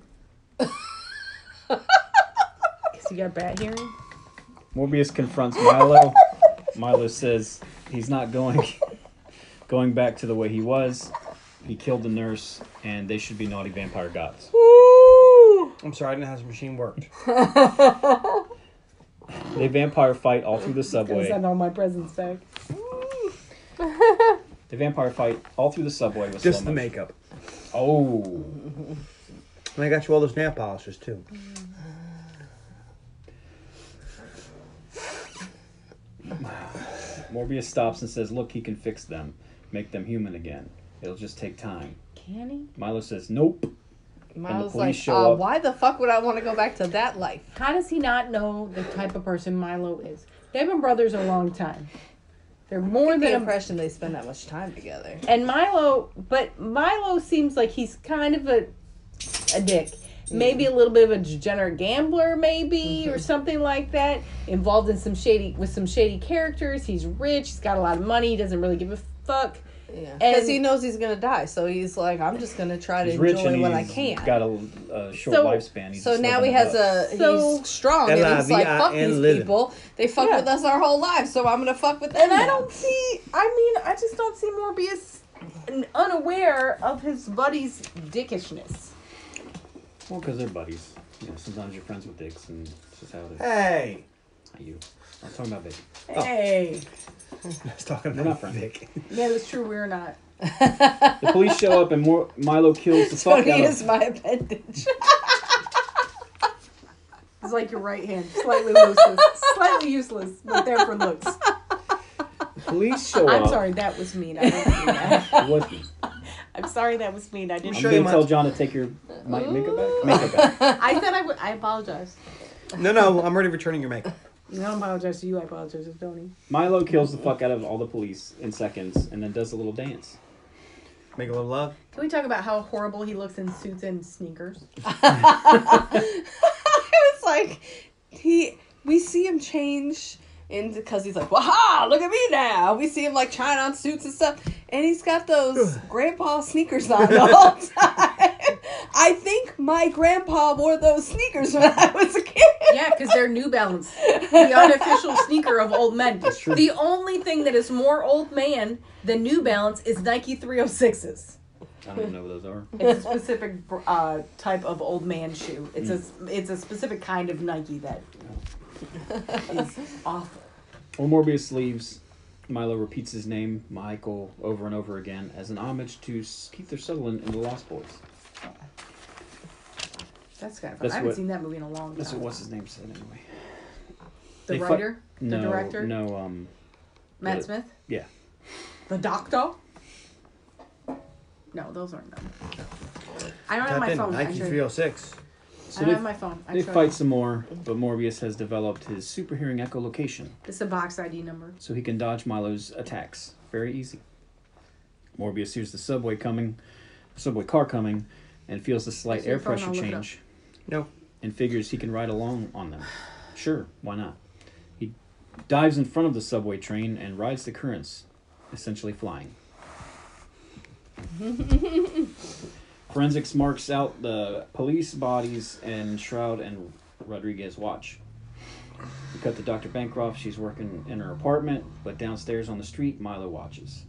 [SPEAKER 7] Because you got bat hearing.
[SPEAKER 3] Morbius confronts Milo. Milo says he's not going going back to the way he was. He killed the nurse, and they should be naughty vampire gods.
[SPEAKER 2] I'm sorry, I didn't know how this machine worked.
[SPEAKER 3] They vampire fight all through the subway.
[SPEAKER 7] Send all my presents back.
[SPEAKER 3] The vampire fight all through the subway was
[SPEAKER 2] Just
[SPEAKER 3] slow
[SPEAKER 2] the
[SPEAKER 3] motion.
[SPEAKER 2] makeup.
[SPEAKER 3] Oh,
[SPEAKER 2] And I got you all those nail polishes too.
[SPEAKER 3] Morbius stops and says, "Look, he can fix them, make them human again. It'll just take time."
[SPEAKER 7] Can he?
[SPEAKER 3] Milo says, "Nope."
[SPEAKER 4] Miles
[SPEAKER 3] police
[SPEAKER 4] like,
[SPEAKER 3] show
[SPEAKER 4] uh,
[SPEAKER 3] up.
[SPEAKER 4] why the fuck would I want to go back to that life?
[SPEAKER 7] How does he not know the type of person Milo is? They've been brothers a long time. They're more
[SPEAKER 4] The
[SPEAKER 7] than a
[SPEAKER 4] impression they spend that much time together.
[SPEAKER 7] and Milo, but Milo seems like he's kind of a a dick. Maybe a little bit of a degenerate gambler, maybe or something like that. Involved in some shady with some shady characters. He's rich. He's got a lot of money. He doesn't really give a fuck.
[SPEAKER 4] Yeah, because
[SPEAKER 7] And-
[SPEAKER 4] he knows he's gonna die, so he's like, I'm just gonna try to
[SPEAKER 3] He's rich
[SPEAKER 4] enjoy
[SPEAKER 3] and
[SPEAKER 4] what I
[SPEAKER 3] he's
[SPEAKER 4] can.
[SPEAKER 3] got a, a short
[SPEAKER 7] So-
[SPEAKER 3] lifespan. He's
[SPEAKER 4] so
[SPEAKER 3] just
[SPEAKER 4] now he
[SPEAKER 3] living
[SPEAKER 4] has
[SPEAKER 3] it up.
[SPEAKER 4] a
[SPEAKER 7] So-
[SPEAKER 4] he's strong and he's like fuck
[SPEAKER 2] L I V I
[SPEAKER 4] these
[SPEAKER 2] N living.
[SPEAKER 4] people they fuck
[SPEAKER 7] Yeah.
[SPEAKER 4] with us our whole lives so I'm gonna fuck with them
[SPEAKER 7] And I
[SPEAKER 4] now.
[SPEAKER 7] don't see. I mean, I just don't see Morbius n- unaware of his buddy's dickishness.
[SPEAKER 3] Well, because they're buddies. You know, sometimes you're friends with dicks, and it's just how it is.
[SPEAKER 6] Hey.
[SPEAKER 3] Not you. I'm talking about Vic.
[SPEAKER 7] Hey,
[SPEAKER 2] I was talking
[SPEAKER 3] We're
[SPEAKER 2] about
[SPEAKER 3] not friends.
[SPEAKER 7] yeah, that's true. We're not.
[SPEAKER 3] The police show up, and Mor- Milo kills the fuck
[SPEAKER 4] Tony
[SPEAKER 3] out
[SPEAKER 4] is
[SPEAKER 3] of.
[SPEAKER 4] my appendage
[SPEAKER 7] It's like your right hand, slightly useless, slightly useless, but there for looks.
[SPEAKER 3] The police show up.
[SPEAKER 7] I'm sorry, that was mean. I didn't mean that.
[SPEAKER 3] It was me.
[SPEAKER 7] I'm sorry, that was mean. I didn't.
[SPEAKER 3] I'm
[SPEAKER 2] Sure you
[SPEAKER 3] gonna tell
[SPEAKER 2] might-
[SPEAKER 3] John to take your my, makeup back. Makeup back.
[SPEAKER 7] I said I would. I apologize.
[SPEAKER 2] No, no, I'm already returning your makeup.
[SPEAKER 7] No, I apologize to you. I apologize to Tony.
[SPEAKER 3] Milo kills the fuck out of all the police in seconds, and then does a little dance.
[SPEAKER 2] Make a little love.
[SPEAKER 7] Can we talk about how horrible he looks in suits and sneakers?
[SPEAKER 4] it's like he we see him change and because he's like waha look at me now we see him like trying on suits and stuff and he's got those grandpa sneakers on the whole time I think my grandpa wore those sneakers when I was a kid
[SPEAKER 7] Yeah, because they're New Balance, the unofficial sneaker of old men.
[SPEAKER 3] That's true.
[SPEAKER 7] The only thing that is more old man than New Balance is Nike 306s.
[SPEAKER 3] I don't know what those are.
[SPEAKER 7] It's a specific uh, type of old man shoe. It's a it's a specific kind of Nike that is awful.
[SPEAKER 3] Well, Morbius leaves. Milo repeats his name, Michael, over and over again as an homage to S- Keith Sutherland in The Lost Boys.
[SPEAKER 7] That's kind of fun.
[SPEAKER 3] That's
[SPEAKER 7] I haven't
[SPEAKER 3] what-
[SPEAKER 7] seen that movie in a long
[SPEAKER 3] That's what
[SPEAKER 7] time.
[SPEAKER 3] what's his name said anyway.
[SPEAKER 7] The
[SPEAKER 3] They fu-
[SPEAKER 7] writer, the
[SPEAKER 3] no,
[SPEAKER 7] director,
[SPEAKER 3] No, um,
[SPEAKER 7] Matt
[SPEAKER 3] the-
[SPEAKER 7] Smith,
[SPEAKER 3] yeah.
[SPEAKER 7] the doctor. No, those aren't them. I don't
[SPEAKER 2] Tap
[SPEAKER 7] have my
[SPEAKER 2] in.
[SPEAKER 7] phone. I
[SPEAKER 2] Nike
[SPEAKER 7] should-
[SPEAKER 2] 306.
[SPEAKER 7] I don't have my phone. I
[SPEAKER 3] oh They
[SPEAKER 7] tried.
[SPEAKER 3] fight some more, but Morbius has developed his super hearing echolocation,
[SPEAKER 7] It's a box ID number.
[SPEAKER 3] so he can dodge Milo's attacks. Very easy. Morbius hears the subway coming, subway car coming, and feels the slight
[SPEAKER 7] Is your
[SPEAKER 3] air
[SPEAKER 7] phone?
[SPEAKER 3] pressure
[SPEAKER 7] I'll look it
[SPEAKER 3] change,
[SPEAKER 2] No.
[SPEAKER 3] and figures he can ride along on them. Sure, why not? He dives in front of the subway train and rides the currents, essentially flying. Forensics marks out the police bodies and Shroud and Rodriguez watch. We cut to Dr. Bancroft. She's working in her apartment, but downstairs on the street, Milo watches.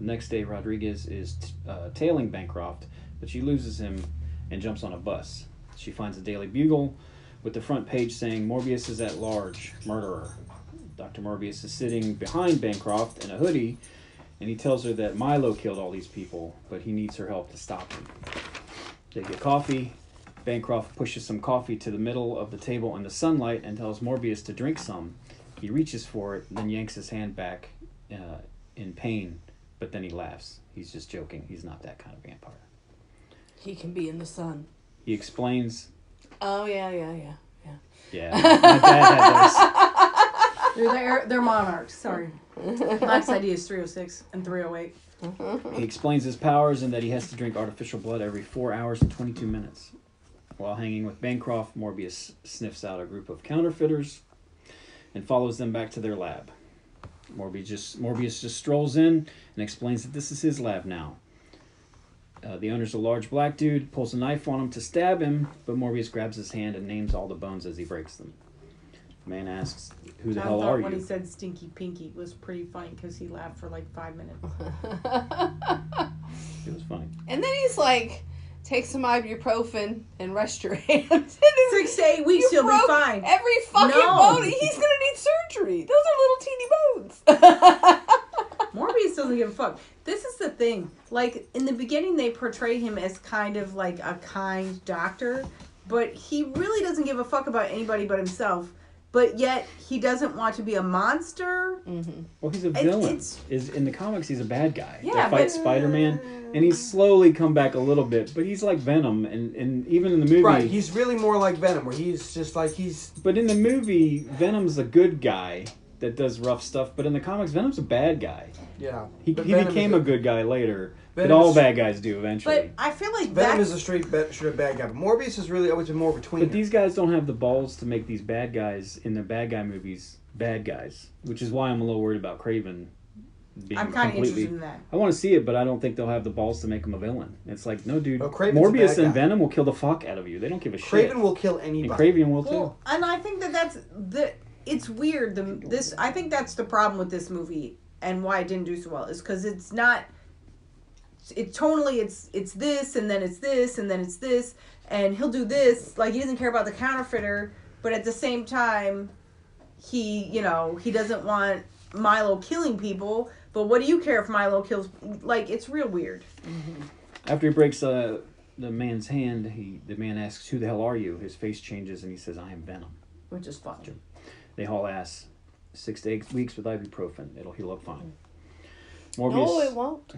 [SPEAKER 3] The next day, Rodriguez is t- uh, tailing Bancroft, but she loses him and jumps on a bus. She finds a Daily Bugle with the front page saying, Morbius is at large, murderer. Dr. Morbius is sitting behind Bancroft in a hoodie, and he tells her that Milo killed all these people, but he needs her help to stop him. They get coffee. Bancroft pushes some coffee to the middle of the table in the sunlight and tells Morbius to drink some. He reaches for it, then yanks his hand back uh, in pain, but then he laughs. He's just joking. He's not that kind of vampire.
[SPEAKER 4] he can be in the sun
[SPEAKER 3] He explains,
[SPEAKER 4] oh yeah yeah yeah yeah
[SPEAKER 3] Yeah, my dad had those.
[SPEAKER 7] They're they're, they're monarchs. Sorry, box ID is three hundred six and three hundred eight.
[SPEAKER 3] He explains his powers and that he has to drink artificial blood every 4 hours and 22 minutes. While hanging with Bancroft, Morbius sniffs out a group of counterfeiters and follows them back to their lab. Morbius just, Morbius just strolls in and explains that this is his lab now. Uh, the owner's a large black dude, pulls a knife on him to stab him, but Morbius grabs his hand and names all the bones as he breaks them. The man asks, Who the
[SPEAKER 7] I
[SPEAKER 3] hell
[SPEAKER 7] thought
[SPEAKER 3] are
[SPEAKER 7] when he
[SPEAKER 3] you?
[SPEAKER 7] said "stinky pinky" was pretty funny because he laughed for like five minutes.
[SPEAKER 3] It was funny.
[SPEAKER 4] and then he's like take some ibuprofen and rest your hands And
[SPEAKER 7] Six to eight weeks,
[SPEAKER 4] You
[SPEAKER 7] he'll be
[SPEAKER 4] broke
[SPEAKER 7] fine.
[SPEAKER 4] Every fucking
[SPEAKER 7] No.
[SPEAKER 4] bone. He's gonna need surgery. Those are little teeny bones.
[SPEAKER 7] Morbius doesn't give a fuck. This is the thing. Like in the beginning, they portray him as kind of like a kind doctor, but he really doesn't give a fuck about anybody but himself. But yet he doesn't want to be a monster.
[SPEAKER 3] Well, he's a villain.
[SPEAKER 7] it's-
[SPEAKER 3] Is in the comics, he's a bad guy.
[SPEAKER 7] Yeah,
[SPEAKER 3] that fights
[SPEAKER 7] but-
[SPEAKER 3] Spider Man, and he's slowly come back a little bit. But he's like Venom, and, and even in the movie,
[SPEAKER 6] Right. He's really more like Venom, where he's just like he's
[SPEAKER 3] but in the movie, Venom's a good guy that does rough stuff. But in the comics, Venom's a bad guy.
[SPEAKER 6] yeah.
[SPEAKER 3] He,
[SPEAKER 6] But
[SPEAKER 3] he
[SPEAKER 6] Venom
[SPEAKER 3] became
[SPEAKER 6] is
[SPEAKER 3] a good guy later. but
[SPEAKER 6] Venom's-
[SPEAKER 3] all bad guys do
[SPEAKER 7] But
[SPEAKER 3] eventually.
[SPEAKER 7] I feel like
[SPEAKER 6] Venom
[SPEAKER 7] that
[SPEAKER 6] is a straight bet, straight bad guy. But Morbius has really always been more between.
[SPEAKER 3] But these guys don't have the balls to make these bad guys in their bad guy movies bad guys, which is why I'm a little worried about Craven being
[SPEAKER 7] I'm kind of
[SPEAKER 3] completely-
[SPEAKER 7] interested in that.
[SPEAKER 3] I want to see it, but I don't think they'll have the balls to make him a villain. It's like, no, dude,
[SPEAKER 2] Oh, Kraven's a
[SPEAKER 3] Morbius
[SPEAKER 2] bad
[SPEAKER 3] and
[SPEAKER 2] guy.
[SPEAKER 3] Venom will kill the fuck out of you. They don't give a shit.
[SPEAKER 2] Craven will kill
[SPEAKER 3] and
[SPEAKER 2] anybody.
[SPEAKER 3] Craven will too.
[SPEAKER 7] Well, and I think that that's the. It's weird. The this I think that's the problem with this movie and why it didn't do so well is because it's not. It totally it's it's this and then it's this and then it's this and he'll do this like he doesn't care about the counterfeiter, but at the same time, he you know he doesn't want Milo killing people. But what do you care if Milo kills? Like it's real weird.
[SPEAKER 3] After he breaks uh, the man's hand, he the man asks, "Who the hell are you?" His face changes, and he says, "I am Venom."
[SPEAKER 7] Which is fun.
[SPEAKER 3] They haul ass. Six to eight weeks with ibuprofen. It'll heal up fine. Morbius,
[SPEAKER 4] No, it won't.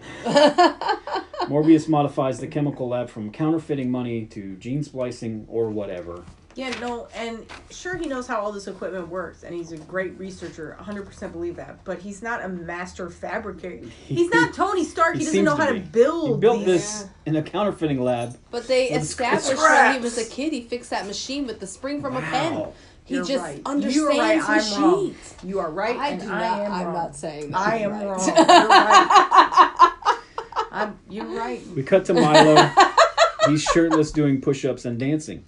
[SPEAKER 3] Morbius modifies the chemical lab from counterfeiting money to gene splicing or whatever.
[SPEAKER 7] Yeah, no, and sure he knows how all this equipment works, and he's a great researcher. 100% believe that, but he's not a master fabricator. He's not Tony Stark. He, doesn't
[SPEAKER 3] seems
[SPEAKER 7] know
[SPEAKER 3] to
[SPEAKER 7] how to
[SPEAKER 3] be.
[SPEAKER 7] build.
[SPEAKER 3] He built
[SPEAKER 7] these-
[SPEAKER 3] this in a counterfeiting lab.
[SPEAKER 4] But they
[SPEAKER 3] With
[SPEAKER 4] established when he was a kid, he fixed that machine with the spring from a pen.
[SPEAKER 3] Wow.
[SPEAKER 4] He
[SPEAKER 7] You're
[SPEAKER 4] just
[SPEAKER 7] right. You are
[SPEAKER 4] understands
[SPEAKER 7] right. I'm
[SPEAKER 4] machines.
[SPEAKER 7] wrong. You are right.
[SPEAKER 4] I
[SPEAKER 7] and
[SPEAKER 4] do
[SPEAKER 7] I
[SPEAKER 4] not.
[SPEAKER 7] am
[SPEAKER 4] I'm
[SPEAKER 7] wrong.
[SPEAKER 4] not saying that.
[SPEAKER 7] I am
[SPEAKER 4] right.
[SPEAKER 7] wrong. You're right. I'm, you're right.
[SPEAKER 3] We cut to Milo. He's shirtless doing push ups and dancing.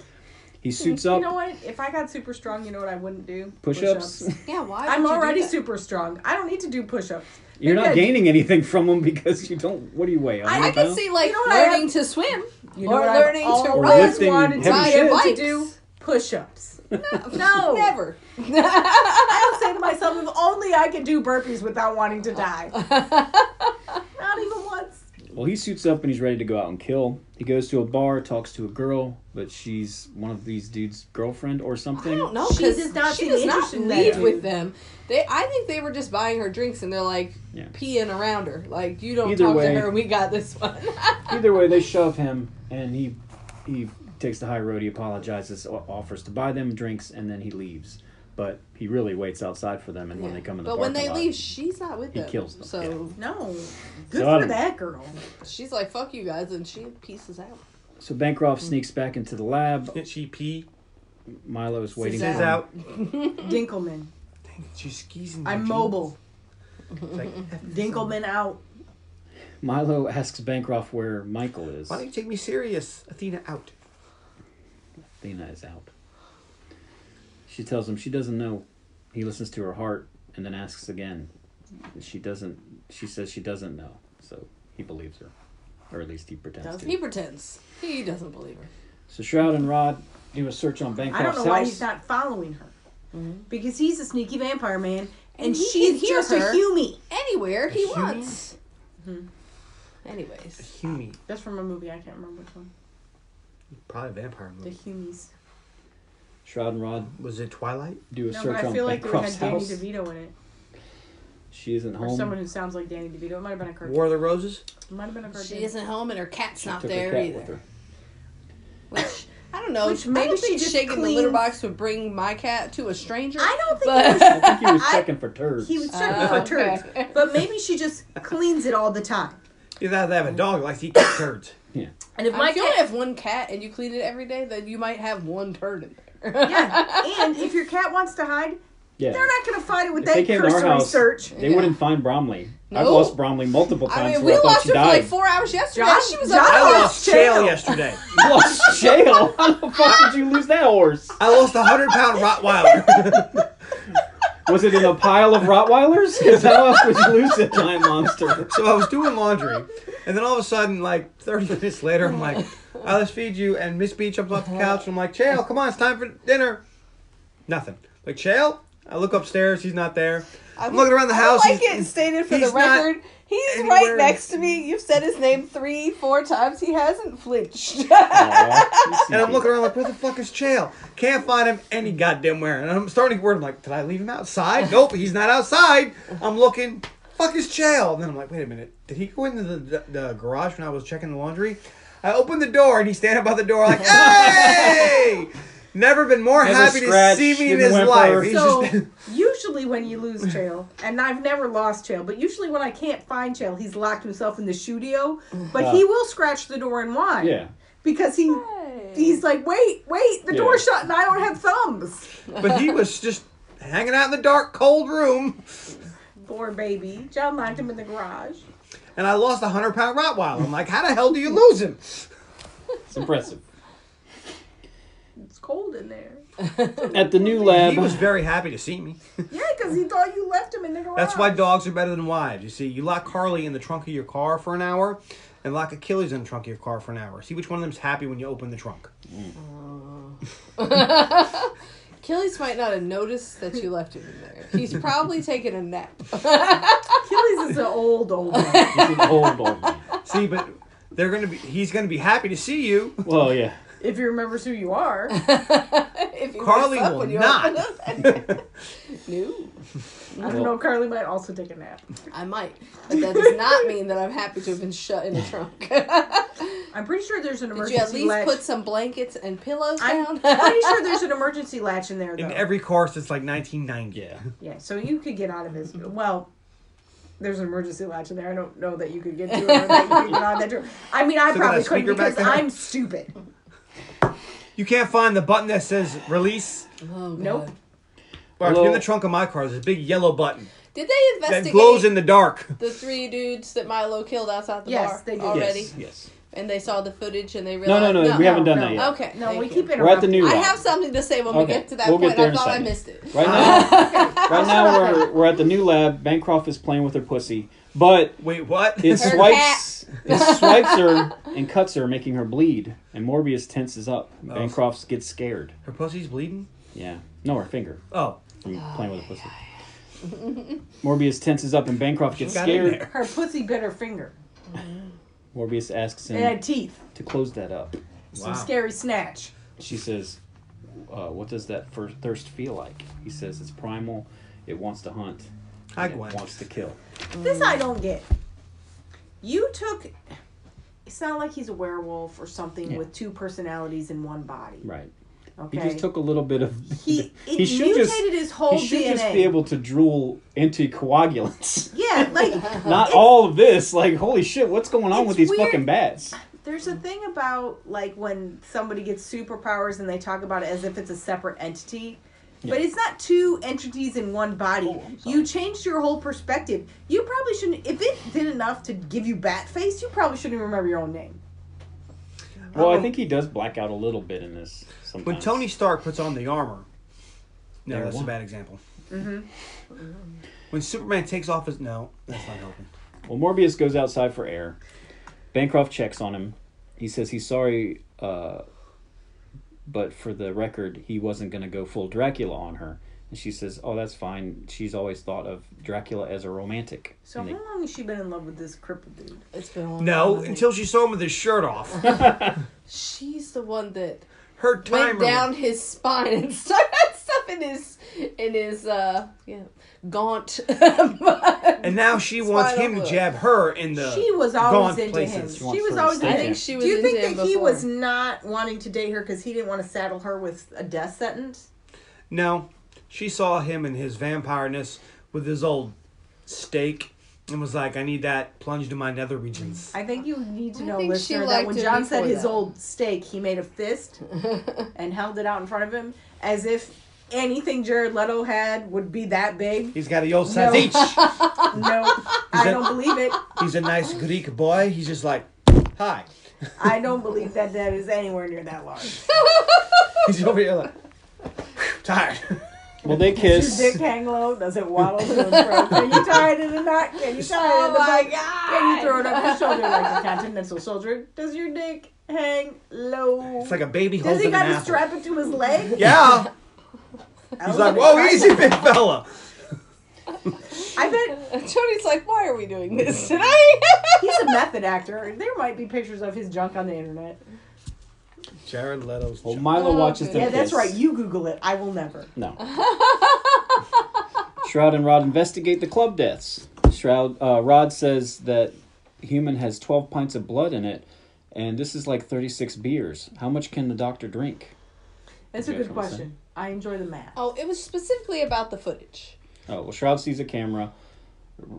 [SPEAKER 3] He suits up,
[SPEAKER 7] You know what? If I got super strong, you know what I wouldn't do?
[SPEAKER 3] push ups.
[SPEAKER 4] Yeah, why?
[SPEAKER 7] I'm
[SPEAKER 4] would you do
[SPEAKER 7] already
[SPEAKER 4] that?
[SPEAKER 7] super strong. I don't need to do push-ups.
[SPEAKER 3] You're
[SPEAKER 7] Maybe
[SPEAKER 3] not
[SPEAKER 7] I-
[SPEAKER 3] gaining anything from them because you don't. What do you weigh? a
[SPEAKER 4] I
[SPEAKER 3] hundred
[SPEAKER 4] can
[SPEAKER 3] pounds?
[SPEAKER 4] see like
[SPEAKER 7] You know what I have-
[SPEAKER 4] learning to swim
[SPEAKER 7] You know
[SPEAKER 4] or
[SPEAKER 7] what I've
[SPEAKER 4] learning to
[SPEAKER 7] always
[SPEAKER 3] Or
[SPEAKER 4] run.
[SPEAKER 3] lifting
[SPEAKER 7] wanted to
[SPEAKER 3] heavy
[SPEAKER 7] do?
[SPEAKER 4] shit.
[SPEAKER 7] To do push-ups.
[SPEAKER 4] No, never.
[SPEAKER 7] I say to myself, if only I could do burpees without wanting to die. Not even once.
[SPEAKER 3] Well, he suits up and he's ready to go out and kill. He goes to a bar, talks to a girl, but she's one of these dude's girlfriend or something.
[SPEAKER 4] I don't know.
[SPEAKER 7] She
[SPEAKER 4] 'cause
[SPEAKER 7] does not
[SPEAKER 4] She
[SPEAKER 7] seem
[SPEAKER 4] does not
[SPEAKER 7] interested in that
[SPEAKER 4] leave
[SPEAKER 7] dude.
[SPEAKER 4] with them. They, I think they were just buying her drinks, and they're like
[SPEAKER 3] Yeah.
[SPEAKER 4] peeing around her. Like you don't
[SPEAKER 3] Either
[SPEAKER 4] talk
[SPEAKER 3] way-
[SPEAKER 4] to her. We got this one.
[SPEAKER 3] Either way, they shove him, and he he takes the high road. He apologizes, o- offers to buy them drinks, and then he leaves. But he really waits outside for them, and when they come in the
[SPEAKER 4] but when
[SPEAKER 3] parking
[SPEAKER 4] they
[SPEAKER 3] lot-
[SPEAKER 4] leave, she's not with
[SPEAKER 3] he
[SPEAKER 4] them.
[SPEAKER 3] kills them,
[SPEAKER 4] So
[SPEAKER 7] No. Good
[SPEAKER 3] So I
[SPEAKER 7] for
[SPEAKER 3] don't-
[SPEAKER 7] that girl.
[SPEAKER 4] she's like, "Fuck you guys," and she pieces out.
[SPEAKER 3] so Bancroft
[SPEAKER 4] Hmm.
[SPEAKER 3] sneaks back into the lab.
[SPEAKER 9] Didn't she pee?
[SPEAKER 3] Milo is waiting.
[SPEAKER 4] She's
[SPEAKER 3] for
[SPEAKER 9] She's
[SPEAKER 3] him.
[SPEAKER 9] out.
[SPEAKER 7] Dinkelman.
[SPEAKER 2] She skis in
[SPEAKER 7] I'm
[SPEAKER 2] jeans.
[SPEAKER 7] mobile.
[SPEAKER 2] It's like,
[SPEAKER 7] Dinkelman out.
[SPEAKER 3] Milo asks Bancroft where Michael is.
[SPEAKER 2] Why don't you take me serious? Athena out.
[SPEAKER 3] Athena is out. She tells him she doesn't know. He listens to her heart and then asks again. She doesn't. She says she doesn't know, so he believes her, or at least he pretends to.
[SPEAKER 4] He pretends. He doesn't believe her.
[SPEAKER 3] So Shroud and Rod do a search on Bancroft's
[SPEAKER 7] I don't know
[SPEAKER 3] house.
[SPEAKER 7] why he's not following her. Because he's a sneaky vampire man. Mm-hmm. And,
[SPEAKER 4] And he
[SPEAKER 7] she's
[SPEAKER 4] can hear
[SPEAKER 7] just
[SPEAKER 4] her.
[SPEAKER 7] a humie.
[SPEAKER 4] Anywhere he wants.
[SPEAKER 7] Hmm.
[SPEAKER 4] Anyways,
[SPEAKER 2] Humie.
[SPEAKER 7] That's from a movie. I can't remember which one.
[SPEAKER 2] Probably a vampire
[SPEAKER 7] The
[SPEAKER 2] movie.
[SPEAKER 7] Humies.
[SPEAKER 3] Shroud and Rod
[SPEAKER 2] Was it Twilight?
[SPEAKER 3] do a
[SPEAKER 7] No, but
[SPEAKER 3] search
[SPEAKER 7] I
[SPEAKER 3] on
[SPEAKER 7] feel like it
[SPEAKER 3] Bancroft's
[SPEAKER 7] had Danny
[SPEAKER 3] house.
[SPEAKER 7] DeVito in it.
[SPEAKER 3] She isn't
[SPEAKER 7] Or
[SPEAKER 3] home.
[SPEAKER 7] someone who sounds like Danny DeVito. It might have been a cartoon.
[SPEAKER 2] War of the Roses?
[SPEAKER 7] It might have been a cartoon.
[SPEAKER 4] she isn't home, and her cat's
[SPEAKER 3] She
[SPEAKER 4] not
[SPEAKER 3] took
[SPEAKER 4] there
[SPEAKER 3] her cat
[SPEAKER 4] either.
[SPEAKER 3] with her.
[SPEAKER 4] Which I don't know.
[SPEAKER 7] Which
[SPEAKER 4] I
[SPEAKER 7] maybe
[SPEAKER 4] don't
[SPEAKER 7] she
[SPEAKER 4] think
[SPEAKER 7] just
[SPEAKER 4] shaking the litter
[SPEAKER 7] cleans-
[SPEAKER 4] box would bring my cat to a stranger.
[SPEAKER 7] I don't think
[SPEAKER 4] But-
[SPEAKER 7] it was
[SPEAKER 3] I think he was
[SPEAKER 7] I-
[SPEAKER 3] checking for turds.
[SPEAKER 7] He was checking
[SPEAKER 4] Oh,
[SPEAKER 7] for turds,
[SPEAKER 4] okay.
[SPEAKER 7] but maybe she just cleans it all the time.
[SPEAKER 2] You have to have a
[SPEAKER 7] Oh.
[SPEAKER 2] dog that likes to eat turds.
[SPEAKER 7] And if
[SPEAKER 4] I
[SPEAKER 7] my
[SPEAKER 4] feel
[SPEAKER 7] cat,
[SPEAKER 4] like if one cat and you clean it every day, then you might have one turd in there.
[SPEAKER 7] yeah, and if your cat wants to hide,
[SPEAKER 3] yeah.
[SPEAKER 7] they're not going to find it with
[SPEAKER 3] If they
[SPEAKER 7] that
[SPEAKER 3] came to our
[SPEAKER 7] cursory
[SPEAKER 3] house-
[SPEAKER 7] search.
[SPEAKER 3] They
[SPEAKER 4] Yeah.
[SPEAKER 3] wouldn't find Bromley. I've
[SPEAKER 4] No.
[SPEAKER 3] lost Bromley multiple
[SPEAKER 4] I
[SPEAKER 3] times
[SPEAKER 4] mean, we
[SPEAKER 3] where I thought
[SPEAKER 4] lost
[SPEAKER 3] she
[SPEAKER 4] her for
[SPEAKER 3] died.
[SPEAKER 4] like four hours yesterday.
[SPEAKER 7] John-
[SPEAKER 4] she was
[SPEAKER 7] John
[SPEAKER 2] I
[SPEAKER 7] lost
[SPEAKER 4] like,
[SPEAKER 2] lost
[SPEAKER 7] Shale.
[SPEAKER 2] Shale yesterday.
[SPEAKER 3] You lost Shale. How the fuck did you lose that horse?
[SPEAKER 2] I lost a 100 pound Rottweiler.
[SPEAKER 3] Was it in a pile of Rottweilers? Because how else would you lose a giant monster?
[SPEAKER 2] so I was doing laundry, and then all of a sudden, like 30 minutes later, I'm like, "I let's feed you." And Miss B jumps
[SPEAKER 7] Uh-huh.
[SPEAKER 2] off the couch, and I'm like, "Chael, come on, it's time for dinner." Nothing. Like Chael, I look upstairs. He's not there. I'm looking around the house.
[SPEAKER 4] I like
[SPEAKER 2] he's-
[SPEAKER 4] it stated for the
[SPEAKER 2] he's not
[SPEAKER 4] record. He's
[SPEAKER 2] anywhere.
[SPEAKER 4] right next to me. You've said his name three, four times. He hasn't flinched.
[SPEAKER 3] Aw,
[SPEAKER 2] And I'm looking around like, where the fuck is Chael? Can't find him any goddamn where. And I'm starting to get worried. I'm like, did I leave him outside? Nope, he's not outside. I'm looking, fuck is Chael? And then I'm like, wait a minute, did he go into the, the, the garage when I was checking the laundry? I opened the door and he's standing by the door like, hey! Never been more
[SPEAKER 3] Never
[SPEAKER 2] happy to
[SPEAKER 3] scratched,
[SPEAKER 2] see me in
[SPEAKER 3] didn't
[SPEAKER 2] his
[SPEAKER 3] whimper.
[SPEAKER 2] life. He's
[SPEAKER 7] So
[SPEAKER 2] just,
[SPEAKER 7] usually when you lose Chael, and I've never lost Chael, but usually when I can't find Chael, he's locked himself in the studio. But he will scratch the door and whine.
[SPEAKER 3] Yeah.
[SPEAKER 7] Because he he's like, wait, wait, the
[SPEAKER 3] Yeah.
[SPEAKER 7] door's shut, and I don't have thumbs.
[SPEAKER 2] but he was just hanging out in the dark, cold room.
[SPEAKER 7] poor baby. John locked him in the garage.
[SPEAKER 2] And I lost a hundred pound Rottweiler. I'm like, how the hell do you lose him?
[SPEAKER 3] It's impressive.
[SPEAKER 7] It's cold in there.
[SPEAKER 3] At the new lab,
[SPEAKER 2] He was very happy to see me.
[SPEAKER 7] Yeah, because he thought you left him in the garage.
[SPEAKER 2] That's why dogs are better than wives. You see, you lock Carly in the trunk of your car for an hour, and lock Achilles in the trunk of your car for an hour. See which one of them's happy when you open the trunk.
[SPEAKER 4] Achilles might not have noticed that you left him in there. He's probably taking a nap.
[SPEAKER 7] Achilles is an old, old man.
[SPEAKER 3] he's an old, old man.
[SPEAKER 2] See, but they're gonna be. He's gonna be happy to see you.
[SPEAKER 3] Well, yeah.
[SPEAKER 7] if he remembers who you are.
[SPEAKER 4] if he
[SPEAKER 2] Carly
[SPEAKER 4] wakes up
[SPEAKER 2] will
[SPEAKER 4] when you
[SPEAKER 2] not.
[SPEAKER 4] open up. no,
[SPEAKER 7] I don't know. Carly might also take a nap.
[SPEAKER 4] I might, but that does not mean that I'm happy to have been shut in a trunk.
[SPEAKER 7] I'm pretty sure there's an
[SPEAKER 4] Did you
[SPEAKER 7] emergency
[SPEAKER 4] at least
[SPEAKER 7] latch.
[SPEAKER 4] put some blankets and pillows
[SPEAKER 7] I'm
[SPEAKER 4] down? Oh,
[SPEAKER 7] pretty sure there's an emergency latch in there. Though.
[SPEAKER 2] In every car since like 1990.
[SPEAKER 3] Yeah.
[SPEAKER 7] yeah, so you could get out of his. Well, there's an emergency latch in there. I don't know that you could get to it. Or that you could get out of that door. I mean, I
[SPEAKER 2] So got
[SPEAKER 7] probably
[SPEAKER 2] that
[SPEAKER 7] couldn't
[SPEAKER 2] speaker back
[SPEAKER 7] because
[SPEAKER 2] there?
[SPEAKER 7] I'm stupid.
[SPEAKER 2] You can't find the button that says release.
[SPEAKER 4] Oh,
[SPEAKER 7] Nope.
[SPEAKER 4] God.
[SPEAKER 2] Or if you're in
[SPEAKER 3] Hello?
[SPEAKER 2] the trunk of my car, there's a big yellow button
[SPEAKER 4] Did they
[SPEAKER 2] that
[SPEAKER 4] investigate
[SPEAKER 2] glows in the dark.
[SPEAKER 4] the three dudes that Milo killed outside the
[SPEAKER 7] Yes,
[SPEAKER 4] bar
[SPEAKER 7] they did.
[SPEAKER 4] already?
[SPEAKER 3] Yes. Yes.
[SPEAKER 4] And they saw the footage and they
[SPEAKER 3] No,
[SPEAKER 4] realized
[SPEAKER 3] no, no. we haven't done
[SPEAKER 7] no.
[SPEAKER 3] that yet.
[SPEAKER 4] Okay.
[SPEAKER 7] No,
[SPEAKER 4] thank
[SPEAKER 7] we
[SPEAKER 4] you.
[SPEAKER 7] keep interrupting.
[SPEAKER 3] We're at the new
[SPEAKER 4] I
[SPEAKER 3] lab.
[SPEAKER 4] have something to say when we
[SPEAKER 3] Okay,
[SPEAKER 4] get to that
[SPEAKER 3] we'll get
[SPEAKER 4] point.
[SPEAKER 3] there
[SPEAKER 4] I
[SPEAKER 3] in a
[SPEAKER 4] thought I
[SPEAKER 3] second.
[SPEAKER 4] missed it.
[SPEAKER 3] Right now, right now we're, we're at the new lab. Bancroft is playing with her pussy, but
[SPEAKER 2] Wait, what?
[SPEAKER 3] it
[SPEAKER 4] Her
[SPEAKER 3] swipes, it swipes her and cuts her, making her bleed. And Morbius tenses up. Bancroft gets scared.
[SPEAKER 2] Her pussy's bleeding.
[SPEAKER 3] Yeah, no, her finger
[SPEAKER 2] Oh,
[SPEAKER 3] from playing with a pussy. Morbius tenses up, and Bancroft gets
[SPEAKER 2] got in
[SPEAKER 3] scared.
[SPEAKER 2] there.
[SPEAKER 7] Her pussy bit her finger.
[SPEAKER 3] Morbius asks
[SPEAKER 7] It
[SPEAKER 3] him
[SPEAKER 7] had teeth.
[SPEAKER 3] to close that up.
[SPEAKER 7] Some
[SPEAKER 2] Wow.
[SPEAKER 7] scary snatch.
[SPEAKER 3] She says, uh, "What does that fir- thirst feel like?" He says, "It's primal. It wants to hunt.
[SPEAKER 2] Hi,
[SPEAKER 3] and
[SPEAKER 2] Gwen.
[SPEAKER 3] It wants to kill."
[SPEAKER 7] This
[SPEAKER 4] Mm.
[SPEAKER 7] I don't get. You took. It's not like he's a werewolf or something
[SPEAKER 3] Yeah.
[SPEAKER 7] with two personalities in one body.
[SPEAKER 3] Right.
[SPEAKER 7] Okay.
[SPEAKER 3] He just took a little bit of.
[SPEAKER 7] He, it
[SPEAKER 3] he should
[SPEAKER 7] mutated
[SPEAKER 3] just.
[SPEAKER 7] his whole
[SPEAKER 3] he should
[SPEAKER 7] DNA.
[SPEAKER 3] just be able to drool anticoagulants.
[SPEAKER 7] yeah, like
[SPEAKER 3] Not all of this. Like, holy shit, what's going on
[SPEAKER 7] It's
[SPEAKER 3] with these
[SPEAKER 7] weird.
[SPEAKER 3] fucking bats?
[SPEAKER 7] there's a thing about like when somebody gets superpowers and they talk about it as if it's a separate entity. But it's not two entities in one body.
[SPEAKER 2] Oh,
[SPEAKER 7] you changed your whole perspective. You probably shouldn't. If it did enough to give you bat face, you probably shouldn't remember your own name.
[SPEAKER 3] Well, I think he does black out a little bit in this. Sometimes.
[SPEAKER 2] when Tony Stark puts on the armor. No,
[SPEAKER 3] There
[SPEAKER 2] that's
[SPEAKER 3] wa-
[SPEAKER 2] a bad example.
[SPEAKER 4] Mm-hmm.
[SPEAKER 2] When Superman takes off his no, that's not helping.
[SPEAKER 3] Well, Morbius goes outside for air. Bancroft checks on him. He says he's sorry, uh, but for the record, he wasn't going to go full Dracula on her. And she says, "Oh, that's fine. She's always thought of Dracula as a romantic."
[SPEAKER 7] So
[SPEAKER 3] And they-
[SPEAKER 7] how long has she been in love with this crippled dude?
[SPEAKER 4] It's been a long
[SPEAKER 2] No,
[SPEAKER 4] time.
[SPEAKER 2] until she saw him with his shirt off.
[SPEAKER 4] she's the one that
[SPEAKER 2] Her
[SPEAKER 4] went
[SPEAKER 2] timer.
[SPEAKER 4] down his spine and stuck that stuff in his in his uh yeah gaunt. I
[SPEAKER 2] And now she wants
[SPEAKER 4] Spinal
[SPEAKER 2] him to
[SPEAKER 4] fluid.
[SPEAKER 2] jab her in the.
[SPEAKER 7] She was always
[SPEAKER 2] gaunt
[SPEAKER 7] into
[SPEAKER 2] places.
[SPEAKER 7] him.
[SPEAKER 3] wants
[SPEAKER 7] She
[SPEAKER 3] her
[SPEAKER 7] was
[SPEAKER 3] to
[SPEAKER 7] always
[SPEAKER 3] stay
[SPEAKER 7] into
[SPEAKER 3] there.
[SPEAKER 7] him.
[SPEAKER 4] think she was.
[SPEAKER 7] Do you
[SPEAKER 4] into
[SPEAKER 7] think that
[SPEAKER 4] him
[SPEAKER 7] he
[SPEAKER 4] before.
[SPEAKER 7] was not wanting to date her because he didn't want to saddle her with a death sentence?
[SPEAKER 2] No, she saw him in his vampireness with his old stake and was like, "I need that plunged in my nether regions."
[SPEAKER 7] I think you need to
[SPEAKER 4] I
[SPEAKER 7] know,
[SPEAKER 4] think she
[SPEAKER 7] listener, that
[SPEAKER 4] liked
[SPEAKER 7] when
[SPEAKER 4] it
[SPEAKER 7] John said
[SPEAKER 4] before
[SPEAKER 7] his
[SPEAKER 4] that.
[SPEAKER 7] old steak, he made a fist and held it out in front of him as if anything Jared Leto had would be that big.
[SPEAKER 2] He's got a old sense each.
[SPEAKER 7] No, I don't believe it.
[SPEAKER 2] He's a nice Greek boy. He's just like, "Hi."
[SPEAKER 7] I don't believe that that is anywhere near that large.
[SPEAKER 2] He's over here like, tired.
[SPEAKER 3] well, they
[SPEAKER 7] Does your
[SPEAKER 3] kiss.
[SPEAKER 7] dick hang low? Does it waddle to and fro? Can you tie it in a knot? Can you tie it in
[SPEAKER 2] Oh
[SPEAKER 7] the
[SPEAKER 4] my
[SPEAKER 7] boat? Can you throw it up your shoulder like a continental soldier? Does your dick hang low?
[SPEAKER 2] It's like a baby
[SPEAKER 7] Does he
[SPEAKER 2] holding an
[SPEAKER 7] got to
[SPEAKER 2] apple.
[SPEAKER 7] strap it to his leg?
[SPEAKER 2] Yeah.
[SPEAKER 7] I
[SPEAKER 2] He's
[SPEAKER 7] don't
[SPEAKER 2] like,
[SPEAKER 7] know.
[SPEAKER 2] whoa, easy, big fella.
[SPEAKER 7] I bet
[SPEAKER 4] Tony's like, why are we doing this today?
[SPEAKER 7] he's a method actor. There might be pictures of his junk on the internet.
[SPEAKER 2] Jared Leto's.
[SPEAKER 3] Well,
[SPEAKER 2] junk.
[SPEAKER 3] Milo
[SPEAKER 4] Oh,
[SPEAKER 3] watches
[SPEAKER 4] okay.
[SPEAKER 3] them
[SPEAKER 7] Yeah, that's
[SPEAKER 3] kiss.
[SPEAKER 7] right. You Google it. I will never.
[SPEAKER 3] No. Shroud and Rod investigate the club deaths. Shroud uh, Rod says that human has twelve pints of blood in it, and this is like thirty six beers. How much can the doctor drink?
[SPEAKER 7] That's a
[SPEAKER 3] Okay,
[SPEAKER 7] good
[SPEAKER 3] that's what I'm
[SPEAKER 7] question.
[SPEAKER 3] saying.
[SPEAKER 7] I enjoy the math.
[SPEAKER 4] oh, it was specifically about the footage.
[SPEAKER 3] Oh well, Shroud sees a camera.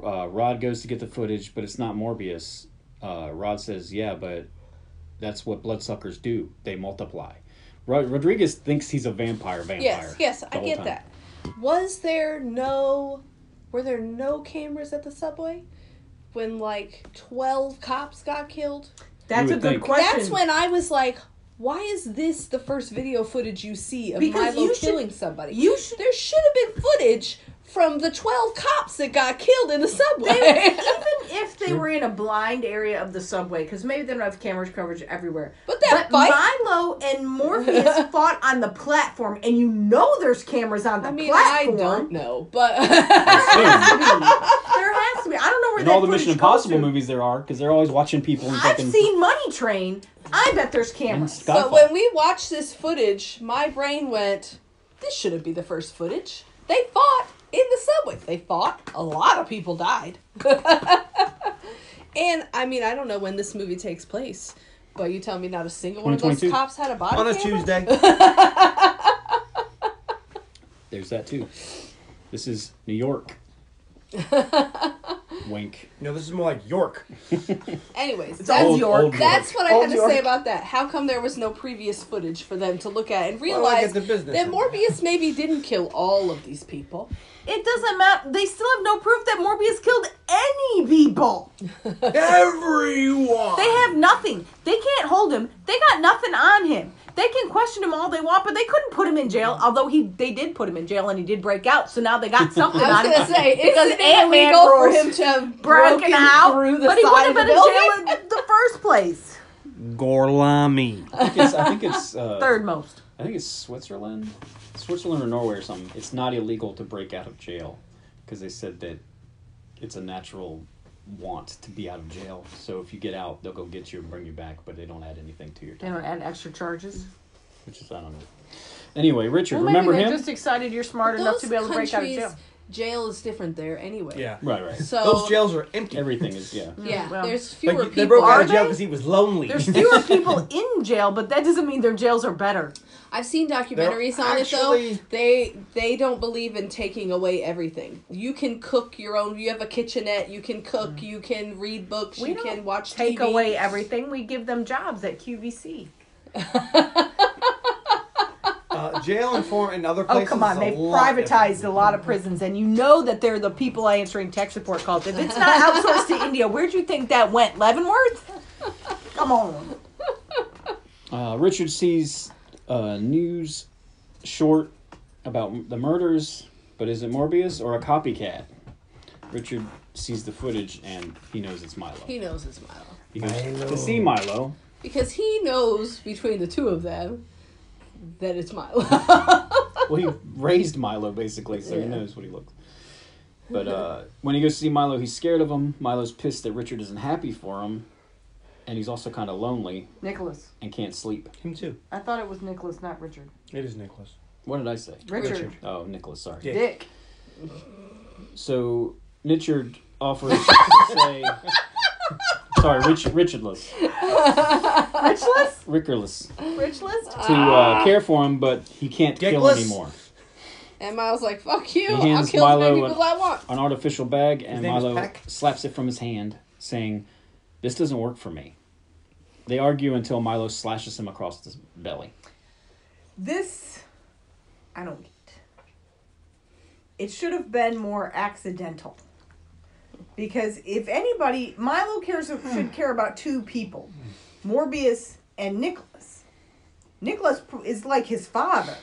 [SPEAKER 3] Uh, Rod goes to get the footage, but it's not Morbius. Uh, Rod says, "Yeah, but that's what bloodsuckers do. They multiply." Rod- Rodriguez thinks he's a vampire. Vampire.
[SPEAKER 4] Yes, yes,
[SPEAKER 3] the
[SPEAKER 4] I
[SPEAKER 3] whole
[SPEAKER 4] get
[SPEAKER 3] time.
[SPEAKER 4] that. Was there no Were there no cameras at the subway when like 12 cops got killed?
[SPEAKER 7] That's a
[SPEAKER 3] would
[SPEAKER 7] good
[SPEAKER 3] think.
[SPEAKER 7] question.
[SPEAKER 4] That's when I was like, why is this the first video footage you see of
[SPEAKER 7] Because
[SPEAKER 4] Milo
[SPEAKER 7] you should-
[SPEAKER 4] killing somebody?
[SPEAKER 7] you should.
[SPEAKER 4] there should have been footage from the 12 cops that got killed in the subway.
[SPEAKER 7] Even if they were in a blind area of the subway, because maybe they don't have cameras coverage everywhere.
[SPEAKER 4] But that
[SPEAKER 7] but
[SPEAKER 4] fight-
[SPEAKER 7] Milo and Morpheus fought on the platform, and you know there's cameras on the
[SPEAKER 4] I mean, I
[SPEAKER 7] platform.
[SPEAKER 4] don't know, but
[SPEAKER 7] There has to be. I don't know where
[SPEAKER 3] In
[SPEAKER 7] that
[SPEAKER 3] all the Mission
[SPEAKER 7] footage goes
[SPEAKER 3] Impossible
[SPEAKER 7] to.
[SPEAKER 3] movies there are, because they're always watching people and
[SPEAKER 7] I've
[SPEAKER 3] fucking.
[SPEAKER 7] seen Money Train. I bet there's
[SPEAKER 3] and
[SPEAKER 7] cameras.
[SPEAKER 4] but
[SPEAKER 3] Skyfall.
[SPEAKER 4] when we watched this footage, my brain went, this shouldn't be the first footage. They fought in the subway. They fought. A lot of people died. and I mean, I don't know when this movie takes place, but you tell me not a single one of those
[SPEAKER 3] 2022.
[SPEAKER 4] cops had a body
[SPEAKER 2] on a
[SPEAKER 4] camera?
[SPEAKER 2] Tuesday.
[SPEAKER 3] There's that too. This is New York. Wink.
[SPEAKER 2] no, this is more like York.
[SPEAKER 4] Anyways,
[SPEAKER 7] That's
[SPEAKER 4] that's
[SPEAKER 3] old-
[SPEAKER 7] York.
[SPEAKER 3] old
[SPEAKER 4] That's what I
[SPEAKER 7] Old
[SPEAKER 4] had to
[SPEAKER 7] York.
[SPEAKER 4] say about that. How come there was no previous footage for them to look at and
[SPEAKER 2] don't I
[SPEAKER 4] realize
[SPEAKER 2] get the business
[SPEAKER 4] that
[SPEAKER 2] in
[SPEAKER 4] Morbius maybe didn't kill all of these people?
[SPEAKER 7] It doesn't matter. They still have no proof that Morbius killed any people.
[SPEAKER 2] Everyone.
[SPEAKER 7] They have nothing. They can't hold him. They got nothing on him. They can question him all they want, but they couldn't put him in jail. Although he, they did put him in jail, and he did break out. So now they got something
[SPEAKER 4] I
[SPEAKER 7] on
[SPEAKER 4] was gonna
[SPEAKER 7] him.
[SPEAKER 4] say it's
[SPEAKER 7] Because
[SPEAKER 4] isn't it
[SPEAKER 7] Ant-Man
[SPEAKER 4] illegal for
[SPEAKER 7] rules.
[SPEAKER 4] him to have
[SPEAKER 7] Broken
[SPEAKER 4] broken
[SPEAKER 7] out,
[SPEAKER 4] through the
[SPEAKER 7] but he
[SPEAKER 4] side
[SPEAKER 7] wouldn't
[SPEAKER 4] of the
[SPEAKER 7] have been in
[SPEAKER 4] building.
[SPEAKER 7] jail in the first place.
[SPEAKER 2] Gorlami.
[SPEAKER 3] I think it's. I think it's, uh,
[SPEAKER 7] Third most.
[SPEAKER 3] I think it's Switzerland, Switzerland or Norway or something. It's not illegal to break out of jail because they said that it's a natural want to be out of jail. So if you get out, they'll go get you and bring you back, but they don't add anything to your
[SPEAKER 7] They
[SPEAKER 3] time,
[SPEAKER 7] don't add extra charges.
[SPEAKER 3] which is I don't know. Anyway, Richard,
[SPEAKER 7] Well,
[SPEAKER 3] remember
[SPEAKER 7] maybe
[SPEAKER 3] him?
[SPEAKER 7] they're just excited you're smart enough
[SPEAKER 4] Those
[SPEAKER 7] to be able to break out of
[SPEAKER 4] countries,
[SPEAKER 7] jail.
[SPEAKER 4] jail is different there anyway.
[SPEAKER 2] Yeah.
[SPEAKER 3] Right, right.
[SPEAKER 4] So
[SPEAKER 2] Those jails are empty.
[SPEAKER 3] Everything is yeah.
[SPEAKER 4] yeah,
[SPEAKER 7] Well,
[SPEAKER 4] there's
[SPEAKER 2] Like,
[SPEAKER 4] fewer people.
[SPEAKER 2] they broke out
[SPEAKER 7] Are
[SPEAKER 2] of jail
[SPEAKER 7] they?
[SPEAKER 2] because he was lonely. Uh,
[SPEAKER 7] There's fewer people in jail, but that doesn't mean their jails are better.
[SPEAKER 4] I've seen documentaries on it
[SPEAKER 2] actually-
[SPEAKER 4] though. They they don't believe in taking away everything. You can cook your own. You have a kitchenette. You can cook. You can read books.
[SPEAKER 7] Mm. We
[SPEAKER 4] you
[SPEAKER 7] don't
[SPEAKER 4] can watch
[SPEAKER 7] Take
[SPEAKER 4] TV.
[SPEAKER 7] away everything. We give them jobs at QVC.
[SPEAKER 2] uh, jail and form and other
[SPEAKER 7] Oh
[SPEAKER 2] places.
[SPEAKER 7] come on!
[SPEAKER 2] is a
[SPEAKER 7] They've
[SPEAKER 2] lot different.
[SPEAKER 7] privatized a lot of prisons, and you know that they're the people answering tech support calls. If it's not outsourced to India, where'd you think that went? Leavenworth? Come on!
[SPEAKER 3] Uh, Richard sees a news short about m- the murders, but is it Morbius or a copycat? Richard sees the footage and he knows it's Milo.
[SPEAKER 4] He knows his mile.
[SPEAKER 3] He goes to see Milo.
[SPEAKER 4] Because he knows between the two of them that it's Milo.
[SPEAKER 3] Well, he raised Milo basically, so he knows what he looks. But uh, when he goes to see Milo, he's scared of him. Milo's pissed that Richard isn't happy for him, and he's also kind of lonely
[SPEAKER 7] Nicholas,
[SPEAKER 3] and can't sleep.
[SPEAKER 2] Him too.
[SPEAKER 7] I thought it was Nicholas, not Richard.
[SPEAKER 2] It is Nicholas.
[SPEAKER 3] What did I say?
[SPEAKER 7] Richard,
[SPEAKER 3] Oh, Nicholas, sorry.
[SPEAKER 2] Yeah.
[SPEAKER 7] Dick.
[SPEAKER 3] So Richard offers to say, sorry, Rich, Richardless,
[SPEAKER 7] Richless,
[SPEAKER 3] Rickerless, to
[SPEAKER 7] Richless. Ah.
[SPEAKER 3] uh, care for him, but he can't kill
[SPEAKER 2] Dickless?
[SPEAKER 3] anymore.
[SPEAKER 4] and Miles like, fuck you,
[SPEAKER 3] He
[SPEAKER 4] I'll
[SPEAKER 3] hands
[SPEAKER 4] kill as many
[SPEAKER 3] Milo
[SPEAKER 4] people as I want.
[SPEAKER 3] An artificial bag, and
[SPEAKER 2] name is
[SPEAKER 3] Milo
[SPEAKER 2] Peck?
[SPEAKER 3] slaps it from his hand, saying, "This doesn't work for me." They argue until Milo slashes him across the belly.
[SPEAKER 7] This, I don't get. It should have been more accidental. Because if anybody, Milo cares
[SPEAKER 3] Hmm.
[SPEAKER 7] should care about two people, Morbius and Nicholas. Nicholas pr- is like his father.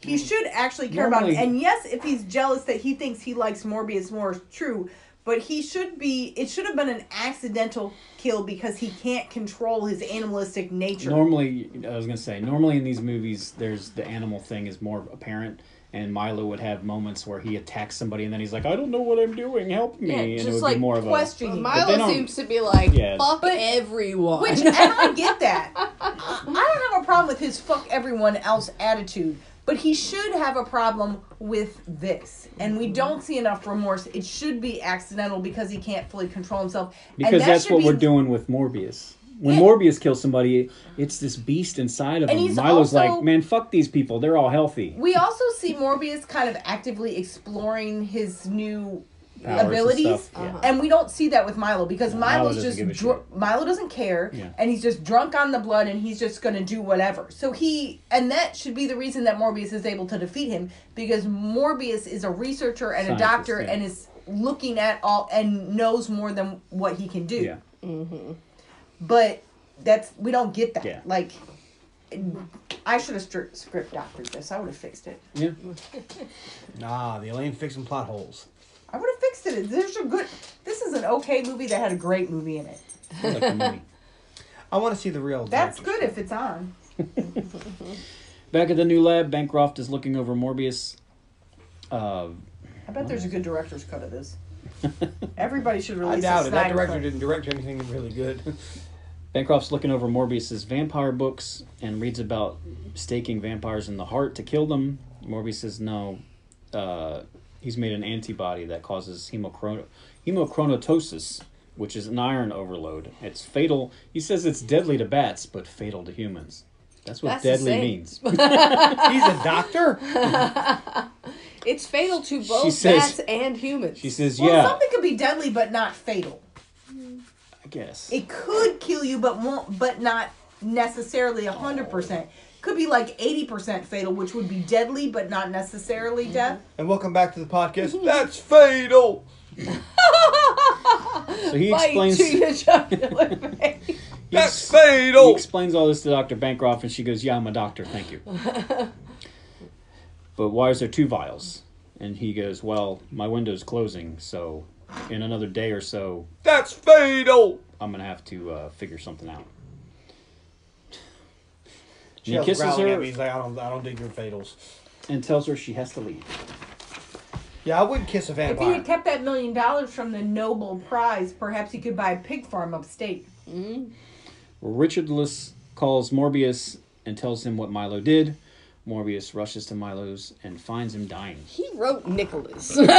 [SPEAKER 7] He should actually care
[SPEAKER 3] Hmm. Normally-
[SPEAKER 7] about him. And yes, if he's jealous that he thinks he likes Morbius more, true. But he should be. It should have been an accidental kill because he can't control his animalistic nature.
[SPEAKER 3] Normally, I was gonna say, normally in these movies, there's the animal thing is more apparent, and Milo would have moments where he attacks somebody, and then he's like, "I don't know what I'm doing, help me,"
[SPEAKER 7] Yeah,
[SPEAKER 3] and
[SPEAKER 7] just
[SPEAKER 3] it would
[SPEAKER 7] like
[SPEAKER 3] be more of a
[SPEAKER 7] questioning.
[SPEAKER 3] they
[SPEAKER 4] Milo
[SPEAKER 3] don't-
[SPEAKER 4] seems to be like,
[SPEAKER 3] Yeah.
[SPEAKER 4] fuck
[SPEAKER 7] But-
[SPEAKER 4] everyone.
[SPEAKER 7] Which, and I get that. I don't have a problem with his fuck everyone else attitude, but he should have a problem with this. And
[SPEAKER 3] Mm-hmm.
[SPEAKER 7] we don't see enough remorse. It should be accidental because he can't fully control himself.
[SPEAKER 3] because
[SPEAKER 7] and that
[SPEAKER 3] that's
[SPEAKER 7] should
[SPEAKER 3] what
[SPEAKER 7] be-
[SPEAKER 3] we're doing with Morbius. When
[SPEAKER 7] Yeah.
[SPEAKER 3] Morbius kills somebody, it's this beast inside of
[SPEAKER 7] And
[SPEAKER 3] him.
[SPEAKER 7] he's
[SPEAKER 3] Milo's
[SPEAKER 7] also-
[SPEAKER 3] like, "Man, fuck these people. They're all healthy."
[SPEAKER 7] We also see Morbius kind of actively exploring his new
[SPEAKER 3] powers and
[SPEAKER 1] abilities,
[SPEAKER 3] stuff,
[SPEAKER 7] Uh-huh.
[SPEAKER 3] yeah.
[SPEAKER 1] and we don't see that with Milo because
[SPEAKER 3] Milo
[SPEAKER 1] Milo's
[SPEAKER 3] doesn't
[SPEAKER 1] just
[SPEAKER 3] give a
[SPEAKER 1] dr-
[SPEAKER 3] shit.
[SPEAKER 1] Milo doesn't care,
[SPEAKER 3] Yeah.
[SPEAKER 1] and he's just drunk on the blood, and he's just gonna do whatever. So he, and that should be the reason that Morbius is able to defeat him because Morbius is a researcher and
[SPEAKER 3] Scientist,
[SPEAKER 1] a doctor
[SPEAKER 3] yeah.
[SPEAKER 1] and is looking at all and knows more than what he can do.
[SPEAKER 3] Yeah.
[SPEAKER 1] But that's we don't get that.
[SPEAKER 3] Yeah.
[SPEAKER 1] Like, I should have stri- script doctored this. I would have fixed it.
[SPEAKER 3] Yeah.
[SPEAKER 2] Nah, the Elaine fixing plot holes.
[SPEAKER 1] I would have fixed it. There's a good. This is an okay movie that had a great movie in it.
[SPEAKER 3] I like the movie.
[SPEAKER 2] I want to see the real.
[SPEAKER 1] That's
[SPEAKER 2] director's
[SPEAKER 1] good
[SPEAKER 2] cut.
[SPEAKER 1] if it's on.
[SPEAKER 3] Back at the new lab, Bancroft is looking over Morbius. Uh,
[SPEAKER 1] I bet there's a good director's cut of this. Everybody should release.
[SPEAKER 2] I
[SPEAKER 1] a
[SPEAKER 2] doubt it. That
[SPEAKER 1] Snyder
[SPEAKER 2] director
[SPEAKER 1] cut.
[SPEAKER 2] didn't direct anything really good.
[SPEAKER 3] Bancroft's looking over Morbius's vampire books and reads about staking vampires in the heart to kill them. Morbius says no. Uh, he's made an antibody that causes hemochrono- hemochronotosis, which is an iron overload. It's fatal. He says it's deadly to bats, but fatal to humans. That's what
[SPEAKER 10] That's the
[SPEAKER 3] deadly
[SPEAKER 10] same.
[SPEAKER 3] means.
[SPEAKER 2] He's a doctor.
[SPEAKER 10] It's fatal to both
[SPEAKER 3] says-
[SPEAKER 10] bats and humans.
[SPEAKER 3] She says,
[SPEAKER 1] Well,
[SPEAKER 3] yeah,
[SPEAKER 1] something could be deadly but not fatal.
[SPEAKER 3] I guess.
[SPEAKER 1] It could kill you, but won't. But not necessarily hundred percent. Could be like eighty percent fatal, which would be deadly but not necessarily death.
[SPEAKER 2] And welcome back to the podcast. That's fatal.
[SPEAKER 3] So he
[SPEAKER 10] Bite
[SPEAKER 3] explains.
[SPEAKER 10] to
[SPEAKER 3] He
[SPEAKER 10] your jugular vein.
[SPEAKER 2] That's
[SPEAKER 3] ex- He
[SPEAKER 2] fatal.
[SPEAKER 3] explains all this to Dr. Bancroft, and she goes, Yeah, I'm a doctor, thank you. but why is there two vials? And he goes, Well, my window's closing, so in another day or so,
[SPEAKER 2] That's fatal.
[SPEAKER 3] I'm going to have to uh, figure something out. And
[SPEAKER 2] She
[SPEAKER 3] he kisses her
[SPEAKER 2] He's like, I don't, I don't dig your fatals.
[SPEAKER 3] and tells her she has to leave.
[SPEAKER 2] Yeah, I wouldn't kiss a
[SPEAKER 1] If he
[SPEAKER 2] vampire.
[SPEAKER 1] had kept that million dollars from the Nobel Prize, perhaps he could buy a pig farm upstate.
[SPEAKER 3] Richardless calls Morbius and tells him what Milo did. Morbius rushes to Milo's and finds him dying.
[SPEAKER 10] He wrote Nicholas.
[SPEAKER 3] Maybe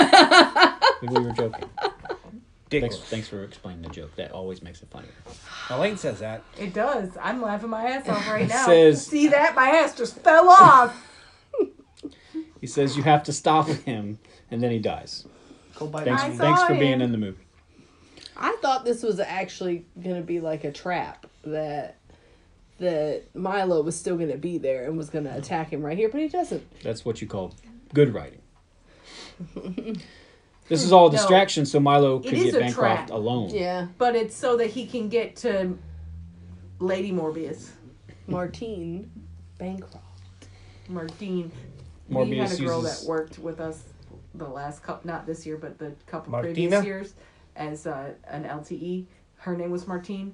[SPEAKER 3] we were joking. Thanks,
[SPEAKER 2] Dickless.
[SPEAKER 3] thanks for explaining the joke. That always makes it funnier.
[SPEAKER 2] Elaine says that.
[SPEAKER 1] It does. I'm laughing my ass off right now.
[SPEAKER 3] says-
[SPEAKER 1] See that? My ass just fell off.
[SPEAKER 3] He says you have to stop him, and then he dies.
[SPEAKER 2] Go bite
[SPEAKER 3] Thanks,
[SPEAKER 2] me.
[SPEAKER 1] saw
[SPEAKER 3] thanks for
[SPEAKER 1] him.
[SPEAKER 3] being in the movie.
[SPEAKER 4] I thought this was actually gonna be like a trap that that Milo was still gonna be there and was gonna attack him right here, but he doesn't.
[SPEAKER 3] That's what you call good writing. this is all a
[SPEAKER 1] No.
[SPEAKER 3] distraction, so Milo
[SPEAKER 1] It
[SPEAKER 3] could
[SPEAKER 1] is
[SPEAKER 3] get
[SPEAKER 1] a
[SPEAKER 3] Bancroft
[SPEAKER 1] trap.
[SPEAKER 3] alone.
[SPEAKER 4] Yeah,
[SPEAKER 1] But it's so that he can get to Lady Morbius.
[SPEAKER 4] Martine Bancroft.
[SPEAKER 1] Martine. we had
[SPEAKER 3] Morbius
[SPEAKER 1] a girl
[SPEAKER 3] uses
[SPEAKER 1] that worked with us the last couple, not this year, but the couple
[SPEAKER 2] Martina?
[SPEAKER 1] previous years as uh, an LTE. Her name was Martine.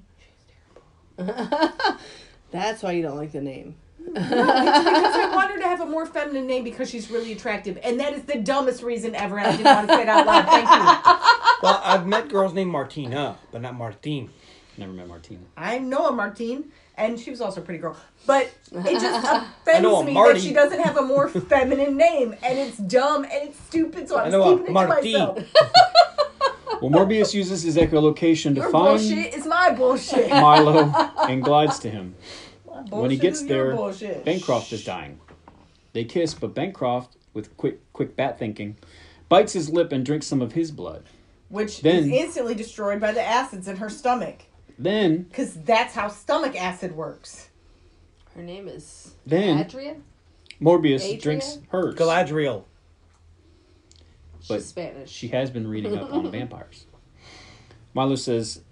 [SPEAKER 4] That's why you don't like the name.
[SPEAKER 1] Because I want her to have a more feminine name because she's really attractive. And that is the dumbest reason ever. And I didn't want to say it out loud. Thank you.
[SPEAKER 2] Well, I've met girls named Martina, but not Martine.
[SPEAKER 3] never met Martina.
[SPEAKER 1] I know a Martine, and she was also a pretty girl. But it just
[SPEAKER 2] I know a
[SPEAKER 1] offends me
[SPEAKER 2] Marty.
[SPEAKER 1] that she doesn't have a more feminine name. And it's dumb and it's stupid, so
[SPEAKER 2] I
[SPEAKER 1] I'm
[SPEAKER 2] know uh,
[SPEAKER 1] keeping
[SPEAKER 2] a
[SPEAKER 1] it to
[SPEAKER 2] Martine.
[SPEAKER 1] myself.
[SPEAKER 3] Well, Morbius uses his echolocation to
[SPEAKER 1] Your
[SPEAKER 3] find
[SPEAKER 1] bullshit is my bullshit.
[SPEAKER 3] Milo and glides to him. when he
[SPEAKER 1] Bullshit
[SPEAKER 3] gets
[SPEAKER 1] is your
[SPEAKER 3] there,
[SPEAKER 1] bullshit.
[SPEAKER 3] Bancroft is dying. They kiss, but Bancroft, with quick quick bat thinking, bites his lip and drinks some of his blood.
[SPEAKER 1] which
[SPEAKER 3] Then-
[SPEAKER 1] is instantly destroyed by the acids in her stomach
[SPEAKER 3] Then
[SPEAKER 1] because that's how stomach acid works
[SPEAKER 10] Her name is
[SPEAKER 3] Then-
[SPEAKER 10] Adria.
[SPEAKER 3] Morbius
[SPEAKER 10] Adrian?
[SPEAKER 3] drinks hers.
[SPEAKER 2] Galadriel.
[SPEAKER 10] She's
[SPEAKER 3] But-
[SPEAKER 10] Spanish.
[SPEAKER 3] She has been reading up on vampires. Milo says,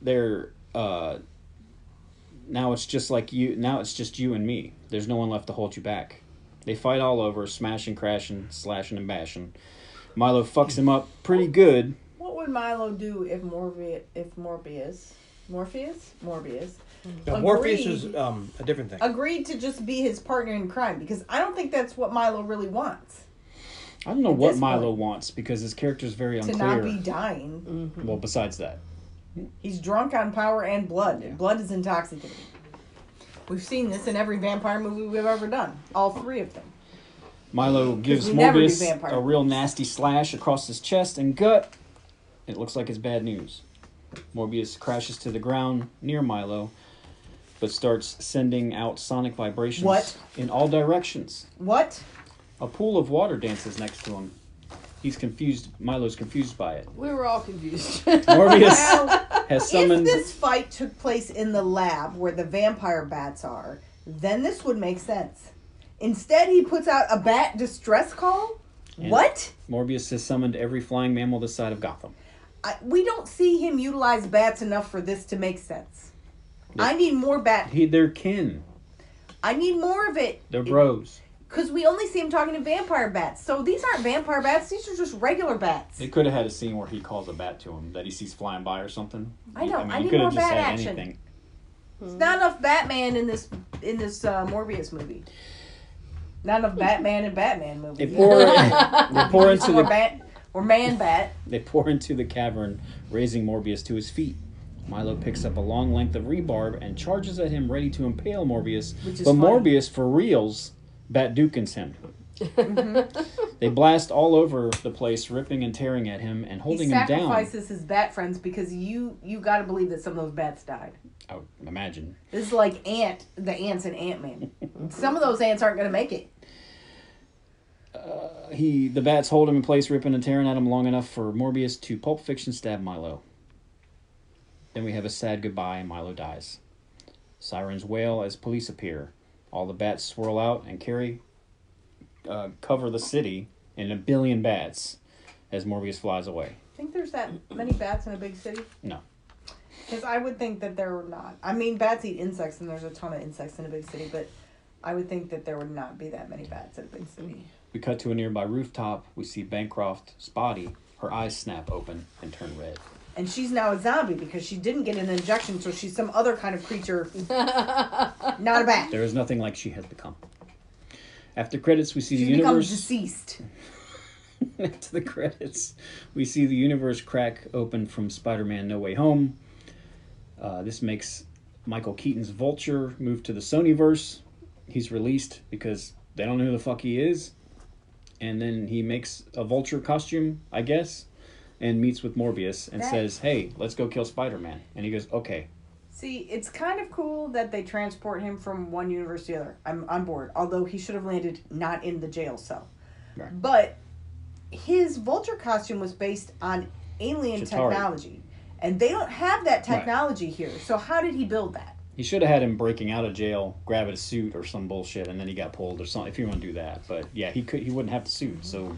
[SPEAKER 3] "They're uh, now it's just like you. Now it's just you and me. There's no one left to hold you back." They fight all over, smashing, crashing, slashing, and bashing. Milo fucks him up pretty good.
[SPEAKER 1] what would milo do if morbius if morbius morpheus morbius
[SPEAKER 2] No,
[SPEAKER 1] Agreed.
[SPEAKER 2] Morpheus is um, a different thing.
[SPEAKER 1] agreed to just be his partner in crime because i don't think that's what milo really wants
[SPEAKER 3] I don't know what
[SPEAKER 1] this
[SPEAKER 3] Milo
[SPEAKER 1] point-
[SPEAKER 3] wants because his character's very
[SPEAKER 1] to
[SPEAKER 3] unclear.
[SPEAKER 1] not be dying
[SPEAKER 3] Well, besides that,
[SPEAKER 1] he's drunk on power and blood and blood is intoxicating we've seen this in every vampire movie we've ever done all three of them
[SPEAKER 3] Milo gives
[SPEAKER 1] we never do
[SPEAKER 3] Morbius
[SPEAKER 1] vampire
[SPEAKER 3] a real nasty slash across his chest and gut. It looks like it's bad news. Morbius crashes to the ground near Milo, but starts sending out sonic vibrations
[SPEAKER 1] What?
[SPEAKER 3] in all directions.
[SPEAKER 1] what
[SPEAKER 3] A pool of water dances next to him. He's confused. Milo's confused by it.
[SPEAKER 4] We were all confused.
[SPEAKER 3] Morbius
[SPEAKER 7] Now,
[SPEAKER 3] has
[SPEAKER 7] if
[SPEAKER 3] summoned.
[SPEAKER 7] this fight took place in the lab where the vampire bats are, then this would make sense. Instead, he puts out a bat distress call.
[SPEAKER 3] And-
[SPEAKER 7] What?
[SPEAKER 3] Morbius has summoned every flying mammal this side of Gotham.
[SPEAKER 7] I, we don't see him utilize bats enough for this to make sense. I need more bat.
[SPEAKER 3] He, they're kin.
[SPEAKER 7] I need more of it
[SPEAKER 3] They're bros.
[SPEAKER 7] because we only see him talking to vampire bats. So these aren't vampire bats. These are just regular bats.
[SPEAKER 3] They could have had a scene where he calls a bat to him that he sees flying by or something.
[SPEAKER 7] I don't- I
[SPEAKER 3] you
[SPEAKER 7] need
[SPEAKER 3] could
[SPEAKER 7] more
[SPEAKER 3] have just
[SPEAKER 7] bat
[SPEAKER 3] had
[SPEAKER 7] action.
[SPEAKER 3] anything.
[SPEAKER 7] It's not enough Batman in this in this uh, Morbius movie. Not enough Batman and Batman
[SPEAKER 3] They
[SPEAKER 7] movies.
[SPEAKER 3] pour, they pour into
[SPEAKER 7] or
[SPEAKER 3] the
[SPEAKER 7] bat or man bat.
[SPEAKER 3] they pour into the cavern, raising Morbius to his feet. Milo picks up a long length of rebarb and charges at him, ready to impale Morbius.
[SPEAKER 7] Which is
[SPEAKER 3] but
[SPEAKER 7] funny.
[SPEAKER 3] Morbius, for reals, bat dukins him.
[SPEAKER 7] Mm-hmm.
[SPEAKER 3] they blast all over the place, ripping and tearing at him and
[SPEAKER 7] He
[SPEAKER 3] holding him down.
[SPEAKER 7] sacrifices his bat friends because you you got to believe that some of those bats died.
[SPEAKER 3] I would imagine.
[SPEAKER 7] This is like ant the ants in Ant Man. some of those ants aren't gonna make it.
[SPEAKER 3] He the bats hold him in place, ripping and tearing at him long enough for Morbius to pulp fiction stab Milo. Then we have a sad goodbye and Milo dies. Sirens wail as police appear. All the bats swirl out and carry uh, cover the city in a billion bats as Morbius flies away.
[SPEAKER 7] Think there's that many bats in a big city?
[SPEAKER 3] No.
[SPEAKER 7] Because I would think that there were not. I mean, bats eat insects, and there's a ton of insects in a big city, but I would think that there would not be that many bats in a big city.
[SPEAKER 3] We cut to a nearby rooftop. We see Bancroft's body. Her eyes snap open and turn red.
[SPEAKER 7] And she's now a zombie because she didn't get an injection, so she's some other kind of creature, not a bat.
[SPEAKER 3] There is nothing like she has become. After credits, we see
[SPEAKER 7] She's
[SPEAKER 3] the
[SPEAKER 7] become
[SPEAKER 3] universe.
[SPEAKER 7] deceased.
[SPEAKER 3] After the credits, we see the universe crack open from Spider Man No Way Home. Uh, this makes Michael Keaton's Vulture move to the Sonyverse. He's released because they don't know who the fuck he is. And then he makes a Vulture costume, I guess, and meets with Morbius and
[SPEAKER 7] That-
[SPEAKER 3] says, Hey, let's go kill Spider Man. And he goes, Okay.
[SPEAKER 7] See, it's kind of cool that they transport him from one universe to the other. I'm on board, although he should have landed not in the jail cell.
[SPEAKER 3] Right.
[SPEAKER 7] But his vulture costume was based on alien
[SPEAKER 3] Chitauri.
[SPEAKER 7] technology, and they don't have that technology here. So how did he build that?
[SPEAKER 3] He should have had him breaking out of jail, grabbing a suit or some bullshit, and then he got pulled or something. If you want to do that, but yeah, he could. He wouldn't have the suit, so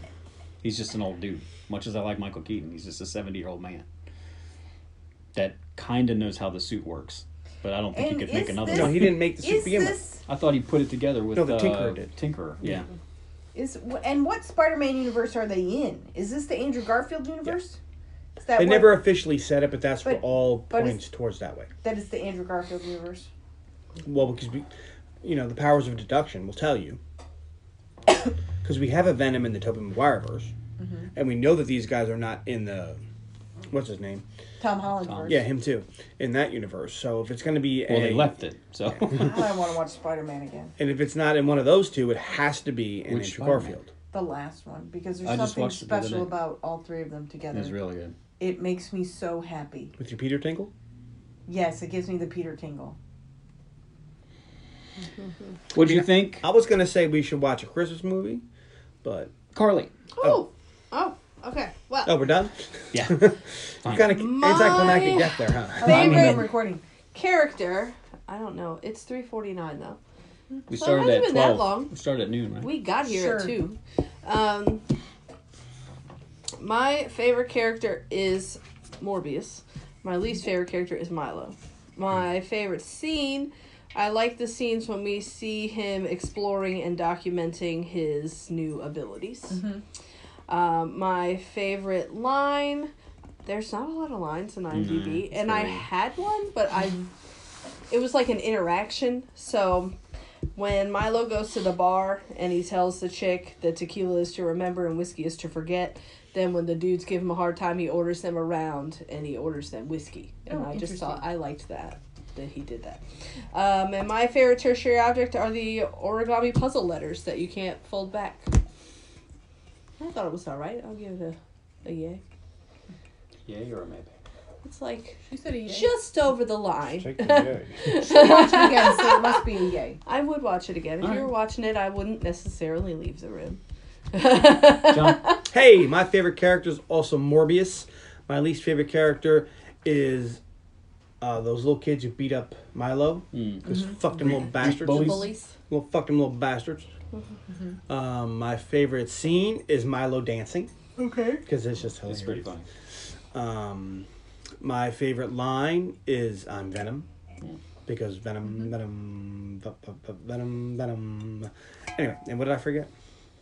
[SPEAKER 3] he's just an old dude. Much as I like Michael Keaton, he's just a seventy-year-old man that kind of knows how the suit works. But I don't think
[SPEAKER 7] And
[SPEAKER 3] he could make
[SPEAKER 7] is
[SPEAKER 3] another
[SPEAKER 7] this-
[SPEAKER 2] No,
[SPEAKER 3] one.
[SPEAKER 2] he didn't make the
[SPEAKER 7] Is
[SPEAKER 2] suit behemoth.
[SPEAKER 7] this
[SPEAKER 3] I thought he put it together with
[SPEAKER 2] No, the
[SPEAKER 3] uh,
[SPEAKER 2] Tinkerer did.
[SPEAKER 3] Tinkerer, yeah.
[SPEAKER 7] is and what Spider-Man universe are they in? Is this the Andrew Garfield universe? Is that
[SPEAKER 2] They
[SPEAKER 7] what-
[SPEAKER 2] never officially said it, but that's where
[SPEAKER 7] But-
[SPEAKER 2] all
[SPEAKER 7] but it's-
[SPEAKER 2] points towards that way.
[SPEAKER 7] that is the Andrew Garfield universe?
[SPEAKER 2] Well, because we, you know, the powers of deduction will tell you. Because we have a Venom in the Tobey Maguire verse, and we know that these guys are not in the, what's his name?
[SPEAKER 7] Tom Holland verse.
[SPEAKER 2] Yeah, him too, in that universe. So if it's going to be
[SPEAKER 3] Well,
[SPEAKER 2] a,
[SPEAKER 3] they left it, so
[SPEAKER 7] I don't want to watch Spider-Man again.
[SPEAKER 2] and if it's not in one of those two, it has to be in
[SPEAKER 3] Which
[SPEAKER 2] Andrew
[SPEAKER 3] Spider-Man?
[SPEAKER 2] Garfield.
[SPEAKER 7] The last one because
[SPEAKER 3] I
[SPEAKER 7] there's
[SPEAKER 3] just
[SPEAKER 7] something
[SPEAKER 3] watched it the other
[SPEAKER 7] special
[SPEAKER 3] day.
[SPEAKER 7] about all three of them together.
[SPEAKER 3] it's really good.
[SPEAKER 7] It makes me so happy.
[SPEAKER 2] With your Peter Tingle?
[SPEAKER 7] Yes, it gives me the Peter tingle.
[SPEAKER 3] What do you think,
[SPEAKER 2] I was going to say we should watch a Christmas movie, but
[SPEAKER 3] Carly?
[SPEAKER 4] oh, oh, okay. Well,
[SPEAKER 2] oh, we're done.
[SPEAKER 3] Yeah,
[SPEAKER 2] Kind of
[SPEAKER 4] My-
[SPEAKER 2] anticlimactic death there, huh?
[SPEAKER 7] I mean,
[SPEAKER 4] Favorite-
[SPEAKER 7] I'm recording.
[SPEAKER 4] character. I don't know. It's three forty nine though.
[SPEAKER 3] we
[SPEAKER 4] Well, it
[SPEAKER 3] started
[SPEAKER 4] hasn't
[SPEAKER 3] at
[SPEAKER 4] been that
[SPEAKER 3] twelve.
[SPEAKER 4] long.
[SPEAKER 3] We started at noon, right?
[SPEAKER 4] We got here
[SPEAKER 7] Sure.
[SPEAKER 4] at two. Um, my favorite character is Morbius. My least favorite character is Milo. My favorite scene, I like the scenes when we see him exploring and documenting his new abilities. Um, my favorite line. There's not a lot of lines in IMDb, and I
[SPEAKER 3] very-
[SPEAKER 4] had one, but I. It was like an interaction, so when Milo goes to the bar and he tells the chick that tequila is to remember and whiskey is to forget, then when the dudes give him a hard time, he orders them around and he orders them whiskey. And
[SPEAKER 7] Oh,
[SPEAKER 4] I just
[SPEAKER 7] interesting.
[SPEAKER 4] thought I liked that that he did that. Um, and my favorite tertiary object are the origami puzzle letters that you can't fold back. I thought it was all right. I'll give it a, a yay.
[SPEAKER 3] Yeah, you're a maybe.
[SPEAKER 4] It's like
[SPEAKER 1] She said a yay.
[SPEAKER 4] just over the line.
[SPEAKER 7] Watch it again, so it must be a yay.
[SPEAKER 4] I would watch it again. If
[SPEAKER 3] All
[SPEAKER 4] you
[SPEAKER 3] right.
[SPEAKER 4] were watching it, I wouldn't necessarily leave the room.
[SPEAKER 3] John,
[SPEAKER 2] Hey, my favorite character is also Morbius. My least favorite character is uh, those little kids who beat up Milo.
[SPEAKER 3] Hmm.
[SPEAKER 2] Those fucking little bastards.
[SPEAKER 4] Bullies.
[SPEAKER 2] Little fucking little bastards. Um, my favorite scene is Milo dancing
[SPEAKER 4] Okay.
[SPEAKER 2] because it's just hilarious.
[SPEAKER 3] It's pretty funny.
[SPEAKER 2] Um, my favorite line is "I'm Venom,"
[SPEAKER 3] Hmm.
[SPEAKER 2] because Venom, Venom, v- v- v- Venom, Venom. Anyway, and what did I forget?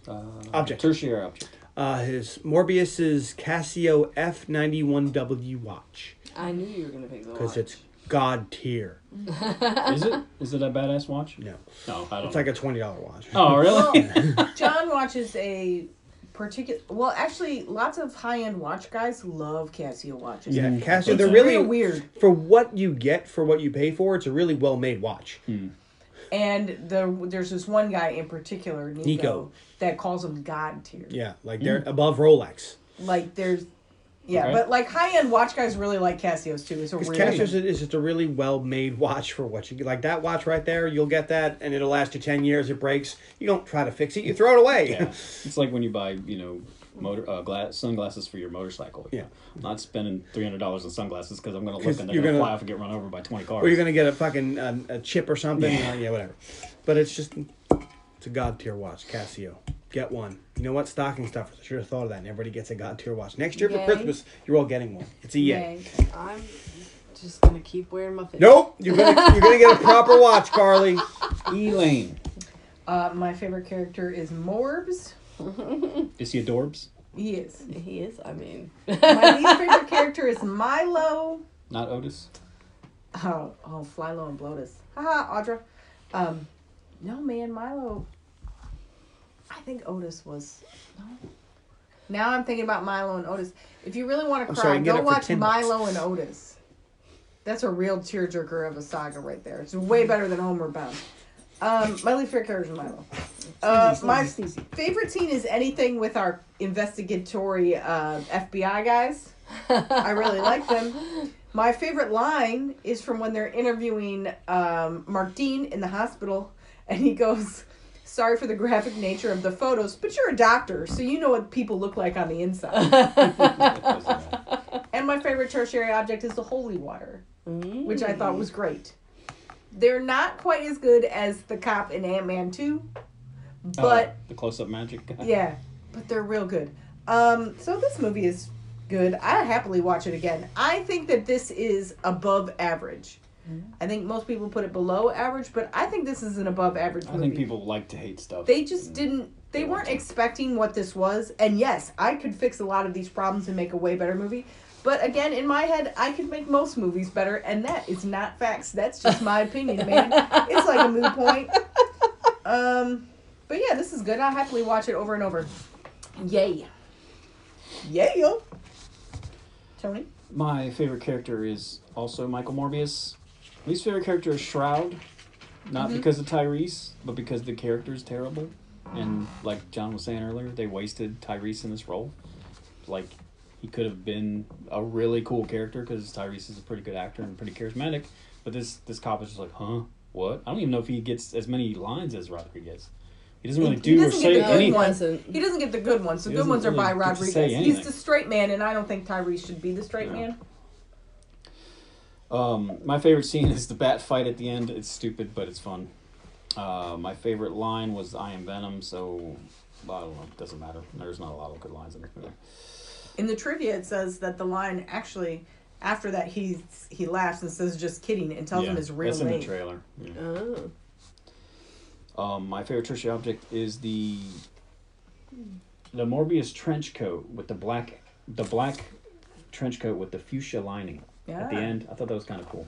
[SPEAKER 3] Uh,
[SPEAKER 2] Object.
[SPEAKER 3] Tertiary object.
[SPEAKER 2] Uh, his Morbius's Casio F ninety one W watch
[SPEAKER 4] I knew you were gonna pick the
[SPEAKER 2] because
[SPEAKER 4] watch.
[SPEAKER 2] it's god tier.
[SPEAKER 3] Is it? Is it a badass watch?
[SPEAKER 2] No,
[SPEAKER 3] No, I don't.
[SPEAKER 2] it's like a twenty dollar watch.
[SPEAKER 3] oh, really?
[SPEAKER 11] John watches a particular. Well, actually, lots of high-end watch guys love Casio watches.
[SPEAKER 2] Yeah, Casio.
[SPEAKER 3] It's
[SPEAKER 2] They're
[SPEAKER 11] It's
[SPEAKER 2] really
[SPEAKER 11] real weird.
[SPEAKER 2] for what you get for what you pay for. It's a really well made watch.
[SPEAKER 11] And the, there's this one guy in particular, Nico,
[SPEAKER 2] Nico.
[SPEAKER 11] that calls him God tier.
[SPEAKER 2] Yeah, like they're above Rolex.
[SPEAKER 11] Like there's, yeah,
[SPEAKER 3] Okay.
[SPEAKER 11] but like high-end watch guys really like Casios too. It's a
[SPEAKER 2] Because
[SPEAKER 11] weird.
[SPEAKER 2] Casio's is just a really well made watch for what you get. Like that watch right there, you'll get that, and it'll last you ten years. It breaks, you don't try to fix it, you throw it away.
[SPEAKER 3] yeah. It's like when you buy, you know, motor uh, glass sunglasses for your motorcycle.
[SPEAKER 2] Yeah.
[SPEAKER 3] I'm not spending three hundred dollars on sunglasses because I'm going to
[SPEAKER 2] 'Cause
[SPEAKER 3] look and they're
[SPEAKER 2] you're
[SPEAKER 3] going to
[SPEAKER 2] gonna-
[SPEAKER 3] fly off and get run over by twenty cars.
[SPEAKER 2] Or you're gonna get a fucking um, a chip or something. Yeah. yeah, whatever. But it's just it's a god tier watch, Casio. Get one. You know what? Stocking stuffers. I should have thought of that. And everybody gets a god tier watch next year for
[SPEAKER 4] Yay.
[SPEAKER 2] Christmas. You're all getting one. It's a yay.
[SPEAKER 11] Yay.
[SPEAKER 4] I'm just gonna keep wearing my. Fit.
[SPEAKER 2] Nope. You're gonna you're gonna get a proper watch, Carly.
[SPEAKER 3] Elaine,
[SPEAKER 11] Uh, my favorite character is Morbs.
[SPEAKER 3] is he adorbs?
[SPEAKER 11] He is.
[SPEAKER 4] He is. I mean,
[SPEAKER 11] My least favorite character is Milo.
[SPEAKER 3] Not Otis.
[SPEAKER 11] Oh, oh, Flylo and Bloatus. Haha, Audra. Um, no, man, Milo. I think Otis was. No. Now I'm thinking about Milo and Otis. If you really want to
[SPEAKER 2] I'm
[SPEAKER 11] cry,
[SPEAKER 2] sorry, get it
[SPEAKER 11] go
[SPEAKER 2] for
[SPEAKER 11] watch
[SPEAKER 2] 10 bucks.
[SPEAKER 11] Milo and Otis. That's a real tearjerker of a saga right there. It's way better than Homeward Bound. Um, my least favorite character is Milo. Uh, my favorite scene is anything with our investigatory uh, FBI guys. I really like them. My favorite line is from when they're interviewing um, Mark Dean in the hospital, and he goes, "Sorry for the graphic nature of the photos, but you're a doctor, so you know what people look like on the inside." and my favorite tertiary object is the holy water, which I thought was great. They're not quite as good as the cop in Ant Man Two, but
[SPEAKER 3] Uh, the close-up magic guy.
[SPEAKER 11] yeah, but they're real good. Um, so this movie is good. I happily watch it again. I think that this is above average.
[SPEAKER 3] Mm-hmm.
[SPEAKER 11] I think most people put it below average, but I think this is an above average
[SPEAKER 3] I
[SPEAKER 11] movie.
[SPEAKER 3] think people like to hate stuff.
[SPEAKER 11] they just didn't. They weren't expecting what this was, and yes, I could fix a lot of these problems and make a way better movie. But again, in my head, I could make most movies better, and that is not facts. That's just my opinion, man. It's like a moot point. Um, but yeah, this is good. I'll happily watch it over and over. Yay. Yay, yo. Tony?
[SPEAKER 3] My favorite character is also Michael Morbius. Least favorite character is Shroud, not
[SPEAKER 11] Mm-hmm.
[SPEAKER 3] because of Tyrese, but because the character is terrible. And like John was saying earlier, they wasted Tyrese in this role. Like he could have been a really cool character because Tyrese is a pretty good actor and pretty charismatic. But this this cop is just like, huh, what? I don't even know if he gets as many lines as Rodriguez. He doesn't really do or
[SPEAKER 11] doesn't get
[SPEAKER 3] say
[SPEAKER 11] the good
[SPEAKER 3] anything.
[SPEAKER 11] ones.
[SPEAKER 4] doesn't.
[SPEAKER 11] He doesn't get the good ones. The
[SPEAKER 3] He
[SPEAKER 11] good
[SPEAKER 3] doesn't
[SPEAKER 11] ones are
[SPEAKER 3] really
[SPEAKER 11] by
[SPEAKER 3] get to say
[SPEAKER 11] Rodriguez. He's
[SPEAKER 3] anything.
[SPEAKER 11] the straight man, and I don't think Tyrese should be the straight
[SPEAKER 3] No.
[SPEAKER 11] man.
[SPEAKER 3] Um, my favorite scene is the bat fight at the end. It's stupid, but it's fun. Uh, my favorite line was "I am Venom," so well, I don't know. It doesn't matter. There's not a lot of good lines in this movie.
[SPEAKER 11] In the trivia, it says that the line actually, after that, he he laughs and says, "Just kidding," and tells him his real
[SPEAKER 3] that's in the
[SPEAKER 11] name.
[SPEAKER 3] trailer. Yeah.
[SPEAKER 4] Oh.
[SPEAKER 3] Um, my favorite tertiary object is the the Morbius trench coat with the black the black trench coat with the fuchsia lining at the
[SPEAKER 11] Yeah.
[SPEAKER 3] end. I thought that was kind of cool.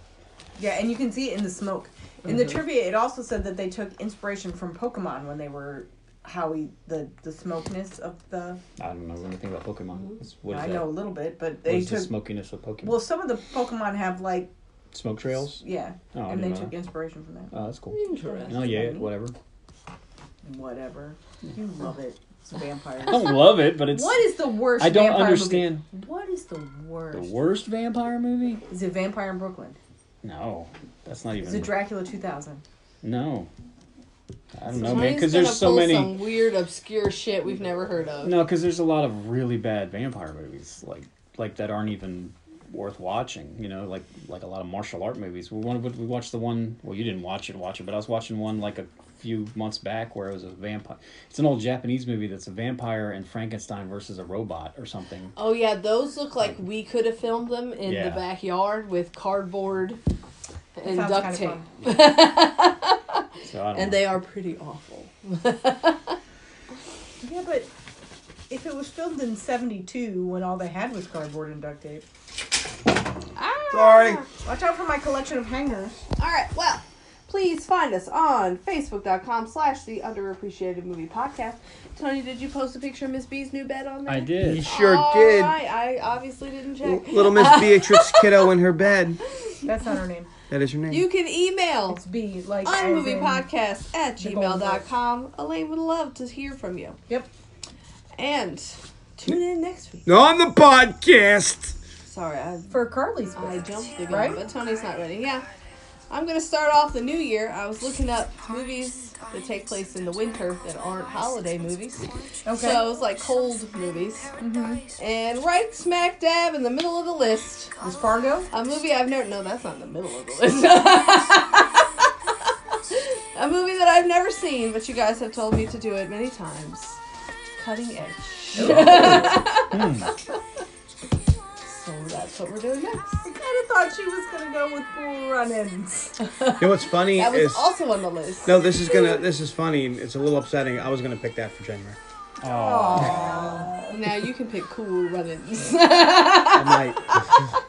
[SPEAKER 11] Yeah, and you can see it in the smoke. In
[SPEAKER 3] Mm-hmm.
[SPEAKER 11] the trivia, it also said that they took inspiration from Pokemon when they were Howie the the smokeness of the.
[SPEAKER 3] I don't know anything about Pokemon. It's- What is
[SPEAKER 11] I
[SPEAKER 3] that?
[SPEAKER 11] know a little bit, but
[SPEAKER 3] What
[SPEAKER 11] they
[SPEAKER 3] is the
[SPEAKER 11] took.
[SPEAKER 3] smokiness of Pokemon?
[SPEAKER 11] well, some of the Pokemon have like
[SPEAKER 3] Smoke trails.
[SPEAKER 11] yeah,
[SPEAKER 3] Oh, I
[SPEAKER 11] and they
[SPEAKER 3] didn't know
[SPEAKER 11] took
[SPEAKER 3] that.
[SPEAKER 11] inspiration from that.
[SPEAKER 3] Oh, that's cool.
[SPEAKER 4] Interesting.
[SPEAKER 3] Oh yeah, whatever.
[SPEAKER 11] Whatever, you love it. It's vampires.
[SPEAKER 3] I don't love it, but it's.
[SPEAKER 11] what is the worst?
[SPEAKER 3] I don't
[SPEAKER 11] vampire
[SPEAKER 3] understand
[SPEAKER 11] Movie? What is the worst?
[SPEAKER 3] the worst vampire movie.
[SPEAKER 11] Is it Vampire in Brooklyn?
[SPEAKER 3] No, that's not even.
[SPEAKER 11] Is it Dracula two thousand?
[SPEAKER 3] no, I don't know, man,
[SPEAKER 4] Tony's
[SPEAKER 3] because there's
[SPEAKER 4] gonna
[SPEAKER 3] so
[SPEAKER 4] pull
[SPEAKER 3] many.
[SPEAKER 4] some weird, obscure shit we've never heard of.
[SPEAKER 3] No, because there's a lot of really bad vampire movies, like like that aren't even worth watching. You know, like like a lot of martial art movies. We one we watched the one. Well, you didn't watch it, watch it, but I was watching one like a few months back where it was a vampire. It's an old Japanese movie that's a vampire and Frankenstein versus a robot or something.
[SPEAKER 4] Oh yeah, those look like we could have filmed them in
[SPEAKER 3] Yeah.
[SPEAKER 4] the backyard with cardboard and
[SPEAKER 12] sounds
[SPEAKER 4] duct tape,
[SPEAKER 12] kinda fun.
[SPEAKER 3] So I don't
[SPEAKER 4] and
[SPEAKER 3] know.
[SPEAKER 4] they are pretty awful.
[SPEAKER 11] Yeah, but if it was filmed in '72 when all they had was cardboard and duct tape,
[SPEAKER 2] Sorry.
[SPEAKER 11] watch out for my collection of hangers.
[SPEAKER 4] All right, well, please find us on Facebook.com slash The Underappreciated Movie Podcast. Tony, did you post a picture of Miss B's new bed on there?
[SPEAKER 3] I
[SPEAKER 2] You
[SPEAKER 3] did.
[SPEAKER 2] sure
[SPEAKER 4] All
[SPEAKER 2] did.
[SPEAKER 4] right, I obviously didn't
[SPEAKER 2] L-
[SPEAKER 4] check.
[SPEAKER 2] Little Miss Beatrix Kiddo in her bed.
[SPEAKER 11] That's not her name.
[SPEAKER 2] That is her name.
[SPEAKER 4] You can email
[SPEAKER 11] It's B. Like as in-
[SPEAKER 4] unmoviepodcast at
[SPEAKER 11] the Golden Globes.
[SPEAKER 4] gmail.com. Elaine would love to hear from you.
[SPEAKER 11] Yep.
[SPEAKER 4] And tune in next week.
[SPEAKER 2] On the podcast.
[SPEAKER 4] Sorry, I
[SPEAKER 11] for Carly's.
[SPEAKER 4] I jumped the gun,
[SPEAKER 11] Right?
[SPEAKER 4] but Tony's not ready. Yeah. I'm going to start off the new year. I was looking up movies that take place in the winter that aren't holiday movies.
[SPEAKER 11] Okay. Mm-hmm.
[SPEAKER 4] So it was like cold movies. And right smack dab in the middle of the list,
[SPEAKER 11] Is Fargo?
[SPEAKER 4] a movie I've never. No, that's not in the middle of the list. a movie that I've never seen, but you guys have told me to do it many times. Cutting Edge. so that's what we're doing next.
[SPEAKER 11] I kind of thought she was gonna go with Pool Run-ins.
[SPEAKER 2] You know what's funny
[SPEAKER 4] That was
[SPEAKER 2] is
[SPEAKER 4] also on the list.
[SPEAKER 2] no. This is gonna. This is funny. and It's a little upsetting. I was gonna pick that for January.
[SPEAKER 3] Oh.
[SPEAKER 4] Now you can pick cool run-ins.
[SPEAKER 2] I might.